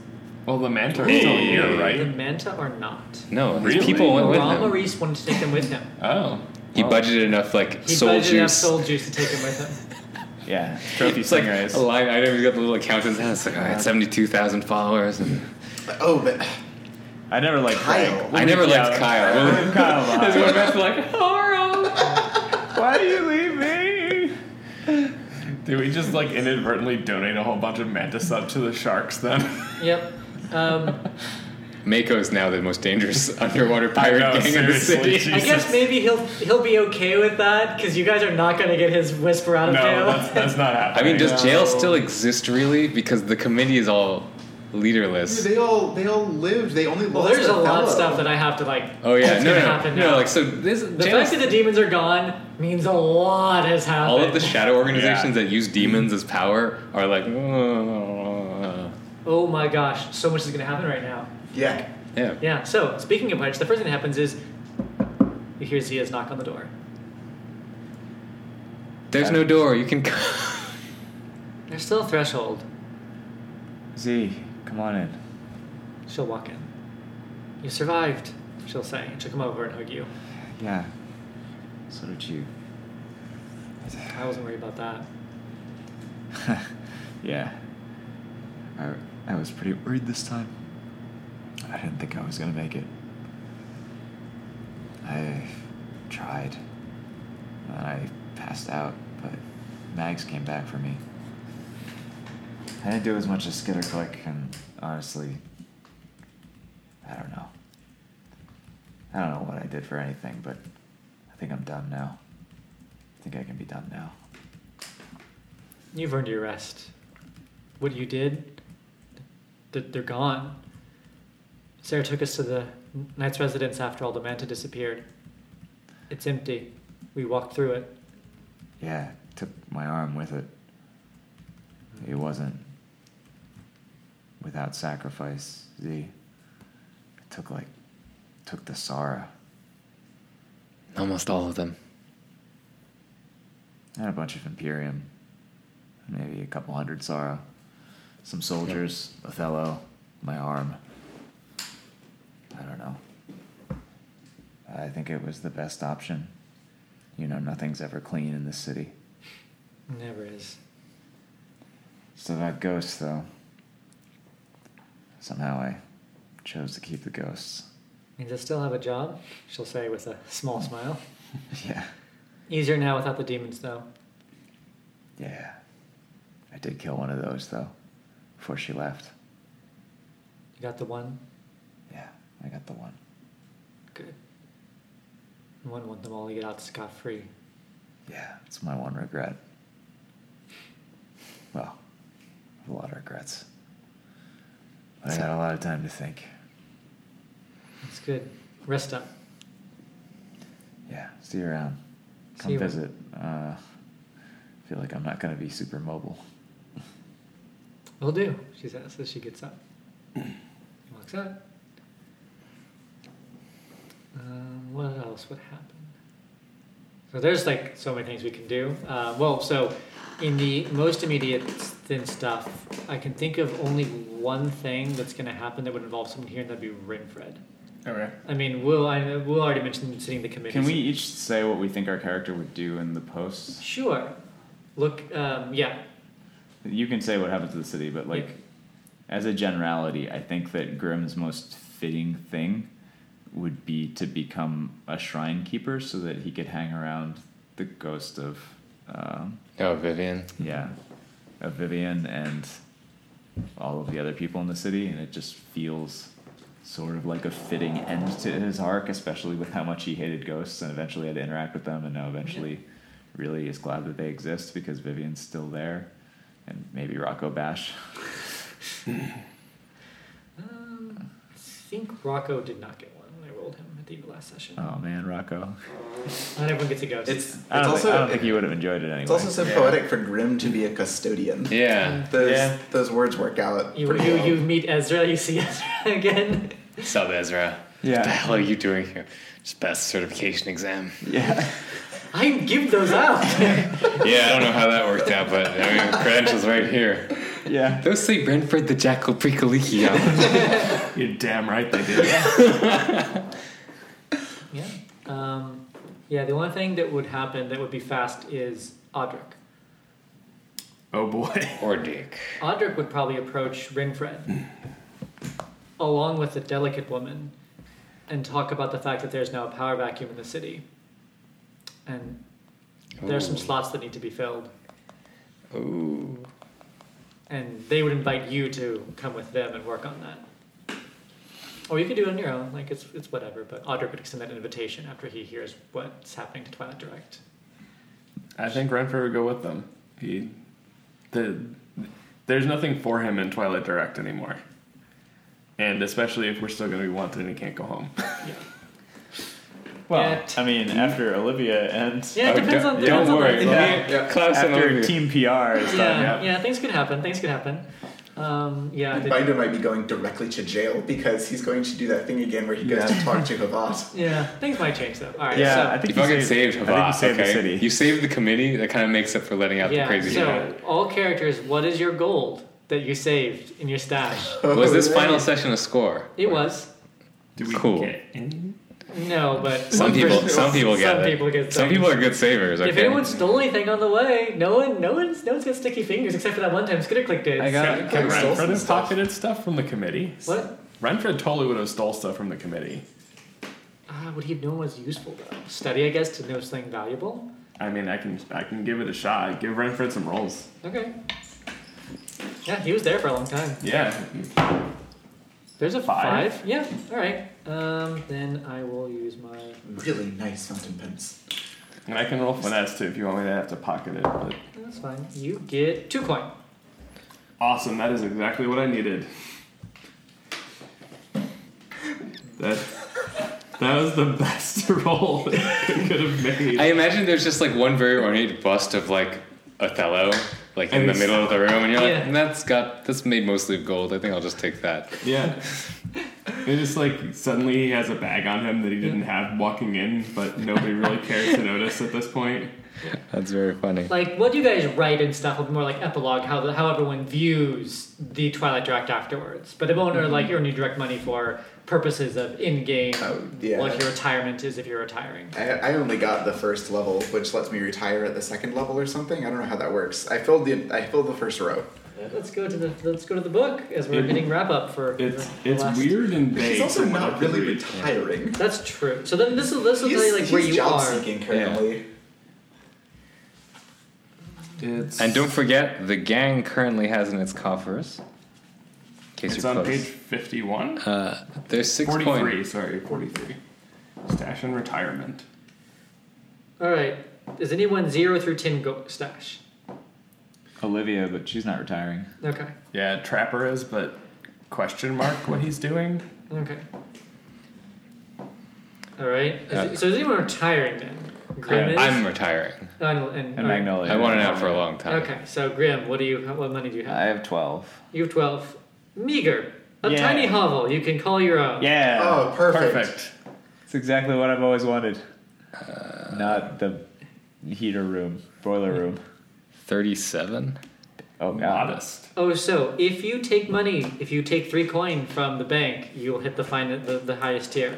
Speaker 7: Well, the mentor is still here,
Speaker 1: The
Speaker 7: right?
Speaker 1: Manta or not.
Speaker 4: No, his
Speaker 7: Really?
Speaker 4: people went with
Speaker 1: Ron
Speaker 4: him.
Speaker 1: Maurice wanted to take them with him.
Speaker 7: Oh.
Speaker 4: He budgeted enough like
Speaker 1: He
Speaker 4: soul
Speaker 1: budgeted enough
Speaker 4: juice.
Speaker 1: soul juice to take him with him.
Speaker 6: Yeah, trophy
Speaker 4: It's like
Speaker 6: stingrays.
Speaker 4: a line item. He's got the little accountant's hat. It's like "Oh, I had seventy-two thousand followers. And
Speaker 5: Oh, but
Speaker 6: I never liked
Speaker 5: Kyle.
Speaker 4: I never liked Kyle.
Speaker 6: Kyle.
Speaker 4: There's one ref like,
Speaker 6: Why do you leave me?
Speaker 7: Did we just like inadvertently donate a whole bunch of mantis up to the sharks then?
Speaker 1: Yep. Um,
Speaker 4: Mako's now the most dangerous underwater pirate
Speaker 7: know,
Speaker 4: gang in the
Speaker 7: seriously,
Speaker 4: city.
Speaker 1: I guess maybe he'll he'll be okay with that because you guys are not going to get his whisper out
Speaker 7: No,
Speaker 1: of jail.
Speaker 7: that's, that's not
Speaker 4: I
Speaker 7: happening.
Speaker 4: mean, does jail still exist really? Because the committee is all leaderless.
Speaker 5: they all they all lived. They only
Speaker 1: well,
Speaker 5: lost
Speaker 1: there's a lot of
Speaker 5: Othello.
Speaker 1: stuff that I have to like.
Speaker 4: Oh yeah,
Speaker 1: that's
Speaker 4: no,
Speaker 1: gonna
Speaker 4: no, no,
Speaker 1: happen now.
Speaker 4: Like so, this
Speaker 1: The
Speaker 4: jail.
Speaker 1: fact that the demons are gone means a lot has happened.
Speaker 4: all of the shadow organizations that use demons as power are like, "Oh."
Speaker 1: oh my gosh, so much is going to happen right now.
Speaker 5: Yeah.
Speaker 4: yeah.
Speaker 1: Yeah. So speaking of which, the first thing that happens is you hear Zia's knock on the door.
Speaker 4: There's no door. You can. c-
Speaker 1: There's still a threshold.
Speaker 6: Z, come on in.
Speaker 1: She'll walk in. You survived, she'll say. and She'll come over and hug you.
Speaker 6: Yeah. So did you.
Speaker 1: I wasn't worried about that.
Speaker 6: Yeah. I, I was pretty worried this time. I didn't think I was gonna make it. I tried. And I passed out, but Mags came back for me. I didn't do as much as Skitter Click, and honestly, I don't know. I don't know what I did for anything, but I think I'm done now. I think I can be done now.
Speaker 1: You've earned your rest. What you did they're, they're gone. Sarah took us to the knight's residence after all the manta disappeared. It's empty. We walked through it.
Speaker 6: Yeah, took my arm with it. It wasn't without sacrifice, Z. It took like took the Sara
Speaker 4: Almost all of them.
Speaker 6: and a bunch of Imperium, maybe a couple hundred Sara, some soldiers, Othello, my arm. I don't know. I think it was the best option. You know, nothing's ever clean in this city.
Speaker 1: Never is.
Speaker 6: So that ghost, though. Somehow I chose to keep the ghosts.
Speaker 1: Means I still have a job, she'll say with a small smile.
Speaker 6: yeah.
Speaker 1: Easier now without the demons, though.
Speaker 6: Yeah. I did kill one of those, though, before she left.
Speaker 1: You got the one?
Speaker 6: Yeah, I got the one.
Speaker 1: Good. I wouldn't want them all to get out scot free.
Speaker 6: Yeah, it's my one regret. Well, I have a lot of regrets. But I had a lot of time to think.
Speaker 1: It's good. Rest up.
Speaker 6: Yeah, see you around. Come
Speaker 1: See you.
Speaker 6: visit. Uh, I feel like I'm not going to be super mobile.
Speaker 1: Will do, she says as she gets up. Walks out. Um, what else would happen? So there's like so many things we can do. Uh, well, so in the most immediate thin stuff, I can think of only one thing that's going to happen that would involve someone here, and that'd be Rinfred.
Speaker 7: Okay.
Speaker 1: I mean, Will I Will already mentioned sitting the committee.
Speaker 6: Can we each say what we think our character would do in the posts?
Speaker 1: Sure. Look, um, yeah,
Speaker 6: You can say what happens to the city, but like, as a generality, I think that Grimm's most fitting thing would be to become a shrine keeper so that he could hang around the ghost of, um,
Speaker 4: Oh, Vivian.
Speaker 6: yeah, of Vivian and all of the other people in the city, and it just feels sort of like a fitting end to his arc, especially with how much he hated ghosts and eventually had to interact with them, and now eventually really is glad that they exist because Vivian's still there, and maybe Rocco Bash.
Speaker 1: Um, I think Rocco did not get one. I rolled him at the end of last session.
Speaker 6: Oh man, Rocco.
Speaker 1: Not everyone gets a ghost.
Speaker 5: It's, it's
Speaker 6: I don't,
Speaker 5: also
Speaker 6: think, I don't think you would have enjoyed it anyway.
Speaker 5: it's also so
Speaker 7: Yeah.
Speaker 5: poetic for Grim to be a custodian.
Speaker 9: Yeah.
Speaker 5: Those
Speaker 7: Yeah.
Speaker 5: those words work out
Speaker 1: you,
Speaker 5: pretty
Speaker 1: you,
Speaker 5: well.
Speaker 1: you meet Ezra, you see Ezra again.
Speaker 4: Sub Ezra. What the
Speaker 6: yeah.
Speaker 4: hell are you doing here? Just best certification exam.
Speaker 6: Yeah.
Speaker 1: I give those out.
Speaker 9: Yeah, I don't know how that worked out, but I mean, credentials right here.
Speaker 6: Yeah.
Speaker 4: Those say Renford the Jackal Precolicchio.
Speaker 7: You're damn right they did.
Speaker 1: yeah. Um, yeah, the only thing that would happen that would be fast is Audric.
Speaker 7: Oh boy.
Speaker 4: or Dick.
Speaker 1: Audric would probably approach Rinfred along with the delicate woman and talk about the fact that there's now a power vacuum in the city. And there are some
Speaker 4: Ooh.
Speaker 1: slots that need to be filled.
Speaker 4: Ooh.
Speaker 1: and they would invite you to come with them and work on that. Or you could do it on your own, like it's it's whatever. But Audric would extend that invitation after he hears what's happening to Twilight Direct.
Speaker 7: I think Renfrew would go with them. He, the, there's nothing for him in Twilight Direct anymore. And especially if we're still going to be wanted and he can't go home.
Speaker 6: Well,
Speaker 1: Yeah.
Speaker 6: I mean, after Olivia and
Speaker 1: Yeah, it
Speaker 9: Oh,
Speaker 1: depends
Speaker 9: don't-
Speaker 1: on.
Speaker 9: don't
Speaker 1: depends on
Speaker 9: worry,
Speaker 1: the-
Speaker 9: let
Speaker 1: yeah,
Speaker 9: me-
Speaker 5: Yeah.
Speaker 9: Class and
Speaker 6: after
Speaker 9: overview.
Speaker 6: Team PR is done.
Speaker 1: yeah, yeah, things could happen. Things could happen. Um, yeah,
Speaker 5: And
Speaker 1: the-
Speaker 5: Binder might be going directly to jail because he's going to do that thing again where he goes to talk to Havat.
Speaker 1: yeah, things might change though. All right,
Speaker 6: Yeah,
Speaker 1: so,
Speaker 6: I think
Speaker 4: You
Speaker 6: he
Speaker 4: fucking saved,
Speaker 6: saved,
Speaker 4: Havas.
Speaker 6: I think he saved
Speaker 4: okay?
Speaker 6: the city.
Speaker 4: You saved the committee. That kind of makes up for letting out
Speaker 1: yeah.
Speaker 4: the crazy
Speaker 1: so all characters, what is your gold that you saved in your stash?
Speaker 4: shit. Was this final session a score?
Speaker 1: It was
Speaker 7: Do we
Speaker 4: Cool.
Speaker 7: get any?
Speaker 1: no, but
Speaker 4: Some
Speaker 1: one
Speaker 4: people,
Speaker 1: person-
Speaker 4: some people get
Speaker 1: some
Speaker 4: it.
Speaker 1: people get
Speaker 4: some
Speaker 1: some.
Speaker 4: people are good savers. Okay.
Speaker 1: If anyone stole anything on the way, no one, no one's, no one's got sticky fingers except for that one time Skitterclick did.
Speaker 6: I got.
Speaker 7: Can
Speaker 5: stole
Speaker 7: Renfrew
Speaker 5: some
Speaker 7: have
Speaker 5: stuff.
Speaker 7: pocketed stuff from the committee?
Speaker 1: what?
Speaker 7: Renfrew totally would have stole stuff from the committee.
Speaker 1: Uh, would he have known was useful though? Study, I guess, to know something valuable.
Speaker 7: I mean, I can I can give it a shot. Give Renfrew some rolls.
Speaker 1: Okay. Yeah, he was there for a long time.
Speaker 7: Yeah.
Speaker 1: There's a
Speaker 7: Five?
Speaker 1: five. Yeah. All right. Um, then I will use my.
Speaker 5: Really nice fountain pens.
Speaker 7: And I can roll finesse too if you want me to have to pocket it. But
Speaker 1: That's fine. You get two coin.
Speaker 7: awesome, that is exactly what I needed. That that was the best roll that I could have made.
Speaker 4: I imagine there's just like one very ornate bust of like Othello, like in
Speaker 7: And
Speaker 4: the
Speaker 7: it's-
Speaker 4: middle of the room, and you're like,
Speaker 1: Yeah.
Speaker 4: that's got that's made mostly of gold. I think I'll just take that.
Speaker 7: yeah. It just like suddenly he has a bag on him that he didn't have walking in, but nobody really cares to notice at this point.
Speaker 4: That's very funny.
Speaker 1: Like, what do you guys write and stuff will be more like epilogue, how, the, how everyone views the Twilight Direct afterwards. But it won't earn, like, earn you direct money for purposes of in-game,
Speaker 5: Oh, yeah.
Speaker 1: like your retirement is if you're retiring.
Speaker 5: I, I only got the first level, which lets me retire at the second level or something. I don't know how that works. I filled the I filled the first row.
Speaker 1: Uh, Let's go to the let's go to the book as we're
Speaker 7: It-
Speaker 1: hitting wrap up for
Speaker 7: It's
Speaker 1: the
Speaker 7: it's
Speaker 1: last-
Speaker 7: weird and vague.
Speaker 5: He's also
Speaker 7: from what I
Speaker 5: not
Speaker 7: could
Speaker 5: really
Speaker 7: read.
Speaker 5: retiring.
Speaker 1: That's true. So then this will this will
Speaker 5: He's,
Speaker 1: tell you like where
Speaker 5: he's
Speaker 1: you
Speaker 5: job
Speaker 1: are.
Speaker 5: seeking currently.
Speaker 7: It's
Speaker 4: And don't forget, the gang currently has in its coffers. In case
Speaker 7: it's
Speaker 4: you're
Speaker 7: on
Speaker 4: close.
Speaker 7: page fifty one.
Speaker 4: Uh, there's six
Speaker 7: Forty
Speaker 4: point.
Speaker 7: three, sorry, forty three. Stash and retirement.
Speaker 1: All right. Is anyone zero through ten go- stash?
Speaker 6: Olivia, but she's not retiring.
Speaker 1: Okay.
Speaker 7: Yeah, Trapper is, but question mark what he's doing.
Speaker 1: Okay. All right. Is- so is anyone retiring then? Grim is.
Speaker 4: I'm retiring.
Speaker 1: Oh, and, and,
Speaker 6: And
Speaker 1: all right.
Speaker 6: Magnolia.
Speaker 4: I wanted out for a long time.
Speaker 1: Okay. So Grim, what do you? What money do you have?
Speaker 6: I have twelve.
Speaker 1: you have twelve. Meager. A
Speaker 6: Yeah.
Speaker 1: tiny hovel you can call your own.
Speaker 6: Yeah.
Speaker 5: Oh, perfect.
Speaker 6: It's exactly what I've always wanted.
Speaker 5: Uh,
Speaker 6: Not the heater room, boiler room.
Speaker 4: Thirty-seven.
Speaker 6: Oh god.
Speaker 7: Modest.
Speaker 1: Oh, so if you take money, if you take three coin from the bank, you'll hit the fine the, the highest tier.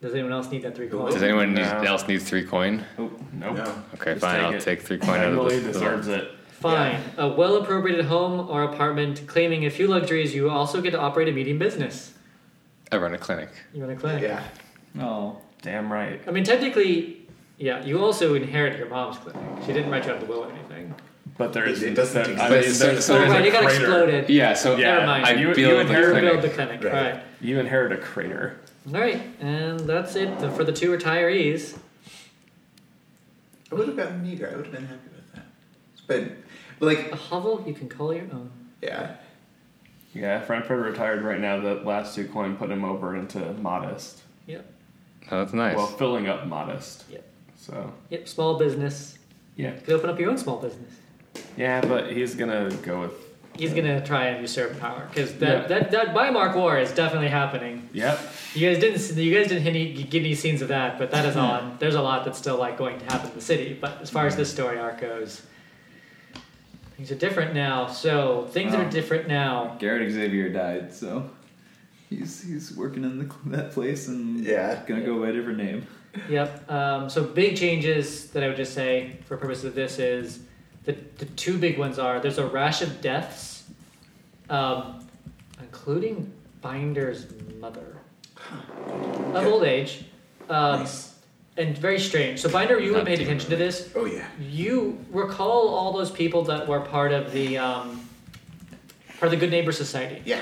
Speaker 1: Does anyone else need that three coin?
Speaker 4: Does anyone need,
Speaker 7: No.
Speaker 4: else need three coin?
Speaker 7: Nope.
Speaker 5: No.
Speaker 4: Okay,
Speaker 7: Just
Speaker 4: fine.
Speaker 7: take
Speaker 4: I'll
Speaker 7: it.
Speaker 4: take three coin out of
Speaker 7: Emily
Speaker 4: the.
Speaker 7: deserves it.
Speaker 1: Fine. A well appropriated home or apartment, claiming a few luxuries, you also get to operate a medium business.
Speaker 4: I run a clinic.
Speaker 1: You want to claim?
Speaker 5: Yeah.
Speaker 6: Oh.
Speaker 7: Damn right.
Speaker 1: I mean, technically, yeah, you also inherit your mom's clinic. She didn't write you out the will or anything.
Speaker 7: But there
Speaker 5: It-
Speaker 7: is
Speaker 5: it doesn't
Speaker 7: there-
Speaker 5: exist.
Speaker 7: I mean,
Speaker 4: But so-
Speaker 7: there's-
Speaker 4: so
Speaker 1: oh,
Speaker 7: there's
Speaker 1: right,
Speaker 7: a
Speaker 1: it got
Speaker 7: crater.
Speaker 1: exploded.
Speaker 4: Yeah. So
Speaker 1: Never
Speaker 7: Yeah,
Speaker 1: mind.
Speaker 4: I
Speaker 7: you,
Speaker 4: build
Speaker 7: you
Speaker 4: the
Speaker 1: You
Speaker 7: inherit
Speaker 4: clinic.
Speaker 1: build the clinic,
Speaker 5: Right.
Speaker 1: right.
Speaker 7: you inherit a crater.
Speaker 1: All right, and that's it for the two retirees.
Speaker 5: I would have gotten meager. I would have been happy with that. But, but like,
Speaker 1: A hovel you can call your own.
Speaker 5: yeah.
Speaker 7: Yeah, Frankfurt retired right now. That last two coin put him over into modest.
Speaker 1: Yep.
Speaker 4: Oh, that's nice.
Speaker 7: Well, filling up modest.
Speaker 1: Yep.
Speaker 7: So
Speaker 1: Yep, small business.
Speaker 7: yeah,
Speaker 1: You could open up your own small business.
Speaker 7: yeah, but he's gonna go with.
Speaker 1: He's gonna try and usurp power because that,
Speaker 7: Yeah.
Speaker 1: that that Bymark war is definitely happening.
Speaker 7: Yep.
Speaker 1: You guys didn't see- you guys didn't hit any, get any scenes of that, but that is on. There's a lot that's still like going to happen in the city. But as far as this story arc goes, things are different now. So things that are
Speaker 6: Wow.
Speaker 1: different now.
Speaker 6: Garrett Xavier died, so he's he's working in the, that place and
Speaker 5: Yeah.
Speaker 6: gonna go by a different name.
Speaker 1: Yep. Um, so big changes that I would just say for purposes of this is the, the two big ones are there's a rash of deaths, um, including Binder's mother of old age, um,
Speaker 5: nice.
Speaker 1: and very strange. So Binder, you would have
Speaker 4: Not
Speaker 1: paid
Speaker 4: demon
Speaker 1: attention to this.
Speaker 5: Oh yeah.
Speaker 1: You recall all those people that were part of the um, part of the Good Neighbor Society.
Speaker 5: Yeah.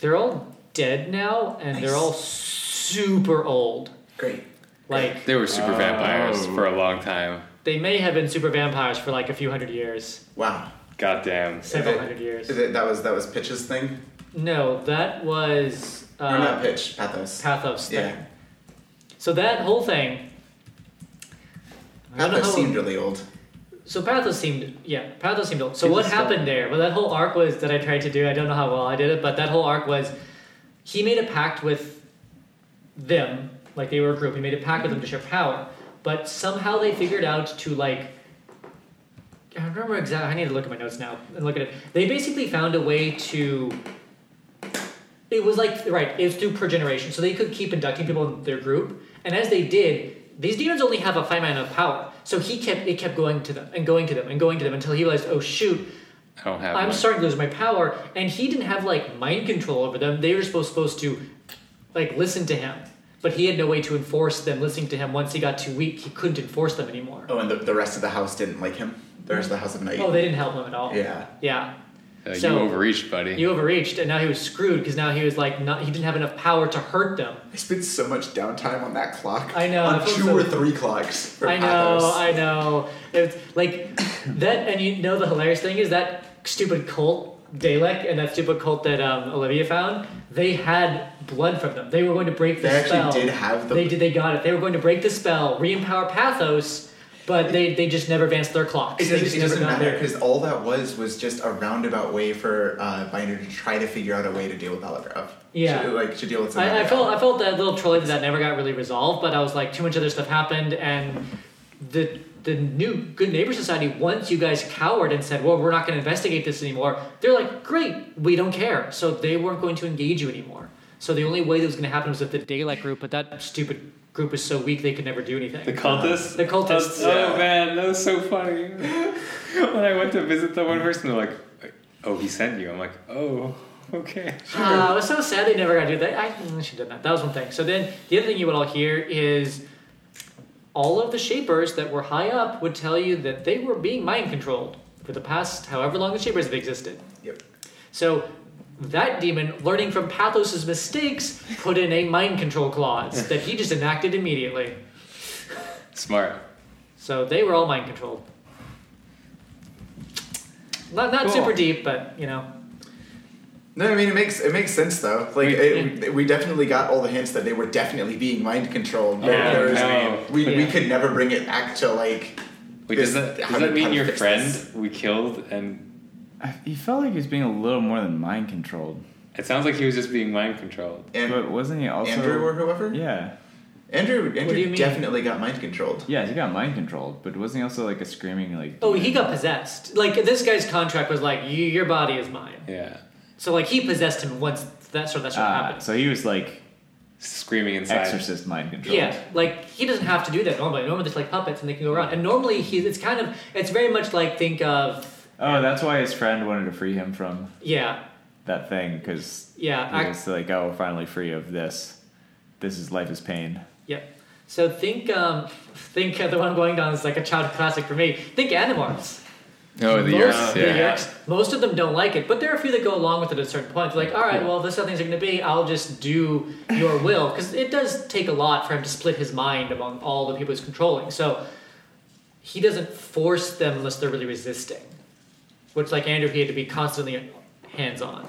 Speaker 1: They're all dead now, and they're
Speaker 5: Nice.
Speaker 1: all super old.
Speaker 5: Great.
Speaker 1: Like
Speaker 4: they were
Speaker 9: oh.
Speaker 4: super vampires for a long time.
Speaker 1: They may have been super vampires for like a few hundred years,
Speaker 5: Wow.
Speaker 4: Goddamn.
Speaker 1: several
Speaker 5: it-
Speaker 1: hundred years.
Speaker 5: Is it- that was that was Pitch's thing?
Speaker 1: No, that was
Speaker 5: or not
Speaker 1: uh,
Speaker 5: Pitch, Pathos.
Speaker 1: Pathos thing.
Speaker 5: yeah.
Speaker 1: So that whole thing. I don't know
Speaker 5: Pathos
Speaker 1: how-
Speaker 5: seemed really old.
Speaker 1: so Pathos seemed yeah Pathos seemed old. So
Speaker 6: He
Speaker 1: what
Speaker 6: was
Speaker 1: happened
Speaker 6: stuck.
Speaker 1: there? Well, that whole arc was that I tried to do. I don't know how well I did it, but that whole arc was he made a pact with them, like they were a group. He made a pact with them to share power, but somehow they figured out to like. I don't remember exactly. I need to look at my notes now and look at it. They basically found a way to. It was like right. It was through per generation, so they could keep inducting people in their group. And as they did, these demons only have a finite amount of power. So he kept it kept going to them and going to them and going to them until he realized, oh shoot,
Speaker 4: I don't have.
Speaker 1: I'm
Speaker 4: much.
Speaker 1: starting to lose my power, and he didn't have like mind control over them. They were supposed supposed to like listen to him, but he had no way to enforce them listening to him. Once he got too weak, he couldn't enforce them anymore.
Speaker 5: Oh, and the, the rest of the house didn't like him. The rest of the house of night.
Speaker 1: Oh, they didn't help him at all.
Speaker 5: yeah.
Speaker 1: yeah.
Speaker 4: Uh,
Speaker 1: so-
Speaker 4: you overreached, buddy.
Speaker 1: You overreached, and now he was screwed because now he was like not. He didn't have enough power to hurt them.
Speaker 5: I spent so much downtime on that clock.
Speaker 1: I know,
Speaker 5: On
Speaker 1: I felt
Speaker 5: two
Speaker 1: so-
Speaker 5: or three clocks. For
Speaker 1: I know,
Speaker 5: Pathos.
Speaker 1: I know. It's like that, and you know the hilarious thing is that stupid cult Dalek and that stupid cult that um, Olivia found, they had blood from them. They were going to break the
Speaker 5: They actually
Speaker 1: spell.
Speaker 5: did have the-
Speaker 1: They did. They got it. They were going to break the spell, re-empower Pathos, but they, they just never advanced their clocks.
Speaker 5: It
Speaker 1: They
Speaker 5: doesn't,
Speaker 1: just
Speaker 5: it
Speaker 1: never
Speaker 5: doesn't
Speaker 1: got
Speaker 5: matter
Speaker 1: there.
Speaker 5: because all that was was just a roundabout way for uh, Binder to try to figure out a way to deal with Alagraph.
Speaker 1: Yeah.
Speaker 5: To, like to deal with.
Speaker 1: I, I
Speaker 5: Zemaria.
Speaker 1: felt I felt that little trolley that never got really resolved, but I was like, too much other stuff happened, and the the new Good Neighbor Society. Once you guys cowered and said, "Well, we're not going to investigate this anymore," they're like, "Great, we don't care." So they weren't going to engage you anymore. So the only way that was going to happen was with the Daylight group, but that stupid group was so weak they could never do anything.
Speaker 9: The cultists?
Speaker 1: The cultists.
Speaker 9: Oh man, that was so funny. when I went to visit the one
Speaker 4: Mm-hmm.
Speaker 9: person, they're like, oh, he sent you. I'm like, oh, okay.
Speaker 1: Uh, it was so sad they never got to do that. I mm, should have done that. That was one thing. So then the other thing you would all hear is all of the shapers that were high up would tell you that they were being mind controlled for the past however long the shapers have existed.
Speaker 5: Yep.
Speaker 1: So that demon, learning from Pathos's mistakes, put in a mind control clause that he just enacted immediately.
Speaker 9: Smart.
Speaker 1: So they were all mind controlled. Not, not
Speaker 9: Cool.
Speaker 1: super deep, but you know.
Speaker 5: No, I mean it makes it makes sense though. Like it, we definitely got all the hints that they were definitely being mind controlled. but
Speaker 9: Yeah,
Speaker 5: there was-
Speaker 9: no.
Speaker 5: we, we
Speaker 1: Yeah.
Speaker 5: could never bring it back to like.
Speaker 9: Wait,
Speaker 5: this-
Speaker 9: does that,
Speaker 5: how
Speaker 9: does
Speaker 5: to-
Speaker 9: that
Speaker 5: how
Speaker 9: mean
Speaker 5: to
Speaker 9: your
Speaker 5: fix
Speaker 9: friend
Speaker 5: this.
Speaker 9: we killed and
Speaker 6: I, he felt like he was being a little more than mind controlled.
Speaker 9: it sounds like he was just being mind controlled.
Speaker 5: and
Speaker 6: but wasn't he also
Speaker 5: Andrew or whoever?
Speaker 6: Yeah,
Speaker 5: Andrew Andrew
Speaker 1: do you mean?
Speaker 5: definitely got mind controlled.
Speaker 6: yeah, he got mind controlled, but wasn't he also like a screaming like?
Speaker 1: Oh, he got possessed. Like this guy's contract was like, "Y- "Your body is mine."
Speaker 9: Yeah.
Speaker 1: So like he possessed him once that sort of that sort of
Speaker 6: Ah,
Speaker 1: happened.
Speaker 6: so he was like
Speaker 9: Screaming inside.
Speaker 6: exorcist mind controlled.
Speaker 1: Yeah, like he doesn't have to do that normally. Normally, there's like puppets and they can go around. And normally, he it's kind of it's very much like think of
Speaker 6: Oh, that's why his friend wanted to free him from
Speaker 1: yeah,
Speaker 6: that thing because
Speaker 1: yeah,
Speaker 6: he
Speaker 1: ac-
Speaker 6: was like, "Oh, we're finally free of this. This is life is pain."
Speaker 1: yeah. So think um think uh, the one going down is like a child classic for me. Think Animorphs.
Speaker 4: Oh, the
Speaker 1: most,
Speaker 4: Yerks, yeah.
Speaker 1: the Yerks, most of them don't like it, but there are a few that go along with it at a certain point. They're like, all right, well, this is how things are going to be. I'll just do your will. Because it does take a lot for him to split his mind among all the people he's controlling. So he doesn't force them unless they're really resisting, which, like Andrew, he had to be constantly hands on.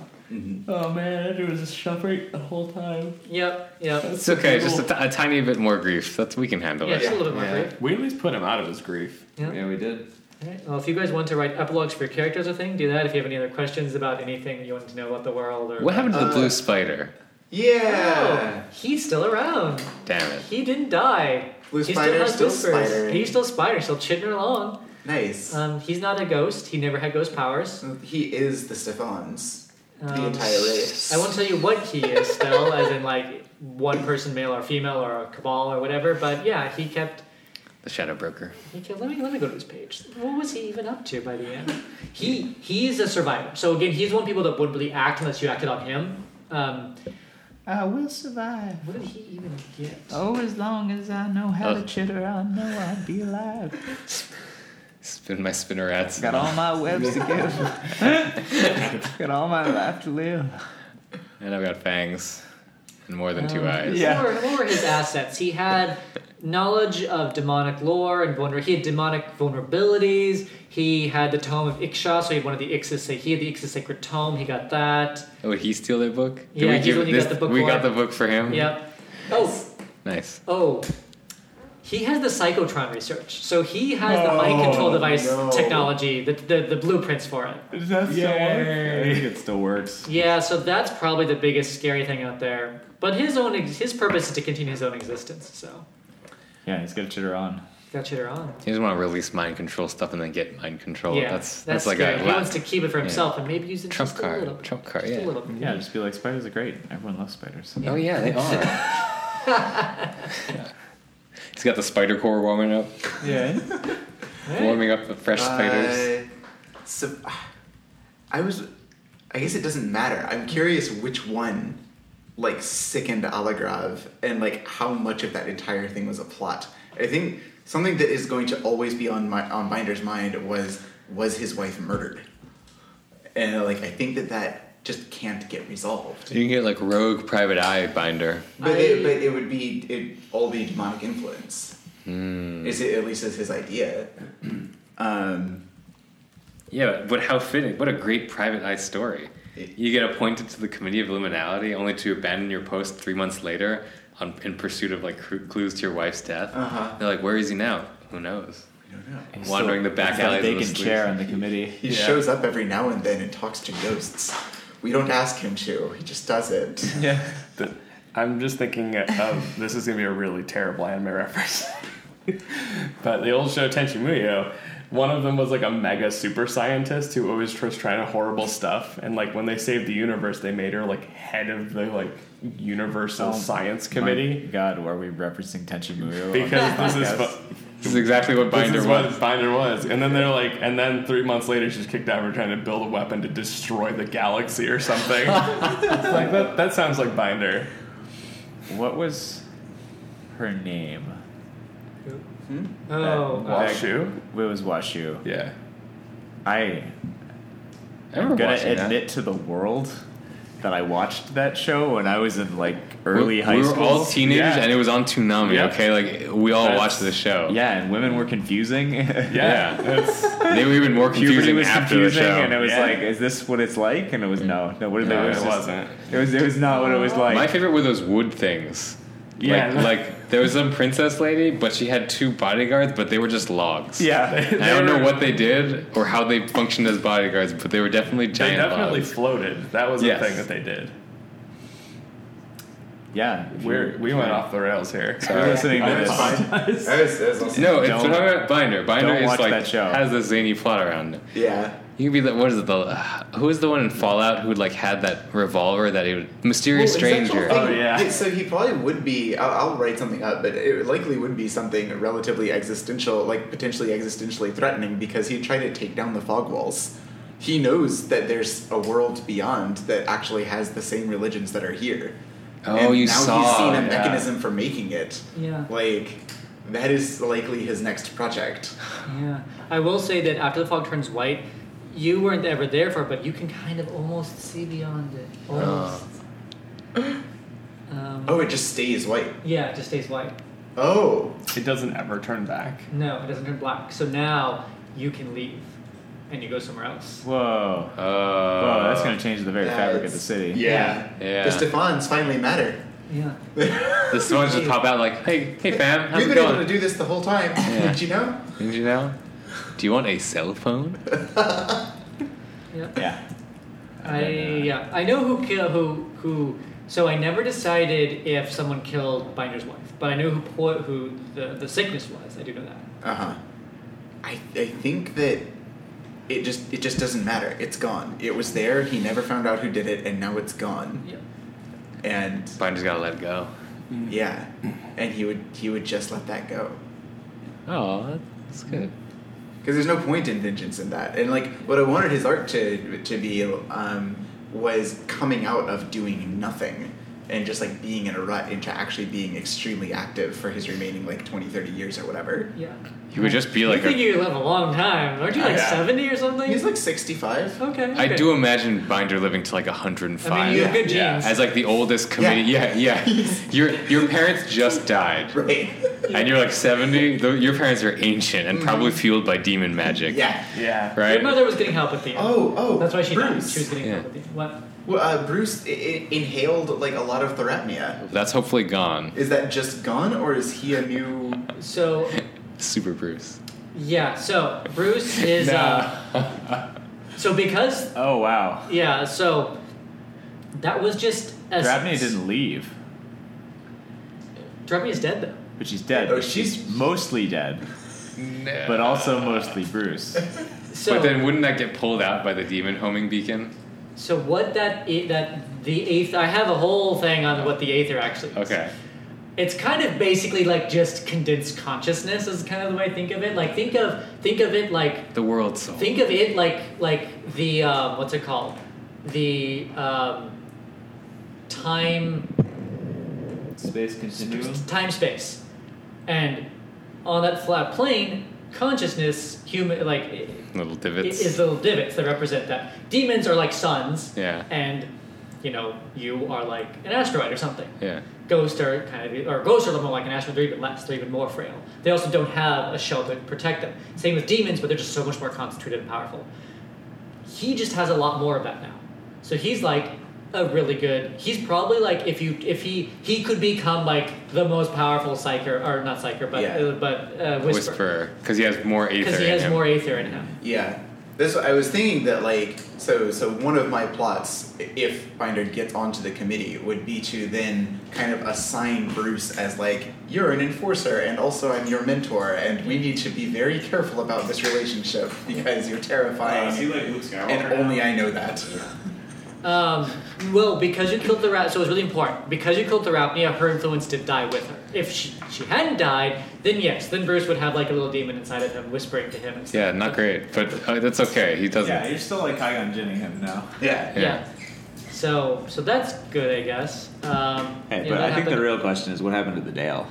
Speaker 7: Oh man, Andrew was just suffering the whole time.
Speaker 1: Yep, yep.
Speaker 4: It's okay, just a, t- a tiny bit more grief. That's we can handle
Speaker 1: Yeah,
Speaker 4: it.
Speaker 1: just a little bit more
Speaker 7: Yeah.
Speaker 1: grief.
Speaker 7: We at least put him out of his grief.
Speaker 1: Yeah.
Speaker 9: we did.
Speaker 1: All right. Well, if you guys want to write epilogues for your characters or thing, do that. If you have any other questions about anything you want to know about the world or
Speaker 4: What happened to the
Speaker 5: Uh,
Speaker 4: blue spider?
Speaker 5: Yeah.
Speaker 1: Oh, he's still around.
Speaker 4: Damn it.
Speaker 1: He didn't die.
Speaker 5: Blue
Speaker 1: He
Speaker 5: Spider,
Speaker 1: has
Speaker 5: still
Speaker 1: whispers.
Speaker 5: spidering.
Speaker 1: He's still spider, still chittering along.
Speaker 5: Nice.
Speaker 1: Um, he's not a ghost. He never had ghost powers.
Speaker 5: he is the Stephans. the
Speaker 1: Um,
Speaker 5: entire race.
Speaker 1: I won't tell you what he is still, as in like one person, male or female, or a cabal or whatever. But yeah, he kept.
Speaker 4: The shadow broker.
Speaker 1: He kept let me let me go to his page. What was he even up to by the end? He he's a survivor. So again, he's one of the people that wouldn't really act unless you acted on him. Um,
Speaker 6: I will survive.
Speaker 1: what did he even get?
Speaker 6: Oh, as long as I know how
Speaker 4: to
Speaker 6: chitter, I know I'll be alive.
Speaker 4: Spin my spinner rats.
Speaker 6: Got all my webs to give. Got all my life to live.
Speaker 4: And I've got fangs. And more than two
Speaker 1: Um,
Speaker 4: eyes.
Speaker 6: yeah.
Speaker 1: What, were, what were his assets? He had knowledge of demonic lore and vulner- he had demonic vulnerabilities. He had the tome of Iksha, so he had one of the Ixes. Say he had the Ixes sacred tome. He got that.
Speaker 4: Oh, would he steal that book? Did
Speaker 1: Yeah,
Speaker 4: we
Speaker 1: he's
Speaker 4: give
Speaker 1: the one you
Speaker 4: this-
Speaker 1: got the book
Speaker 4: We
Speaker 1: for.
Speaker 4: got the book for him.
Speaker 1: Yep. Oh,
Speaker 4: Nice.
Speaker 1: oh. He has the psychotron research, so he has the mind control device technology, the, the the blueprints for it.
Speaker 6: I think it still works.
Speaker 1: Yeah, so that's probably the biggest scary thing out there. But his own ex- his purpose is to continue his own existence. So
Speaker 6: Yeah, he's got chitter on.
Speaker 1: got you there on.
Speaker 4: He doesn't want to release mind control stuff and then get mind control.
Speaker 1: Yeah,
Speaker 4: Oh, that's, that's like
Speaker 1: scary.
Speaker 4: a
Speaker 1: he
Speaker 4: la-
Speaker 1: wants to keep it for himself and maybe use it
Speaker 4: trump
Speaker 1: just a
Speaker 4: card.
Speaker 1: little bit.
Speaker 4: Trump card.
Speaker 1: Just
Speaker 4: yeah.
Speaker 1: a little bit.
Speaker 6: Yeah, just be like, spiders are great. Everyone loves spiders.
Speaker 4: Oh yeah, they are. He's got the spider core warming up,
Speaker 6: Yeah.
Speaker 4: warming up the fresh spiders.
Speaker 5: Uh, so, I was. I guess it doesn't matter. I'm curious which one, like, sickened Alagrav and like how much of that entire thing was a plot. I think something that is going to always be on my on Binder's mind was was his wife murdered, and like I think that that just can't get resolved.
Speaker 4: You can get like rogue private eye binder.
Speaker 5: But it,
Speaker 1: I-
Speaker 5: but it would be it all be demonic Um, influence. Is it at least is his idea?
Speaker 8: Um,
Speaker 4: Yeah, but how fitting. What a great private eye story. You get appointed to the Committee of Illuminality only to abandon your post three months later on, in pursuit of like cru- clues to your wife's death.
Speaker 5: Uh-huh.
Speaker 4: They're like, where is he now? Who knows?
Speaker 6: He's
Speaker 4: Wandering
Speaker 6: still-
Speaker 4: the back
Speaker 6: he's got a
Speaker 4: alleys. and the
Speaker 6: vacant
Speaker 4: sleeves.
Speaker 6: chair on the committee.
Speaker 5: He shows up every now and then and talks to ghosts. We don't ask him to, he just does it.
Speaker 6: Yeah.
Speaker 7: But I'm just thinking of this is gonna be a really terrible anime reference. but the old show Tenchi Muyo, one of them was like a mega super scientist who always was trying horrible stuff, and like when they saved the universe, they made her like head of the like universal science committee.
Speaker 6: Oh My God, were we referencing Tenchi Muyo? on this
Speaker 7: Because this is
Speaker 6: podcast?
Speaker 7: fu-
Speaker 4: This is exactly what Binder
Speaker 7: this is
Speaker 4: was.
Speaker 7: what Binder was. And then they're like, and then three months later, she's kicked out for trying to build a weapon to destroy the galaxy or something. It's like that, that sounds like Binder.
Speaker 6: what was her name?
Speaker 1: Oh,
Speaker 6: That-
Speaker 1: wow.
Speaker 6: that-
Speaker 7: Washu?
Speaker 6: It was Washu.
Speaker 7: Yeah.
Speaker 6: I
Speaker 4: I
Speaker 6: I'm
Speaker 4: remember
Speaker 6: gonna
Speaker 4: watching that.
Speaker 6: admit to the world that I watched that show when I was in like early
Speaker 4: we,
Speaker 6: high
Speaker 4: we were
Speaker 6: school.
Speaker 4: all teenagers,
Speaker 6: Yeah.
Speaker 4: and it was on Toonami.
Speaker 7: Yeah.
Speaker 4: Okay, like we all
Speaker 7: That's-
Speaker 4: watched the show.
Speaker 6: yeah, and women were confusing.
Speaker 7: Yeah.
Speaker 4: Yeah.
Speaker 7: That's,
Speaker 4: they were even more
Speaker 6: Puberty
Speaker 4: confusing
Speaker 6: was
Speaker 4: after
Speaker 6: confusing,
Speaker 4: the show.
Speaker 6: and it was
Speaker 7: Yeah.
Speaker 6: like, "Is this what it's like?" And it was no, no. What did
Speaker 7: No,
Speaker 6: they?
Speaker 7: it
Speaker 6: was just-
Speaker 7: wasn't.
Speaker 6: It was. It was not what it was like.
Speaker 4: My favorite were those wood things.
Speaker 7: Yeah.
Speaker 4: Like, like there was some princess lady, but she had two bodyguards, but they were just logs.
Speaker 6: yeah,
Speaker 4: And I don't know what they did or how they functioned as bodyguards, but they were definitely
Speaker 7: They
Speaker 4: giant
Speaker 7: definitely
Speaker 4: logs.
Speaker 7: floated. That was the
Speaker 4: Yes. Hmm.
Speaker 7: thing that they did.
Speaker 6: yeah. if you-
Speaker 7: We're, we went off the rails here.
Speaker 6: if you're listening to this.
Speaker 5: That is, that is also-
Speaker 4: No, it's
Speaker 6: Don't-
Speaker 4: what I'm about Binder. Binder
Speaker 6: don't
Speaker 4: is
Speaker 6: watch
Speaker 4: like
Speaker 6: that show.
Speaker 4: has a zany plot around it.
Speaker 5: Yeah.
Speaker 4: You could be the what is it the who is the one in Fallout who like had that revolver that he would mysterious
Speaker 5: Well, it's actual
Speaker 4: stranger.
Speaker 5: thing-
Speaker 6: Oh, yeah.
Speaker 5: it- So he probably would be. I'll, I'll write something up, but it likely would be something relatively existential, like potentially existentially threatening, because he tried to take down the fog walls. He knows that there's a world beyond that actually has the same religions that are here.
Speaker 4: Oh,
Speaker 5: and
Speaker 4: you
Speaker 5: now he's
Speaker 4: saw,
Speaker 5: seen a
Speaker 4: yeah.
Speaker 5: mechanism for making it.
Speaker 1: Yeah.
Speaker 5: Like that is likely his next project.
Speaker 1: Yeah, I will say that after the fog turns white, you weren't ever there for it, but you can kind of almost see beyond it. Almost. Um,
Speaker 5: Oh, it just stays white.
Speaker 1: Yeah, it just stays white.
Speaker 5: Oh,
Speaker 7: It doesn't ever turn back.
Speaker 1: No, it doesn't turn black. So now you can leave, and you go somewhere else.
Speaker 6: Whoa.
Speaker 4: Oh,
Speaker 6: Whoa, that's going to change the very fabric of the
Speaker 5: That's-
Speaker 6: city.
Speaker 5: yeah,
Speaker 4: Yeah.
Speaker 5: The Stefans finally matter.
Speaker 1: Yeah.
Speaker 4: the swans just pop out like, hey, hey fam, how's
Speaker 5: We've
Speaker 4: it
Speaker 5: been able
Speaker 4: going?
Speaker 5: to do this the whole time.
Speaker 4: Yeah.
Speaker 5: Did you know?
Speaker 4: Did you know? Do you want a cell phone?
Speaker 1: Yeah.
Speaker 6: Yeah.
Speaker 1: I yeah. I know who killed who who. So I never decided if someone killed Binder's wife, but I knew who po- who the, the sickness was. I do know that.
Speaker 5: Uh huh. I, I think that it just it just doesn't matter. It's gone. It was there. He never found out who did it, and now it's gone.
Speaker 1: Yeah.
Speaker 5: And
Speaker 4: Binder's gotta let go. Mm.
Speaker 5: yeah, and he would he would just let that go
Speaker 4: Oh, that's good.
Speaker 5: because there's no point in vengeance in that. And like what I wanted his art to to be um, was coming out of doing nothing and just like being in a rut into actually being extremely active for his remaining like 20 30 years or whatever
Speaker 1: Yeah.
Speaker 4: You would just be
Speaker 1: You
Speaker 4: like,
Speaker 1: think
Speaker 4: a-
Speaker 1: you live a long time? Aren't you like
Speaker 5: Yeah.
Speaker 1: seventy or something?
Speaker 5: he's like 65
Speaker 1: okay,
Speaker 4: I
Speaker 1: okay.
Speaker 4: do imagine Binder living to like
Speaker 1: I
Speaker 4: 105.
Speaker 1: mean, you have
Speaker 5: Yeah.
Speaker 1: good genes.
Speaker 7: Yeah.
Speaker 4: As like the oldest committee, yeah, yeah. Your your parents just died,
Speaker 5: right
Speaker 4: and you're like seventy. Though your parents are ancient and probably fueled by demon magic,
Speaker 5: yeah
Speaker 7: Yeah.
Speaker 1: Your
Speaker 4: right?
Speaker 1: mother was getting help at the end.
Speaker 5: oh oh
Speaker 1: That's why she died.
Speaker 5: Bruce.
Speaker 1: She was getting
Speaker 4: Yeah.
Speaker 1: help at the end. What?
Speaker 5: Well, uh, Bruce I- I- inhaled like a lot of therapnea.
Speaker 4: That's hopefully gone.
Speaker 5: Is that just gone, or is he a new?
Speaker 1: So
Speaker 4: Super Bruce.
Speaker 1: yeah, so Bruce is. Uh, so because
Speaker 6: Oh, wow.
Speaker 1: yeah, so that was just. A,
Speaker 6: Drapney didn't leave,
Speaker 1: Drapney is dead though.
Speaker 6: but she's dead.
Speaker 5: Oh, she's
Speaker 6: mostly dead,
Speaker 4: No.
Speaker 6: but also mostly Bruce.
Speaker 1: So
Speaker 4: But then wouldn't that get pulled out by the demon homing beacon?
Speaker 1: so what that i- that the eighth? I have a whole thing on what the aether actually. Is.
Speaker 4: Okay.
Speaker 1: It's kind of basically like just condensed consciousness is kind of the way I think of it. Like think of think of it like
Speaker 4: The world soul.
Speaker 1: Think of it like like the um, what's it called? The um, time
Speaker 11: Space continuum.
Speaker 1: time space, and on that flat plane, consciousness human like it,
Speaker 4: Little
Speaker 1: it
Speaker 4: divots.
Speaker 1: is little divots that represent that. Demons are like suns,
Speaker 4: Yeah.
Speaker 1: and you know you are like an asteroid or something.
Speaker 4: Yeah.
Speaker 1: Ghosts are kind of, or ghosts are more like an asteroid, they're even less, they're even more frail. They also don't have a shell to protect them. Same with demons, but they're just so much more concentrated and powerful. He just has a lot more of that now. So he's like a really good. He's probably like if you if he he could become like the most powerful psyker or not psyker but
Speaker 5: Yeah.
Speaker 1: uh, but uh, whisper
Speaker 4: Whisper, because he has more aether.
Speaker 1: because he
Speaker 4: in
Speaker 1: has
Speaker 4: him.
Speaker 1: more aether in him.
Speaker 5: Yeah. This I was thinking that like so so one of my plots i- if Binder gets onto the committee would be to then kind of assign Bruce as like you're an enforcer and also I'm your mentor and we need to be very careful about this relationship because you're terrifying
Speaker 6: Uh, is he like Luke Skywalker?
Speaker 5: and
Speaker 6: now?
Speaker 5: only I know that.
Speaker 1: Um, well, because you killed the rat, so it's really important. Because you killed the Rapnia, her influence did die with her. If she, she hadn't died, then yes, then Bruce would have like a little demon inside of him whispering to him. And stuff.
Speaker 4: Yeah, not great, but uh, that's okay. He doesn't.
Speaker 6: Yeah, you're still like Kygon Jinning him now.
Speaker 5: Yeah.
Speaker 4: yeah.
Speaker 1: So, so that's good, I guess. Um, you
Speaker 6: Hey,
Speaker 1: know,
Speaker 6: but
Speaker 1: that
Speaker 6: I think the
Speaker 1: happened-
Speaker 6: real question is what happened to the Dale?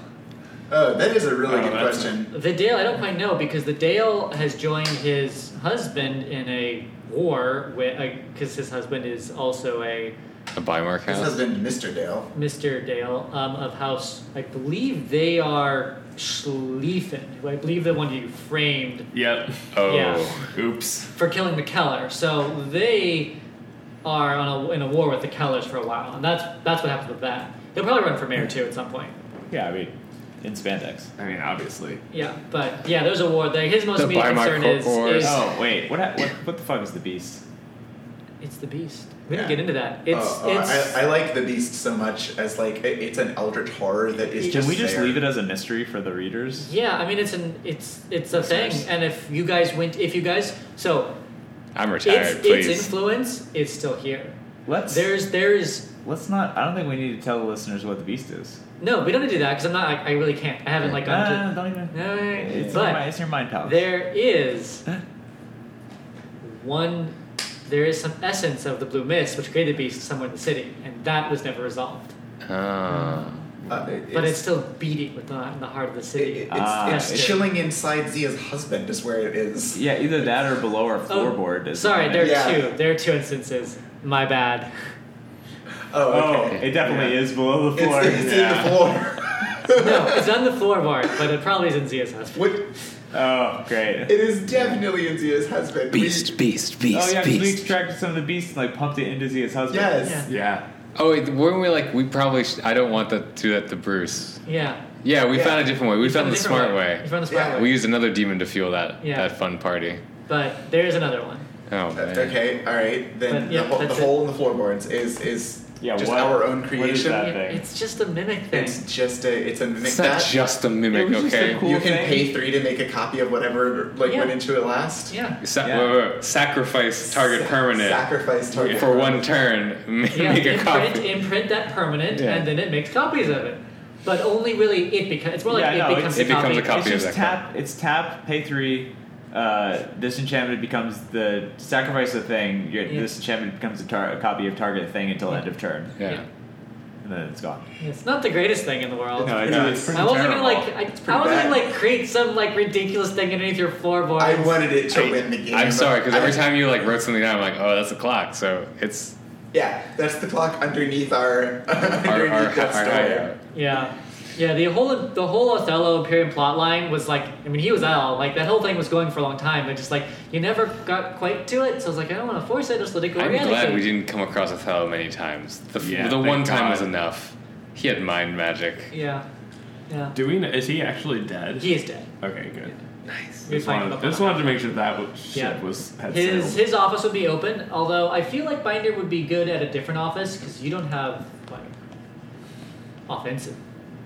Speaker 5: Oh, that is a really
Speaker 7: Oh,
Speaker 5: good
Speaker 7: that's-
Speaker 5: question.
Speaker 1: The Dale, I don't quite know because the Dale has joined his husband in a war because his husband is also a
Speaker 4: A Bymark
Speaker 5: His
Speaker 4: house.
Speaker 5: husband, Mr. Dale.
Speaker 1: Mr. Dale um, of House. I believe they are Schlieffen, who I believe the one you framed
Speaker 7: Yep.
Speaker 4: Oh.
Speaker 1: Yeah.
Speaker 7: Oops.
Speaker 1: for killing the Keller. So they are on a, in a war with the Kellers for a while, and that's that's what happens with that. They'll probably run for mayor too at some point.
Speaker 6: Yeah, I mean, in spandex.
Speaker 7: I mean, obviously.
Speaker 1: Yeah, but yeah, there's a war there. His most
Speaker 4: The
Speaker 1: immediate
Speaker 4: Weimar
Speaker 1: concern is,
Speaker 4: Court
Speaker 1: is
Speaker 6: Oh wait, what, ha- what what the fuck is the beast?
Speaker 1: it's the beast. We didn't
Speaker 5: Yeah.
Speaker 1: get into that. It's
Speaker 5: oh, oh,
Speaker 1: it's.
Speaker 5: I, I like the beast so much as like it- it's an eldritch horror that is
Speaker 6: Can
Speaker 5: just
Speaker 6: we just
Speaker 5: there.
Speaker 6: leave it as a mystery for the readers?
Speaker 1: yeah, I mean it's an it's it's a
Speaker 6: That's
Speaker 1: thing,
Speaker 6: nice.
Speaker 1: and if you guys went, if you guys, so
Speaker 4: I'm retired,
Speaker 1: its
Speaker 4: please.
Speaker 1: its influence is still here.
Speaker 6: Let's
Speaker 1: There's there's
Speaker 6: let's not. I don't think we need to tell the listeners what the beast is.
Speaker 1: no, we don't need to do that because I'm not. I, I really can't. I haven't like gone to.
Speaker 6: Ah, don't even.
Speaker 1: No, no, no,
Speaker 6: It's, in
Speaker 1: but
Speaker 6: your, mi- it's in your mind palace.
Speaker 1: There is one. There is some essence of the blue mist which created the beast somewhere in the city, and that was never resolved.
Speaker 4: Ah.
Speaker 5: Uh, it-
Speaker 1: but it's still beating with the, in the heart of the
Speaker 5: It-
Speaker 1: city.
Speaker 5: it's,
Speaker 6: Ah,
Speaker 5: it's
Speaker 1: it's-
Speaker 5: chilling inside Zia's husband is where it is.
Speaker 6: Yeah, either that or below our
Speaker 1: Oh,
Speaker 6: floorboard. is
Speaker 1: sorry, there are
Speaker 5: Yeah.
Speaker 1: two. There are two instances. My bad.
Speaker 5: Oh,
Speaker 6: Oh,
Speaker 5: okay.
Speaker 6: it definitely is below the
Speaker 5: It's,
Speaker 6: floor.
Speaker 5: it's in the floor.
Speaker 1: No, it's on the floorboard, but it probably is in Zia's husband.
Speaker 5: What,
Speaker 6: Oh, great.
Speaker 5: it is definitely in Zia's husband. We-
Speaker 8: Beast, beast, beast,
Speaker 6: oh yeah, 'cause we
Speaker 8: beast.
Speaker 6: extracted some of the beasts and like pumped it into Zia's husband.
Speaker 5: yes.
Speaker 7: Yeah.
Speaker 4: Oh, wait, weren't we like, we probably, sh- I don't want to do that to Bruce.
Speaker 1: Yeah.
Speaker 4: Yeah, we
Speaker 5: Yeah.
Speaker 4: found a different way. We
Speaker 1: You
Speaker 4: found the
Speaker 1: a different
Speaker 4: smart way.
Speaker 1: You found the smart
Speaker 5: Yeah.
Speaker 1: way.
Speaker 4: We used another demon to fuel that
Speaker 1: Yeah.
Speaker 4: that fun party.
Speaker 1: but there is another one.
Speaker 4: Oh,
Speaker 5: Uh,
Speaker 4: man.
Speaker 5: Okay. All right. Then
Speaker 1: But, yeah,
Speaker 5: the, ho- the
Speaker 1: that's it.
Speaker 5: hole in the floorboards is is
Speaker 6: Yeah,
Speaker 5: just
Speaker 6: what-
Speaker 5: our own
Speaker 6: what is
Speaker 5: creation.
Speaker 6: that?
Speaker 1: It-
Speaker 6: thing.
Speaker 1: it's just a mimic thing.
Speaker 5: It's just a it's a mimic
Speaker 4: It's not
Speaker 5: that
Speaker 4: just a mimic,
Speaker 6: It was just a
Speaker 4: okay?
Speaker 6: cool
Speaker 5: you can
Speaker 6: thing.
Speaker 5: pay three to make a copy of whatever like
Speaker 1: Yeah.
Speaker 5: went into it last.
Speaker 1: yeah.
Speaker 4: Sa-
Speaker 6: Yeah.
Speaker 4: whoa, whoa, Sacrifice target
Speaker 5: Sa-
Speaker 4: permanent
Speaker 5: Sacrifice target
Speaker 4: for one turn. Make
Speaker 1: Yeah,
Speaker 4: a
Speaker 1: imprint,
Speaker 4: copy.
Speaker 1: imprint that permanent,
Speaker 4: Yeah.
Speaker 1: and then it makes copies of it. But only really it becomes. It's more like
Speaker 6: Yeah,
Speaker 1: it,
Speaker 6: no,
Speaker 1: becomes
Speaker 6: it's-
Speaker 4: It becomes
Speaker 1: a
Speaker 4: a
Speaker 1: copy.
Speaker 4: copy.
Speaker 6: It's just
Speaker 4: of that
Speaker 6: tap. It's tap. Pay three. Uh, disenchanted becomes the sacrifice a thing. Your,
Speaker 1: Yeah.
Speaker 6: Disenchanted becomes a, tar- a copy of target thing until end of turn,
Speaker 4: Yeah.
Speaker 6: and then it's gone.
Speaker 1: It's not the greatest thing in the world.
Speaker 6: No, it's,
Speaker 5: No,
Speaker 6: it's
Speaker 1: I wasn't gonna
Speaker 6: terrible.
Speaker 1: like. I, I
Speaker 5: pretty
Speaker 1: wasn't gonna
Speaker 5: bad.
Speaker 1: like create some like ridiculous thing underneath your floorboard.
Speaker 5: I wanted it to
Speaker 4: I-
Speaker 5: win the game.
Speaker 4: I'm sorry, because every
Speaker 5: I-
Speaker 4: time you like wrote something down, I'm like, oh, that's a clock. So it's
Speaker 5: Yeah, that's the clock underneath our
Speaker 4: our,
Speaker 5: underneath
Speaker 4: our,
Speaker 5: that
Speaker 4: our,
Speaker 5: story.
Speaker 4: our-
Speaker 1: Yeah, yeah. The whole the whole Othello Imperium plotline was like. I mean, he was out. Like that whole thing was going for a long time, but just like you never got quite to it. So I was like, I don't want to force it. Just let it go.
Speaker 4: I'm
Speaker 1: organically.
Speaker 4: glad we didn't come across Othello many times. The, f-
Speaker 7: Yeah,
Speaker 4: the
Speaker 7: thank
Speaker 4: one time
Speaker 7: God.
Speaker 4: was enough. He had mind magic.
Speaker 1: Yeah, yeah.
Speaker 7: Do we? Know, is he actually dead?
Speaker 1: He is dead.
Speaker 7: Okay, good.
Speaker 1: We find
Speaker 7: Just wanted,
Speaker 1: out about
Speaker 7: just
Speaker 1: that.
Speaker 7: wanted to make sure that was, shit
Speaker 1: Yeah.
Speaker 7: was had
Speaker 1: His
Speaker 7: sailed.
Speaker 1: his office would be open, although I feel like Binder would be good at a different office because you don't have like offensive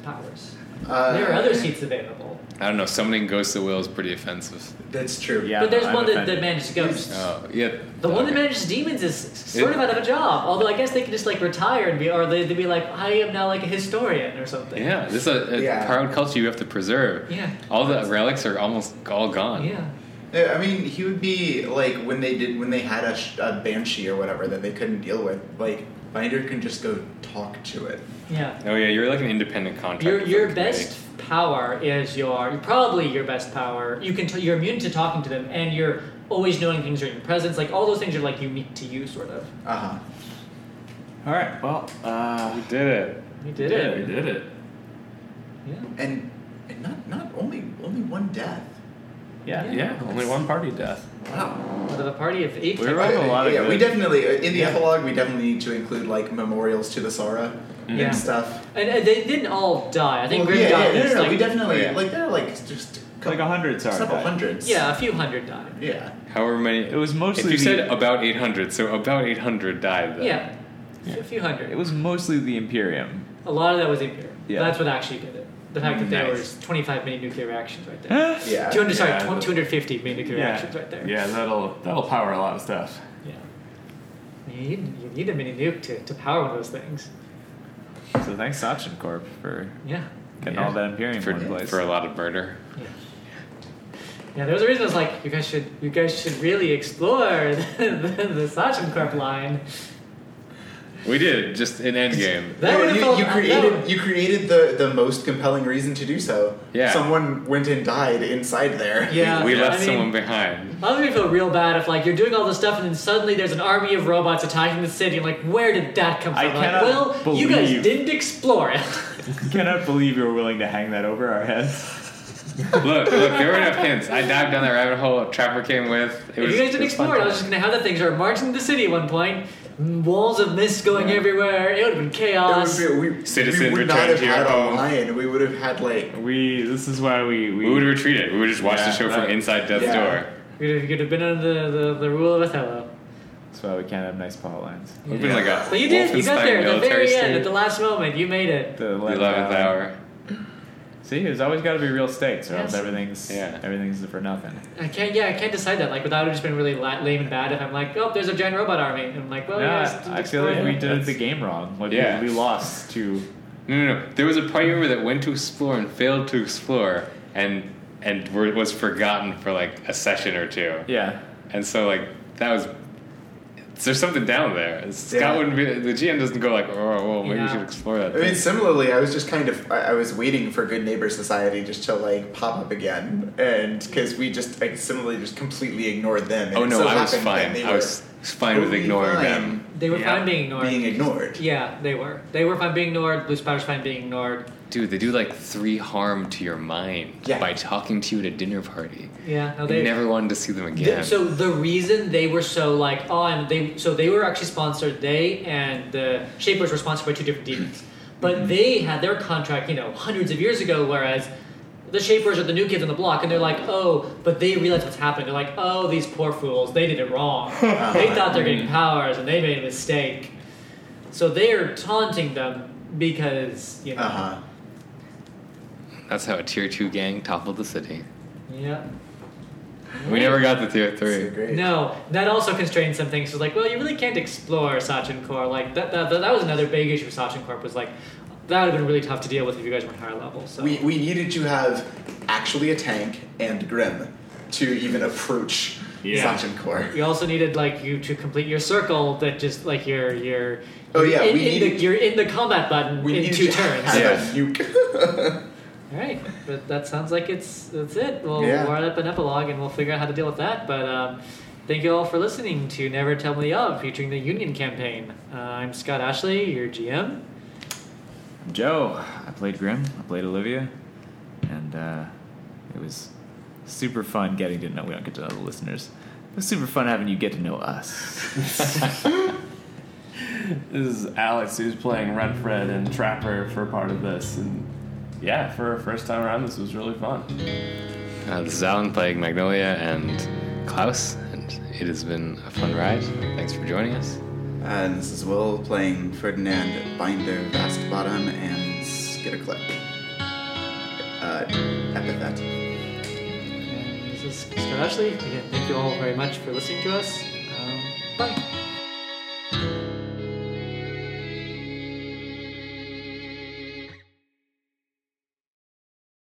Speaker 1: powers.
Speaker 5: Uh,
Speaker 1: there are other seats available,
Speaker 4: I don't know. Summoning Ghosts of Will is pretty offensive.
Speaker 5: That's true.
Speaker 6: Yeah,
Speaker 1: but there's
Speaker 6: I'm
Speaker 1: one that, that
Speaker 6: offended.
Speaker 1: manages ghosts.
Speaker 4: Oh, yeah.
Speaker 1: the one that
Speaker 4: okay.
Speaker 1: manages demons is sort of out of a job. Although I guess they could just like retire and be, or they, they'd be like, I am now like a historian or something.
Speaker 4: Yeah, this is a, a
Speaker 5: Yeah.
Speaker 4: proud culture you have to preserve.
Speaker 1: Yeah.
Speaker 4: All the relics are almost all gone.
Speaker 1: Yeah.
Speaker 5: Yeah, I mean, he would be like when they did when they had a, sh- a banshee or whatever that they couldn't deal with. Like Binder can just go talk to it.
Speaker 1: Yeah.
Speaker 4: Oh yeah, you're like an independent contractor.
Speaker 1: Your
Speaker 4: for
Speaker 1: your
Speaker 4: the
Speaker 1: best power is your probably your best power. You can t- you're immune to talking to them, and you're always knowing things are in your presence. Like all those things are like unique to you, sort of.
Speaker 5: Uh huh.
Speaker 6: All right. Well, uh,
Speaker 4: committee. Did it?
Speaker 1: You did
Speaker 6: Yeah,
Speaker 1: it.
Speaker 7: We did it.
Speaker 1: Yeah.
Speaker 5: And, and not not only only one death.
Speaker 1: Yeah.
Speaker 6: Yeah.
Speaker 7: Yeah, only one party death.
Speaker 5: Wow.
Speaker 1: Out of a party of eight.
Speaker 12: We were on a lot of
Speaker 5: yeah, we
Speaker 12: good-
Speaker 5: definitely in the epilogue we definitely need to include like memorials to the Sora
Speaker 1: Yeah.
Speaker 5: and stuff.
Speaker 1: And, and they didn't all die. I think
Speaker 5: Well,
Speaker 1: Grim
Speaker 5: Oh, yeah,
Speaker 1: died.
Speaker 5: yeah, no,
Speaker 1: just
Speaker 5: no, no,
Speaker 1: like,
Speaker 5: we definitely
Speaker 12: Yeah.
Speaker 5: like there are like just a
Speaker 6: Like
Speaker 5: couple,
Speaker 6: a hundred sorry.
Speaker 5: several
Speaker 6: died.
Speaker 5: hundreds.
Speaker 1: yeah, a few hundred died.
Speaker 5: yeah.
Speaker 4: However many.
Speaker 6: It was mostly
Speaker 4: If you
Speaker 6: the-
Speaker 4: said about 800, so about 800 died then.
Speaker 1: Yeah, a few hundred.
Speaker 6: It was mostly the Imperium.
Speaker 1: A lot of that was impure.
Speaker 6: Yeah.
Speaker 1: That's what actually did it. The fact that there
Speaker 4: Nice.
Speaker 1: was 25 mini nuclear reactions right there.
Speaker 5: Yeah.
Speaker 1: 200,
Speaker 7: Yeah,
Speaker 1: sorry,
Speaker 7: the-
Speaker 1: 250 mini nuclear
Speaker 7: Yeah.
Speaker 1: reactions right there.
Speaker 7: Yeah, that'll that'll power a lot of stuff.
Speaker 1: Yeah. You need, you need a mini nuke to, to power one of those things.
Speaker 6: So thanks, Sachin Corp, for
Speaker 1: Yeah.
Speaker 6: getting all that Imperium
Speaker 4: For,
Speaker 6: in one place.
Speaker 4: for a lot of murder.
Speaker 1: Yeah. Yeah, there was a reason I was like, you guys should you guys should really explore the, the, the Sachin Corp line.
Speaker 4: We did, just in Endgame.
Speaker 1: That
Speaker 5: Yeah,
Speaker 1: would have
Speaker 5: you,
Speaker 1: felt
Speaker 5: you
Speaker 1: that-
Speaker 5: created
Speaker 1: that-
Speaker 5: you created the, the most compelling reason to do so.
Speaker 4: Yeah.
Speaker 5: Someone went and died inside there.
Speaker 1: Yeah.
Speaker 4: we
Speaker 1: Uh, I
Speaker 4: left
Speaker 1: mean,
Speaker 4: someone behind.
Speaker 1: That would make me feel real bad if like you're doing all this stuff and then suddenly there's an army of robots attacking the city. Like, where did that come from?
Speaker 6: I
Speaker 1: Like,
Speaker 6: cannot
Speaker 1: well, you guys
Speaker 6: believe-
Speaker 1: didn't explore it.
Speaker 6: cannot believe you were willing to hang that over our heads.
Speaker 4: look, look, there were enough hints. I dived down that rabbit hole. Trapper came with. It
Speaker 1: if
Speaker 4: was,
Speaker 1: you guys didn't
Speaker 4: was fun
Speaker 1: explore it, I was just
Speaker 4: time.
Speaker 1: gonna have the things that are marching the city at one point, m- walls of mist going everywhere. It would have been
Speaker 5: There
Speaker 1: chaos.
Speaker 5: would be- we,
Speaker 4: Citizen
Speaker 5: we would not
Speaker 4: returned
Speaker 5: have
Speaker 4: to your
Speaker 5: had a
Speaker 4: home.
Speaker 5: lion. We would have had like
Speaker 6: We. This is why we.
Speaker 4: We would have retreated. We would just watch
Speaker 6: Yeah,
Speaker 4: the show
Speaker 6: that-
Speaker 4: from inside Death's
Speaker 5: yeah.
Speaker 4: door.
Speaker 1: You'd have, you'd have been under the, the, the rule of Othello.
Speaker 6: That's why we can't have nice plot lines.
Speaker 4: It would have been like a
Speaker 1: But you did. You got
Speaker 4: Wolfenstein
Speaker 1: there at the
Speaker 4: military
Speaker 1: very end,
Speaker 4: state.
Speaker 1: at the last moment. You made it.
Speaker 6: The
Speaker 4: The
Speaker 6: 11th,
Speaker 4: 11th
Speaker 6: hour.
Speaker 4: hour.
Speaker 6: See, there's always got to be real stakes, or
Speaker 1: Yes.
Speaker 6: else everything's
Speaker 4: Yeah.
Speaker 6: everything's for nothing.
Speaker 1: I can't. Yeah, I can't decide that. Like without it just been really la- lame and bad. If I'm like, oh, there's a giant robot army, and I'm like, well,
Speaker 6: yeah,
Speaker 1: yes,
Speaker 6: I feel like we did
Speaker 1: That's-
Speaker 6: the game wrong. Like we-
Speaker 4: Yeah.
Speaker 6: we, lost to.
Speaker 4: No, no, no. There was a party member that went to explore and failed to explore, and and were, was forgotten for like a session or two.
Speaker 6: Yeah.
Speaker 4: And so like that was. There's something down there. Scott wouldn't be. The GM doesn't go like, oh, well, maybe you
Speaker 1: Yeah.
Speaker 4: should explore that.
Speaker 5: I mean, similarly, I was just kind of I, I was waiting for Good Neighbor Society just to like pop up again, and because we just like similarly just completely ignored them. And
Speaker 4: oh
Speaker 5: it
Speaker 4: no,
Speaker 5: so
Speaker 4: I was
Speaker 5: happened that
Speaker 4: fine.
Speaker 5: they
Speaker 4: I
Speaker 5: were
Speaker 4: was fine with
Speaker 5: totally
Speaker 4: ignoring
Speaker 5: fine
Speaker 4: them.
Speaker 1: They were
Speaker 7: Yeah.
Speaker 1: fine being ignored.
Speaker 5: being ignored.
Speaker 1: yeah, they were. They were fine being ignored. Blue Spider's fine being ignored.
Speaker 4: Dude, they do like three harm to your mind
Speaker 5: Yeah.
Speaker 4: by talking to you at a dinner party.
Speaker 1: Yeah, no,
Speaker 4: I
Speaker 1: they
Speaker 4: never wanted to see them
Speaker 1: Th-
Speaker 4: again.
Speaker 1: So the reason they were so like on they so they were actually sponsored. They and the Shapers were sponsored by two different demons, but they had their contract you know hundreds of years ago. Whereas the Shapers are the new kids on the block, and they're like, oh, but they realize what's happened. They're like, oh, these poor fools, they did it wrong. they thought they're getting powers, and they made a mistake. So they are taunting them because you know.
Speaker 5: Uh huh.
Speaker 4: That's how a tier two gang toppled the city.
Speaker 1: Yeah.
Speaker 4: We never got the tier
Speaker 5: So
Speaker 4: three.
Speaker 5: great.
Speaker 1: No, that also constrains some things. So like, well, you really can't explore Sachin Corp. Like that, that, that, that was another big issue with Sachin Corp. Was like, that would have been really tough to deal with if you guys were on higher level. So
Speaker 5: We we needed to have actually a tank and Grim to even approach
Speaker 7: Yeah.
Speaker 5: Sachin Core.
Speaker 1: you also needed like you to complete your circle that just like your your.
Speaker 5: Oh, yeah,
Speaker 1: in,
Speaker 5: we
Speaker 1: in
Speaker 5: needed-
Speaker 1: the, you're in the combat button
Speaker 5: We
Speaker 1: in
Speaker 5: needed
Speaker 1: two
Speaker 5: to
Speaker 1: turns.
Speaker 5: Have
Speaker 4: Yeah.
Speaker 5: a nuke.
Speaker 1: All right, but that sounds like it's that's it. We'll
Speaker 5: Yeah.
Speaker 1: write up an epilogue and we'll figure out how to deal with that. But um, thank you all for listening to Never Tell Me Of, featuring the Union Campaign. Uh, I'm Scott Ashley, your GM.
Speaker 6: Joe, I played Grim. I played Olivia, and uh, it was super fun getting to know. We don't get to know the listeners. It was super fun having you get to know us.
Speaker 7: This is Alex who's playing Renfred and Trapper for part of this, and yeah, for our first time around, this was really fun.
Speaker 4: Uh, this is Alan playing Magnolia and Klaus, and it has been a fun ride. Thanks for joining us.
Speaker 13: And this is Will playing Ferdinand Binder Vast Bottom and Skitterclip.
Speaker 5: uh, epithet.
Speaker 1: This is Scott Ashley. Again, thank you all very much for listening to us. Um,